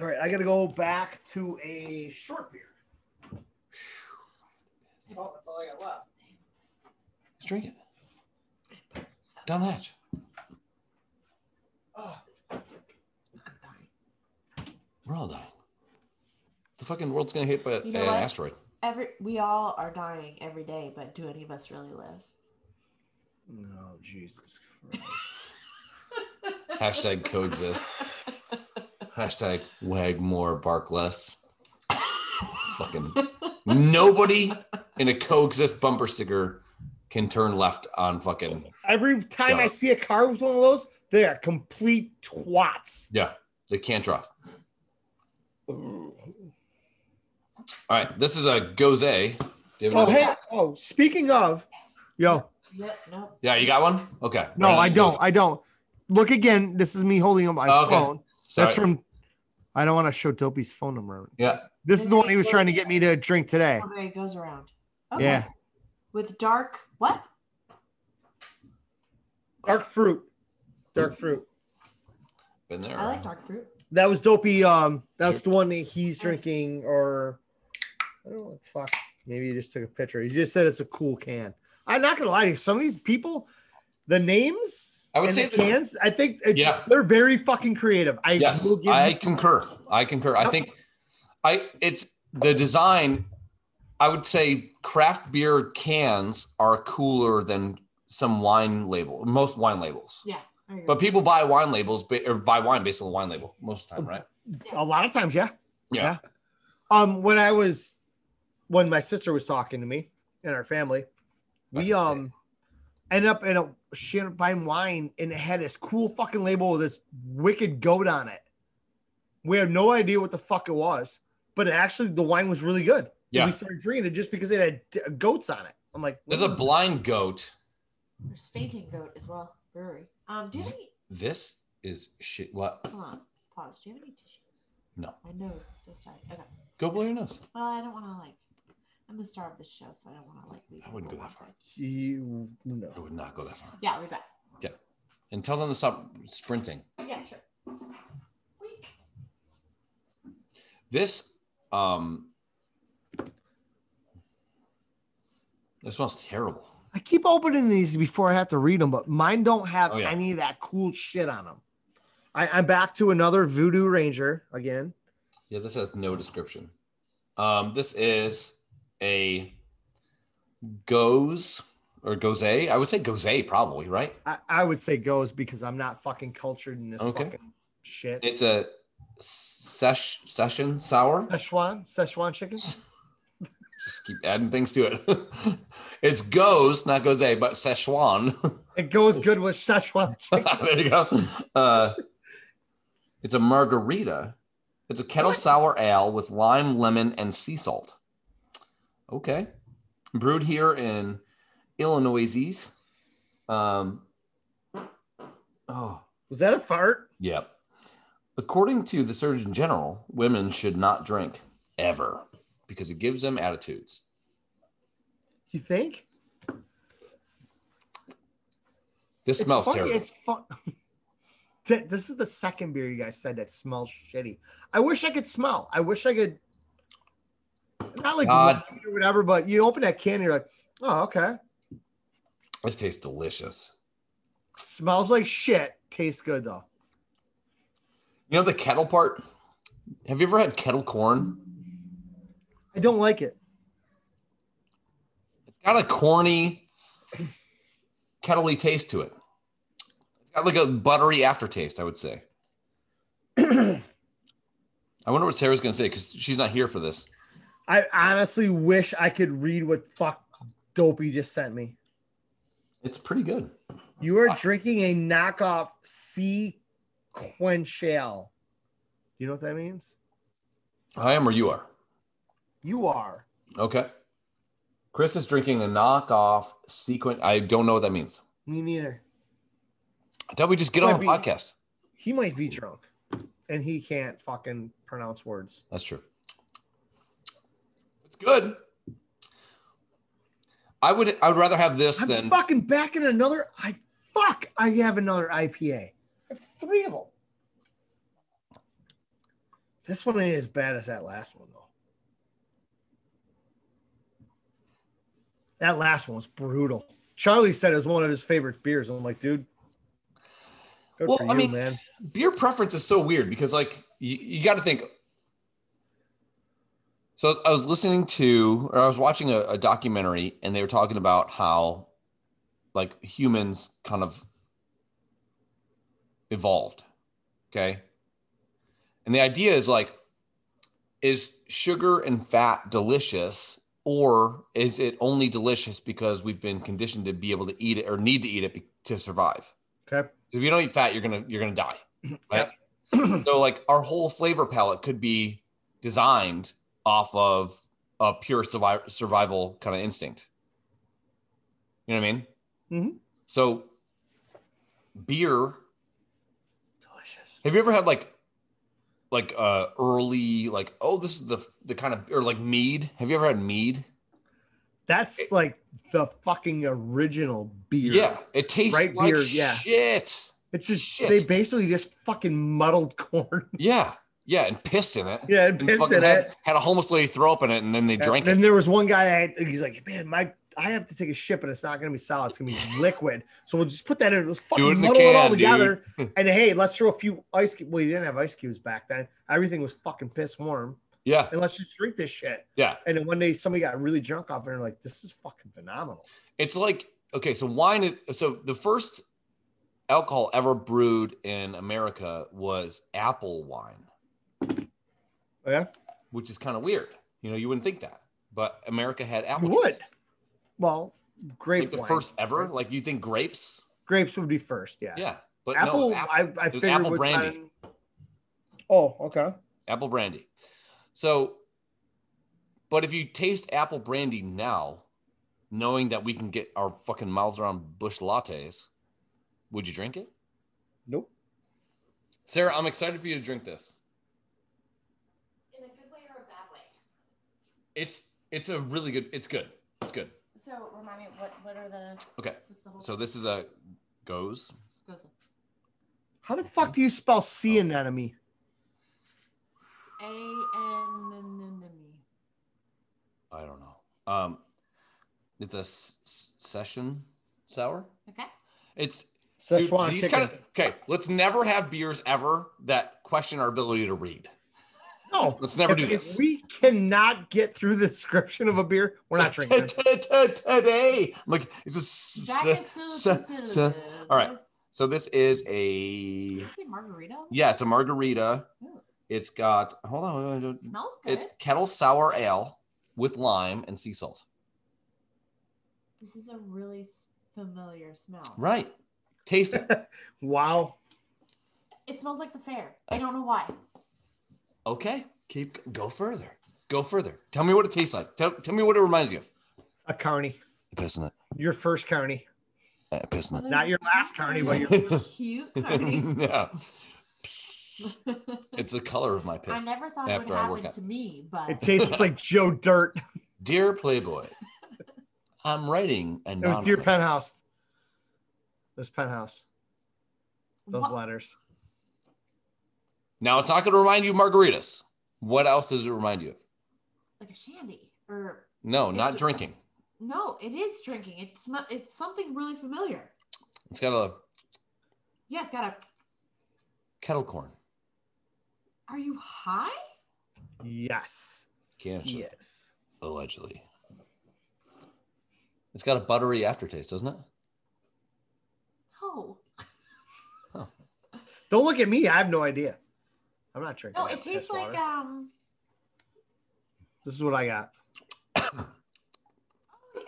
All right, I got to go back to a short beer. Oh, that's all I got left.
Just drink it. Down the hatch.
Oh,
I'm dying.
We're all dying. The fucking world's gonna hit by
You know
an
what?
asteroid.
Every we all are dying every day, but do any of us really live?
no, Jesus Christ.
Hashtag
(laughs)
coexist. Hashtag wag more, bark less. Fucking nobody in a coexist bumper sticker can turn left on fucking
Every time
Yeah.
I see a car with one of those, they are complete twats.
yeah. They can't drive. All right, this is a goze.
Oh, hey, oh, speaking of, yo,
Yep. Nope.
Yeah, you got one? Okay.
no,
Right on
I
the
don't.
goze.
I don't. Look again. This is me holding up my
Oh, okay.
phone.
Sorry.
That's from, I don't want to show Dopey's phone number.
yeah.
This is the one he was trying to get me to drink today.
Okay. It goes around.
Yeah.
With dark what?
Dark fruit. Dark fruit.
Been there.
I like dark fruit.
That was Dopey. Um, that's the one that he's drinking, or I don't know. Fuck. Maybe he just took a picture. He just said it's a cool can. I'm not gonna lie to you. Some of these people, the names
I would
and
say
the
that-
cans. I think it-
Yeah.
they're very fucking creative. I
yes,
will give
I
you-
concur. I concur. I think I it's the design. I would say craft beer cans are cooler than some wine label, most wine labels.
Yeah. I agree.
But people buy wine labels ba- or buy wine based on the wine label most of the time, right?
a lot of times, yeah.
Yeah.
Yeah. Um, when I was when my sister was talking to me and our family, we um ended up in a she ended up buying wine and it had this cool fucking label with this wicked goat on it. We had no idea what the fuck it was, but it actually the wine was really good. And
Yeah.
we started drinking it just because it had d- goats on it. I'm like,
There's a blind goat.
There's fainting goat as well. Brewery. Um. Do you have any?
This is shit. What?
Hold on. Pause. Do you have any tissues?
No.
My nose is so sorry. Okay.
Go blow your nose.
Well, I don't want to like. I'm the star of this show, so I don't want to like. leave
I wouldn't go
people
that far.
wanting.
you
I
know.
would not go that far.
Yeah, we're back.
And tell them to stop sprinting.
Yeah, sure. Week.
This um this smells terrible.
I keep opening these before I have to read them, but mine don't have
Oh, yeah.
any of that cool shit on them. I, I'm back to another Voodoo Ranger again.
Yeah, this has no description. Um, this is a goes or goze. I would say goze probably, right?
I, I would say goes because I'm not fucking cultured in this
Okay.
fucking shit.
It's a sesh
(laughs)
session sour.
Szechuan, Szechuan
(laughs)
chicken.
Just keep adding things to it. (laughs) it's goes, not goze, but Szechuan. (laughs)
It goes
Oh.
good with Szechuan chicken.
there you go. Uh, it's a margarita. It's a kettle sour ale with lime, lemon, and sea salt. Okay. Brewed here in Illinois. Um, oh,
Was that a fart?
yep. According to the Surgeon General, women should not drink ever because it gives them attitudes.
You think?
This smells
funny,
terrible.
It's fun. (laughs) Th- this is the second beer you guys said that smells shitty. I wish I could smell. I wish I could. Not like
God.
wine or whatever, but you open that can, and you're like, oh okay.
This tastes delicious.
Smells like shit. Tastes good though.
You know the kettle part? Have you ever had kettle corn?
I don't like it.
It's got a corny, kettley taste to it. It's got like a buttery aftertaste, I would say. (clears throat) I wonder what Sarah's going to say because she's not here for this.
I honestly wish I could read what fuck Dopey just sent me.
It's pretty good.
You
Ah.
are drinking a knockoff sequential. Do you know what that means?
I am or you are.
You are.
Okay. Chris is drinking a knockoff sequin. I don't know what that means.
Me neither.
Don't we just get
Might
on the
be.
podcast?
He might be drunk. and he can't fucking pronounce words.
That's true. It's good. I would I would rather have this
I'm
than
fucking back in another. I fuck. I have another IPA. I have three of them. This one ain't as bad as that last one though. That last one was brutal. Charlie said it was one of his favorite beers. I'm like, dude. Good
Well,
for
I
you,
mean-
man.
beer preference is so weird because like you, you got to think so i was listening to or i was watching a, a documentary and they were talking about how like humans kind of evolved okay and the idea is like is sugar and fat delicious or is it only delicious because we've been conditioned to be able to eat it or need to eat it be- to survive (clears throat)
Okay.
if you don't eat fat, you're gonna you're gonna die, right? so like our whole flavor palette could be designed off of a pure survival survival kind of instinct. You know what I mean?
Mhm.
So beer.
Delicious.
Have you ever had like like uh early like oh this is the the kind of or like mead? Have you ever had mead?
That's like the fucking original beer.
Yeah, it tastes
Right
like
beer, yeah.
shit.
It's just
Shit.
they basically just fucking muddled (laughs) corn.
Yeah, yeah, and pissed in it.
yeah, and
And
pissed
fucking
in
had,
it.
had a homeless lady throw up in it, and then they drank
and
it.
there was one guy. I had, he's like, man, my I have to take a shit, but it's not gonna be solid. It's gonna
(laughs)
be liquid. So we'll just put that in. Let's fucking
Do it in the
muddle it all
can,
together.
(laughs) dude.
and hey, let's throw a few ice. cu- Well, you didn't have ice cubes back then. Everything was fucking piss warm.
Yeah,
And let's just drink this shit.
Yeah.
And then one day somebody got really drunk off it and they're like, this is fucking phenomenal.
it's like okay, so wine is so the first alcohol ever brewed in America was apple wine.
Oh, Yeah.
which is kind of weird. You know, you wouldn't think that, but America had apple.
You
juice.
would. Well, grape
like the
wine.
first ever. Like you think grapes?
grapes would be first. Yeah.
Yeah, but no,
apple,
it's apple,
I, I
was
figured
apple
would-
brandy.
oh, okay.
apple brandy. So, but if you taste apple brandy now, knowing that we can get our fucking mouths around bush lattes, would you drink it?
Nope.
Sarah, I'm excited for you to drink this.
In a good way or a bad way?
It's it's a really good. It's good. It's good.
So remind me, what what are the
Okay.
what's the whole
So this is a goes
goes in?
How the fuck do you spell
Oh.
sea anemone?
A N N N E.
I don't know. Um, it's a s- s- session sour.
Okay.
It's dude,
Szechuan
these
chicken.
kind of okay. Let's never have beers ever that question our ability to read.
no,
Let's never
if,
do
if
this.
we cannot get through the description of a beer, we're not
T-
drinking. it.
t- t- Today, I'm like it's a. s-
That is so,
s-
so,
s-
so-
s- all right.
Is
So this is a
it margarita?
yeah, it's a margarita.
Ooh.
It's got hold on, hold on,
It smells good.
it's kettle sour ale with lime and sea salt.
This is a really s- familiar smell.
Right, taste it.
Wow.
It smells like the fair. I don't know why.
Okay, keep go further, go further. Tell me what it tastes like. Tell, tell me what it reminds you of.
A carney.
A piss in it.
Your first carney.
A piss in it.
Not your last carny, but
(laughs) your-
cute carny.
yeah. Psst. It's the color of my
I
piss.
never thought it would
after I work
happen
out.
to me, but
It tastes it's
(laughs)
like Joe Dirt.
Dear Playboy, I'm writing a
It was Dear
non-fiction-
Penthouse. It was Penthouse. Those
What-
letters.
Now it's not going to remind you of margaritas. What else does it remind you of?
like a shandy or
No, not
It's-
drinking.
no, it is drinking. It sm- it's something really familiar.
It's got a
Yeah, it's got a.
kettle corn.
Are you high?
Yes.
Can't you?
Yes.
allegedly. It's got a buttery aftertaste, doesn't it?
No.
Don't look at me. I have no idea. I'm not drinking.
No,
that
it tastes
piss
like
water.
uh,
um.
this is what I got.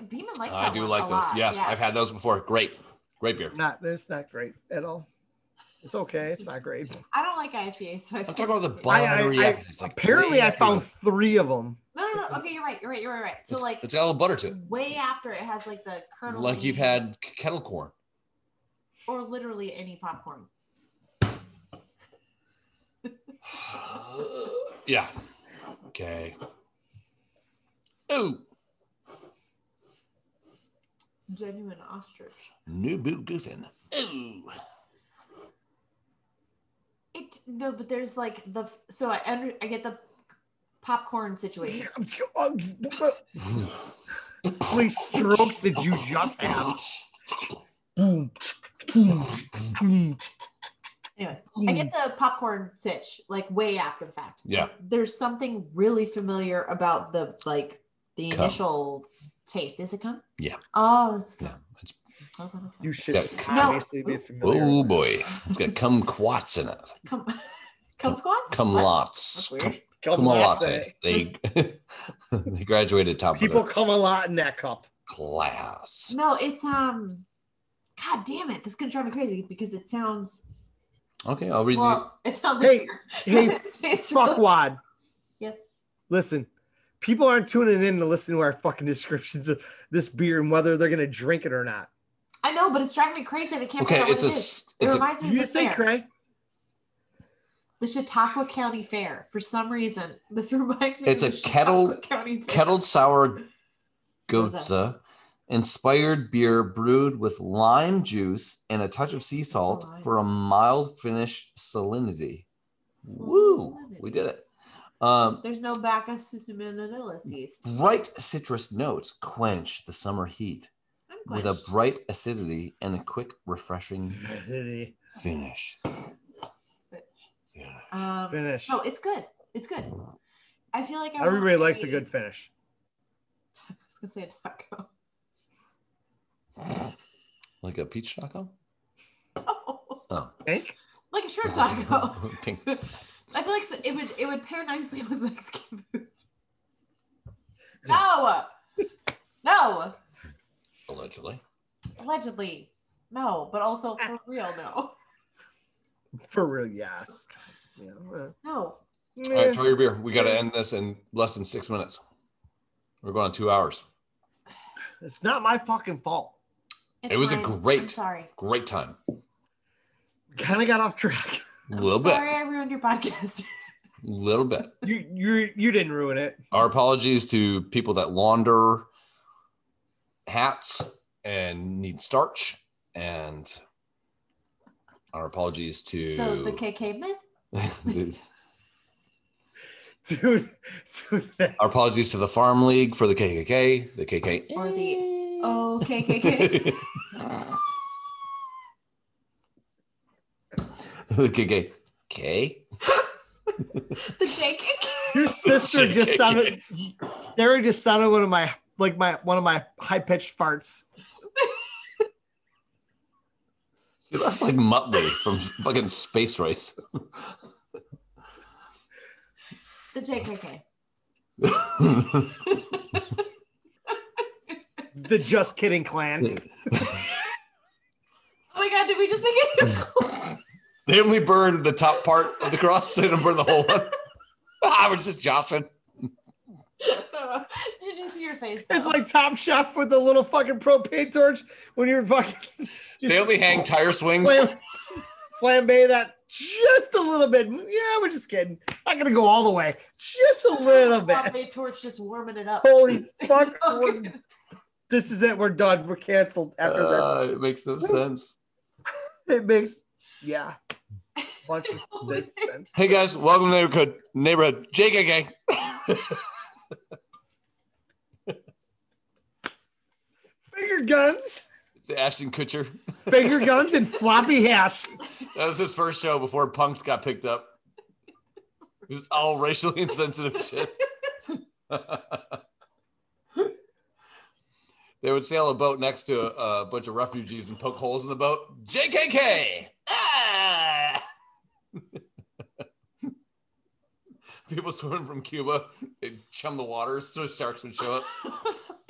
Beeman likes
I
that
do
one
like
a
those.
lot.
Yes,
Yeah.
I've had those before. Great, great beer.
Not it's not great at all. It's okay. It's not great.
I don't like IPA, so I
I'm talking about the
I- I-
buttery
I-
aftertaste. like
Apparently,
way
I
after
found
the-
three of them.
No, no, no. Okay, you're right. You're right. You're right. you're right. So
it's-
like
it's got a little butter to it.
way after it has like the kernel,
like you've had k- kettle corn.
or literally any popcorn.
(sighs) yeah. Okay. Ooh,
Genuine ostrich.
new boo goofing.
(laughs)
Ooh.
It no, but there's like the so I under I get the popcorn situation.
What strokes did you just have? Boom, boom, boom.
Anyway, I get the popcorn sitch like way after the fact.
Hmm. Yeah.
There's something really familiar about the like the
Cum.
initial taste. Is it cum?
Yeah.
Oh, it's cum.
Yeah, it's-
Oh, that makes sense.
You should
Yeah.
obviously be familiar.
(laughs) Oh boy, it's got kumquats in it.
Cum, (laughs) cum squats.
Cum
What?
lots.
That's
Cum
weird.
Come
cum a
lots
lot.
in it.
They (laughs) they graduated top
People
of their
come a lot in that cup.
class.
No, it's um. God damn it! This is gonna drive me crazy because it sounds
Okay, I'll read you.
well. It sounds
Hey,
like (laughs)
Hey,
It tastes really-
fuckwad.
Yes.
Listen, people aren't tuning in to listen to our fucking descriptions of this beer and whether they're gonna drink it or not.
I know, but it's driving me crazy. that I can't
Okay,
figure out
it's
what
a
it is.
s-
It
it's a
reminds
Do
me
you
of the
think,
fair.
Cray?
the Chautauqua County Fair. For some reason, (laughs) this reminds me.
It's
of
a
the
kettle-
Chautauqua County Fair.
kettled sour
What was that?
goza inspired beer brewed with lime juice and a touch of sea salt
lime.
for a mild finish salinity. Woo, we did it. Um,
There's no Bacchus cinnamonilis yeast.
bright citrus notes quench the summer heat
I'm
with
quenched.
a bright acidity and a quick, refreshing Mm. finish. Yeah.
um,
Finish.
no, it's good. It's good. I feel like I want
Everybody
to
likes a
eat-
good finish.
(laughs) I was gonna say a taco. (laughs)
Like a peach (laughs) taco?
Oh,
Oh.
Think?
like a shrimp taco. (laughs)
(laughs) Pink.
I feel like it would it would pair nicely with Mexican
(laughs)
food. No, no,
Allegedly.
allegedly, no, but also for real, no,
For real, yes. Yeah. uh,
no.
(laughs) All right,
yeah.
tell your beer. We got to end this in less than six minutes. We're going on two hours.
It's not my fucking fault.
It was a great-
I'm sorry.
Great time.
Kind of got off track.
A little
I'm
bit.
Sorry, I ruined your podcast. (laughs)
A little bit.
You you you didn't ruin it.
Our apologies to people that launder hats and need starch. And our apologies to
so the
(laughs)
KK myth.
the-
(laughs) Dude, dude that-
our apologies to the Farm League for the KKK, the KK.
Or the- Oh, KKK.
(laughs) the KK. K? (laughs)
the JKK.
your sister just sounded Sarah just sounded one of my like my one of my high pitched farts.
Dude, that's like Muttley from fucking Space Race. (laughs)
The JKK.
The just kidding
(laughs)
clan.
Oh my god, did we just make it? (laughs)
Didn't we burn the top part of the cross? Didn't burn the whole one. I was just joshing.
did you see your face?
It's
though?
like Top Chef with the little fucking propane torch when you're fucking (laughs)
They only hang tire swings.
flam- flambe that just a little bit. Yeah, we're just kidding. Not gonna go all the way. Just a little bit.
Bombay torch just warming it up.
Holy fuck!
(laughs) Okay.
This is it. We're done. We're canceled after this.
Uh, it makes no sense.
it makes yeah bunch of this sense
Hey guys, welcome to neighborhood neighborhood JKK.
finger guns
It's Ashton Kutcher.
finger guns and floppy hats
That was his first show before Punked got picked up. It was all racially insensitive shit. (laughs) they would sail a boat next to a, a bunch of refugees and poke holes in the boat. JKK! Ah! (laughs) People swimming from Cuba, they'd chum the waters so sharks would show up. (laughs)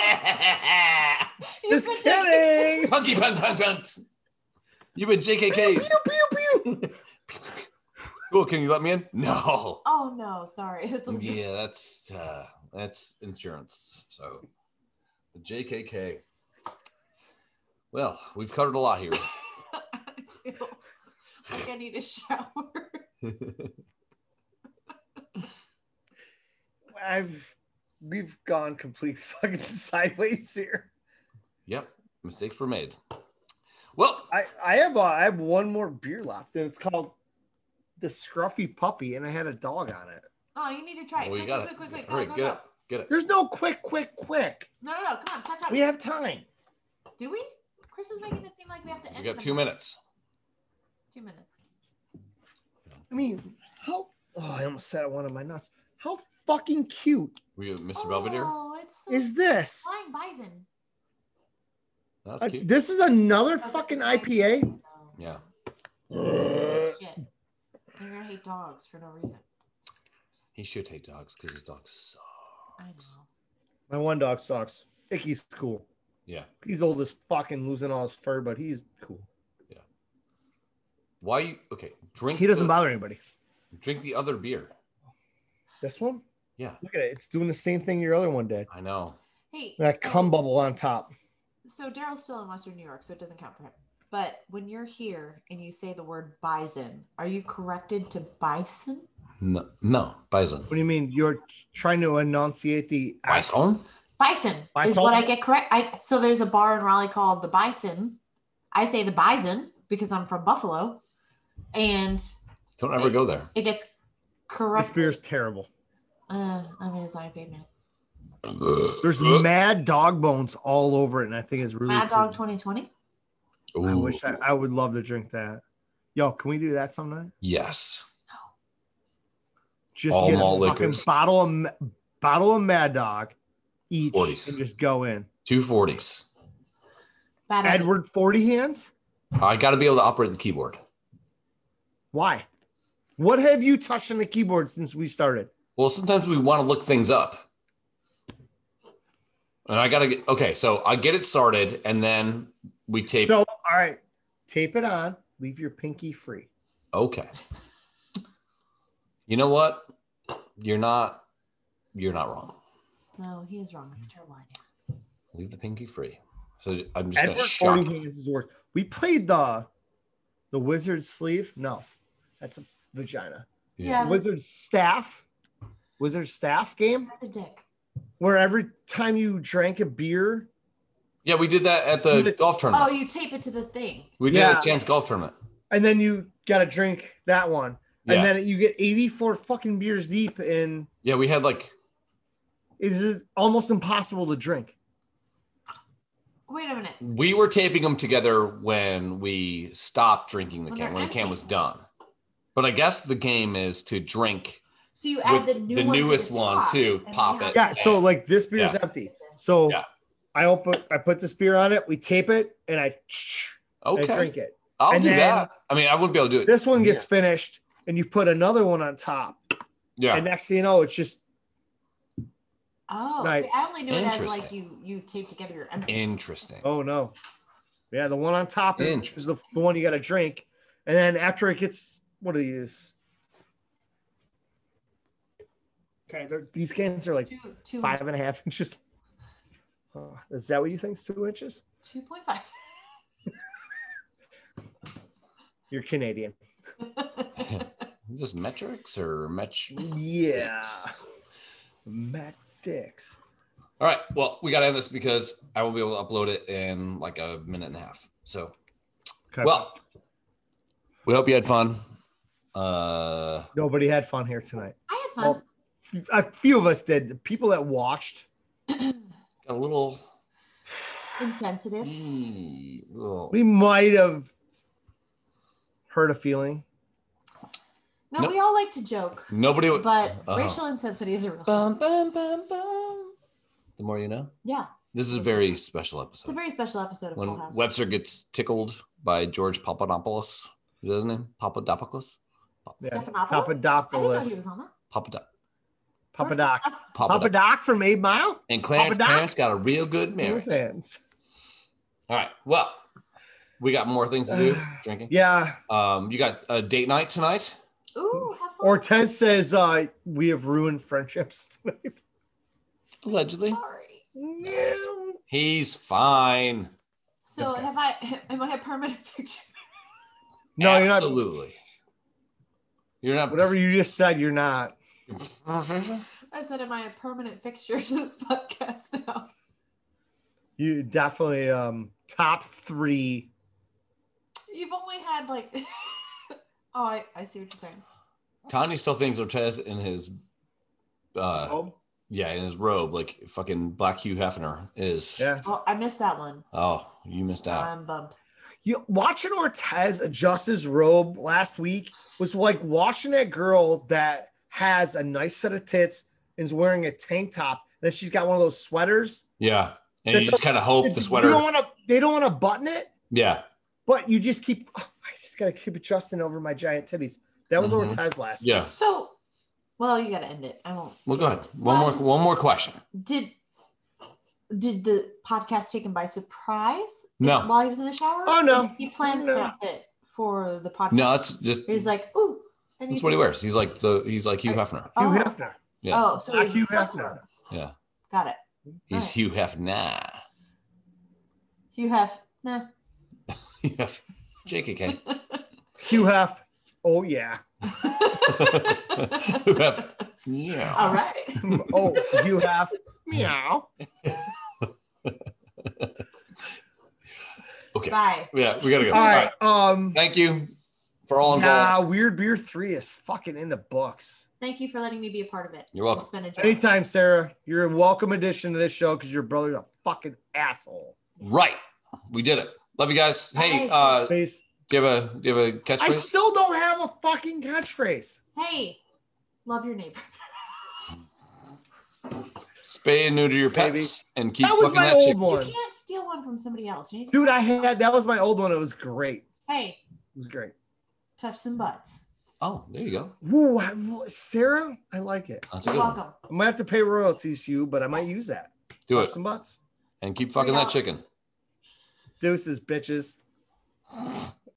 (laughs) You
just
put that-
kidding
Punky punk punk punk. You've been (laughs) JKK. cool. Can you let me in? No.
Oh no, sorry. (laughs) It's okay.
Yeah, that's uh, that's insurance. So the JKK. Well, we've covered a lot here.
I feel like I need a shower.
I've we've gone complete fucking sideways here.
Yep, mistakes were made. Well,
I I have a, I have one more beer left, and it's called the Scruffy Puppy, and I had a dog on it.
(laughs) Oh, you need to try it.
well, you
quick,
got it.
quick, quick, quick,
Hurry,
quick, go,
get
go,
it, get it.
There's no quick, quick, quick.
go. No, no, no. Come on, chop, chop.
We have time.
Do we? Chris is making it seem like we have to end.
We
in
got
a
two
minute.
minutes.
Two minutes.
I mean, how? Oh, I almost sat one of my nuts. How fucking cute
We got Mr. Belvedere.
Oh, it's so
is this?
flying bison.
That's
Uh,
cute.
this is another
That's a
fucking
flying
IPA.
bison, though.
Yeah.
Ugh.
Shit. They're gonna hate dogs for no reason.
He should hate dogs because his dogs suck.
I know.
(sighs) My one dog sucks. Icky's cool.
Yeah.
He's old as fucking losing all his fur, but he's cool.
Why you okay? Drink
He doesn't
the,
bother anybody.
drink the other beer.
This one?
Yeah.
Look at it. It's doing the same thing your other one did.
I know.
Hey,
That
so-
cum bubble on top.
So Daryl's still in Western New York, so it doesn't count for him. But when you're here and you say the word bison, are you corrected to bison?
No, no, bison.
What do you mean? You're trying to enunciate the
Bison?
Bison is
Bison.
what I get correct. I so there's a bar in Raleigh called the Bison. I say the Bison because I'm from Buffalo, and
Don't ever go there.
it gets
This
correct.
beer's terrible.
Uh, I mean, it's not a big man.
There's mad dog bones all over it, and I think it's really.
Mad Dog
cool.
2020.
I
Ooh,
wish I, I would love to drink that. Yo, can we do that sometime?
Yes.
Just
All
get a
malt
fucking
liquors.
bottle of Ma- bottle of Mad Dog, each,
40s.
and just go in.
Two forties.
Bad idea.
Edward Forty Hands.
I got to be able to operate the keyboard.
Why? What have you touched on the keyboard since we started?
Well, sometimes we want to look things up. And I got to get, okay, so I get it started and then we tape.
So, all right, tape it on. Leave your pinky free.
okay. You know what? You're not, you're not wrong.
No, he is wrong. It's a terrible idea.
Leave the pinky free. So I'm just going to
Edward
shock.
Forty Hands is worse. We played the the wizard's sleeve. No, that's a vagina.
Yeah.
Wizard's staff. Wizard's staff game
That's a dick.
where every time you drank a beer,
Yeah, we did that at the golf
Oh,
tournament.
you tape it to the thing.
we did it
Yeah.
at Jan's golf tournament.
and then you got to drink that one,
Yeah.
and then you get eighty four fucking beers deep, and
yeah, we had like,
it's almost impossible to drink.
Wait a minute.
we were taping them together when we stopped drinking the
When
can,
they're
when the can
empty.
was done. But I guess the game is to drink
So you add
With
the new
the
one to
newest
the
one,
top,
too.
and
Pop
then
it.
Yeah, so like this beer's
Yeah.
empty, so
Yeah.
I open, I put this beer on it, we tape it, and I, and I
Okay,
drink it.
I'll
And
do
then-
that. I mean, I wouldn't be able to do it.
This one gets finished, and you put another one on top,
yeah,
and next thing you know, it's just
Oh, see,
Right.
I only knew it as like
Interesting.
you you tape together your empty.
interesting.
Oh no. Yeah, the one on top is the,
Interesting.
the one you gotta drink. And then after it gets what are these? Okay, they're- these cans are like
two two
five and a half (laughs) inches. Oh, is that what you think's two inches?
two point five. (laughs)
You're Canadian.
(laughs) Is this metrics or metrics?
Yeah. Matt Dix.
All right. Well, we got to end this because I won't be able to upload it in like a minute and a half. So,
Okay.
well, we hope you had fun. Uh,
nobody had fun here tonight.
I had fun.
Well, a few of us did. The people that watched,
got a little.
Insensitive.
Mm, little-
we might have hurt a feeling.
No,
Nope.
we all like to joke,
Nobody. would-
but
Uh-huh. Um,
racial insensitivity is a real.
Bum, bum, bum, bum. The more you know.
yeah,
This is a very special
it's a
episode.
very special episode of Full
When
House.
Webster gets tickled by George Papadopoulos, is that his name? Papadopoulos?
Yeah.
Stephanopoulos? I didn't know he
Papadopoulos.
was on that.
Papadop.
Papa Doc.
Where's
Papa
Papadop.
Doc from Eight Mile.
And Clarence,
Papadop.
Clarence got a real good marriage.
(laughs) Those hands.
All right. Well, we got more things to do. Drinking.
(sighs) Yeah.
Um, you got a date night tonight.
that? Ooh, have fun.
Ortez says uh, we have ruined friendships (laughs) tonight.
Allegedly,
Sorry.
No.
he's fine.
So
Okay.
have I? (laughs) Am I a permanent (laughs) picture?
No, you're not.
Absolutely. You're not.
Whatever you just said, you're not.
I said, am I a permanent fixture to this (laughs) podcast now?
You definitely um top three.
You've only had like. (laughs) oh, I, I see what you're saying.
Tony still thinks Ortez in his, uh,
oh,
yeah, in his robe, like fucking Black Hugh Hefner is.
yeah.
Well, I missed that one.
Oh, you missed out.
I'm bummed.
You watching Ortez adjust his robe last week was like watching that girl that has a nice set of tits and is wearing a tank top. Then she's got one of those sweaters.
Yeah, and you just kind of hope
(laughs)
the
You
sweater.
don't wanna- they don't want to button it,
Yeah,
but you just keep. "Oh, I just gotta keep adjusting over my giant titties. That was
Mhm.
Ortez last. week.
yeah.
So, well, you got to end it. I won't.
Well, go ahead. One
Well,
more,
just-
one more question.
Did did the podcast take him by surprise
No,
while he was in the shower?
Oh, no.
He planned
No.
that fit for the podcast.
no, it's just
He was like, ooh. I need
that's what he
to-
wears. He's like the he's like Hugh Hefner.
Hugh
Oh.
Hefner.
Yeah.
Oh, so
Not
he's
Hugh
a sucker.
Hefner.
Yeah.
Got it.
He's
Right.
Hugh Hefner. (laughs)
Hugh Hef. Nah. (laughs)
Yeah. JKK.
Hugh Hef. Oh yeah. (laughs)
Hugh Hef. Yeah.
All
(laughs)
right.
oh, Hugh Hef. Meow.
Bye.
Yeah, we gotta go.
All right. Um.
Thank you for all involved.
Nah, Weird Beer Three is fucking in the books.
Thank you for letting me be a part of it.
You're welcome.
It's been a joy.
Anytime, Sarah. You're a welcome addition to this show because your brother's a fucking asshole.
Right. We did it. Love you guys. Hey,
Bye.
uh do
Face.
you have a do you have a
I
catchphrase?
still don't have a fucking catchphrase.
Hey, love your neighbor.
Spay and neuter your pets
Maybe.
and keep
That was
fucking
my
that
old
chick.
one,
You can't steal one from somebody else. You need to-
dude. I had that was my old one. It was great.
hey,
It was great.
touch some butts.
Oh, there you go.
Woo, I lo- Sarah, I like it.
That's a
You're
good one.
welcome.
I might have to pay royalties to you, but I might use that.
Do it.
Some butts.
And keep fucking that chicken.
Deuces, bitches.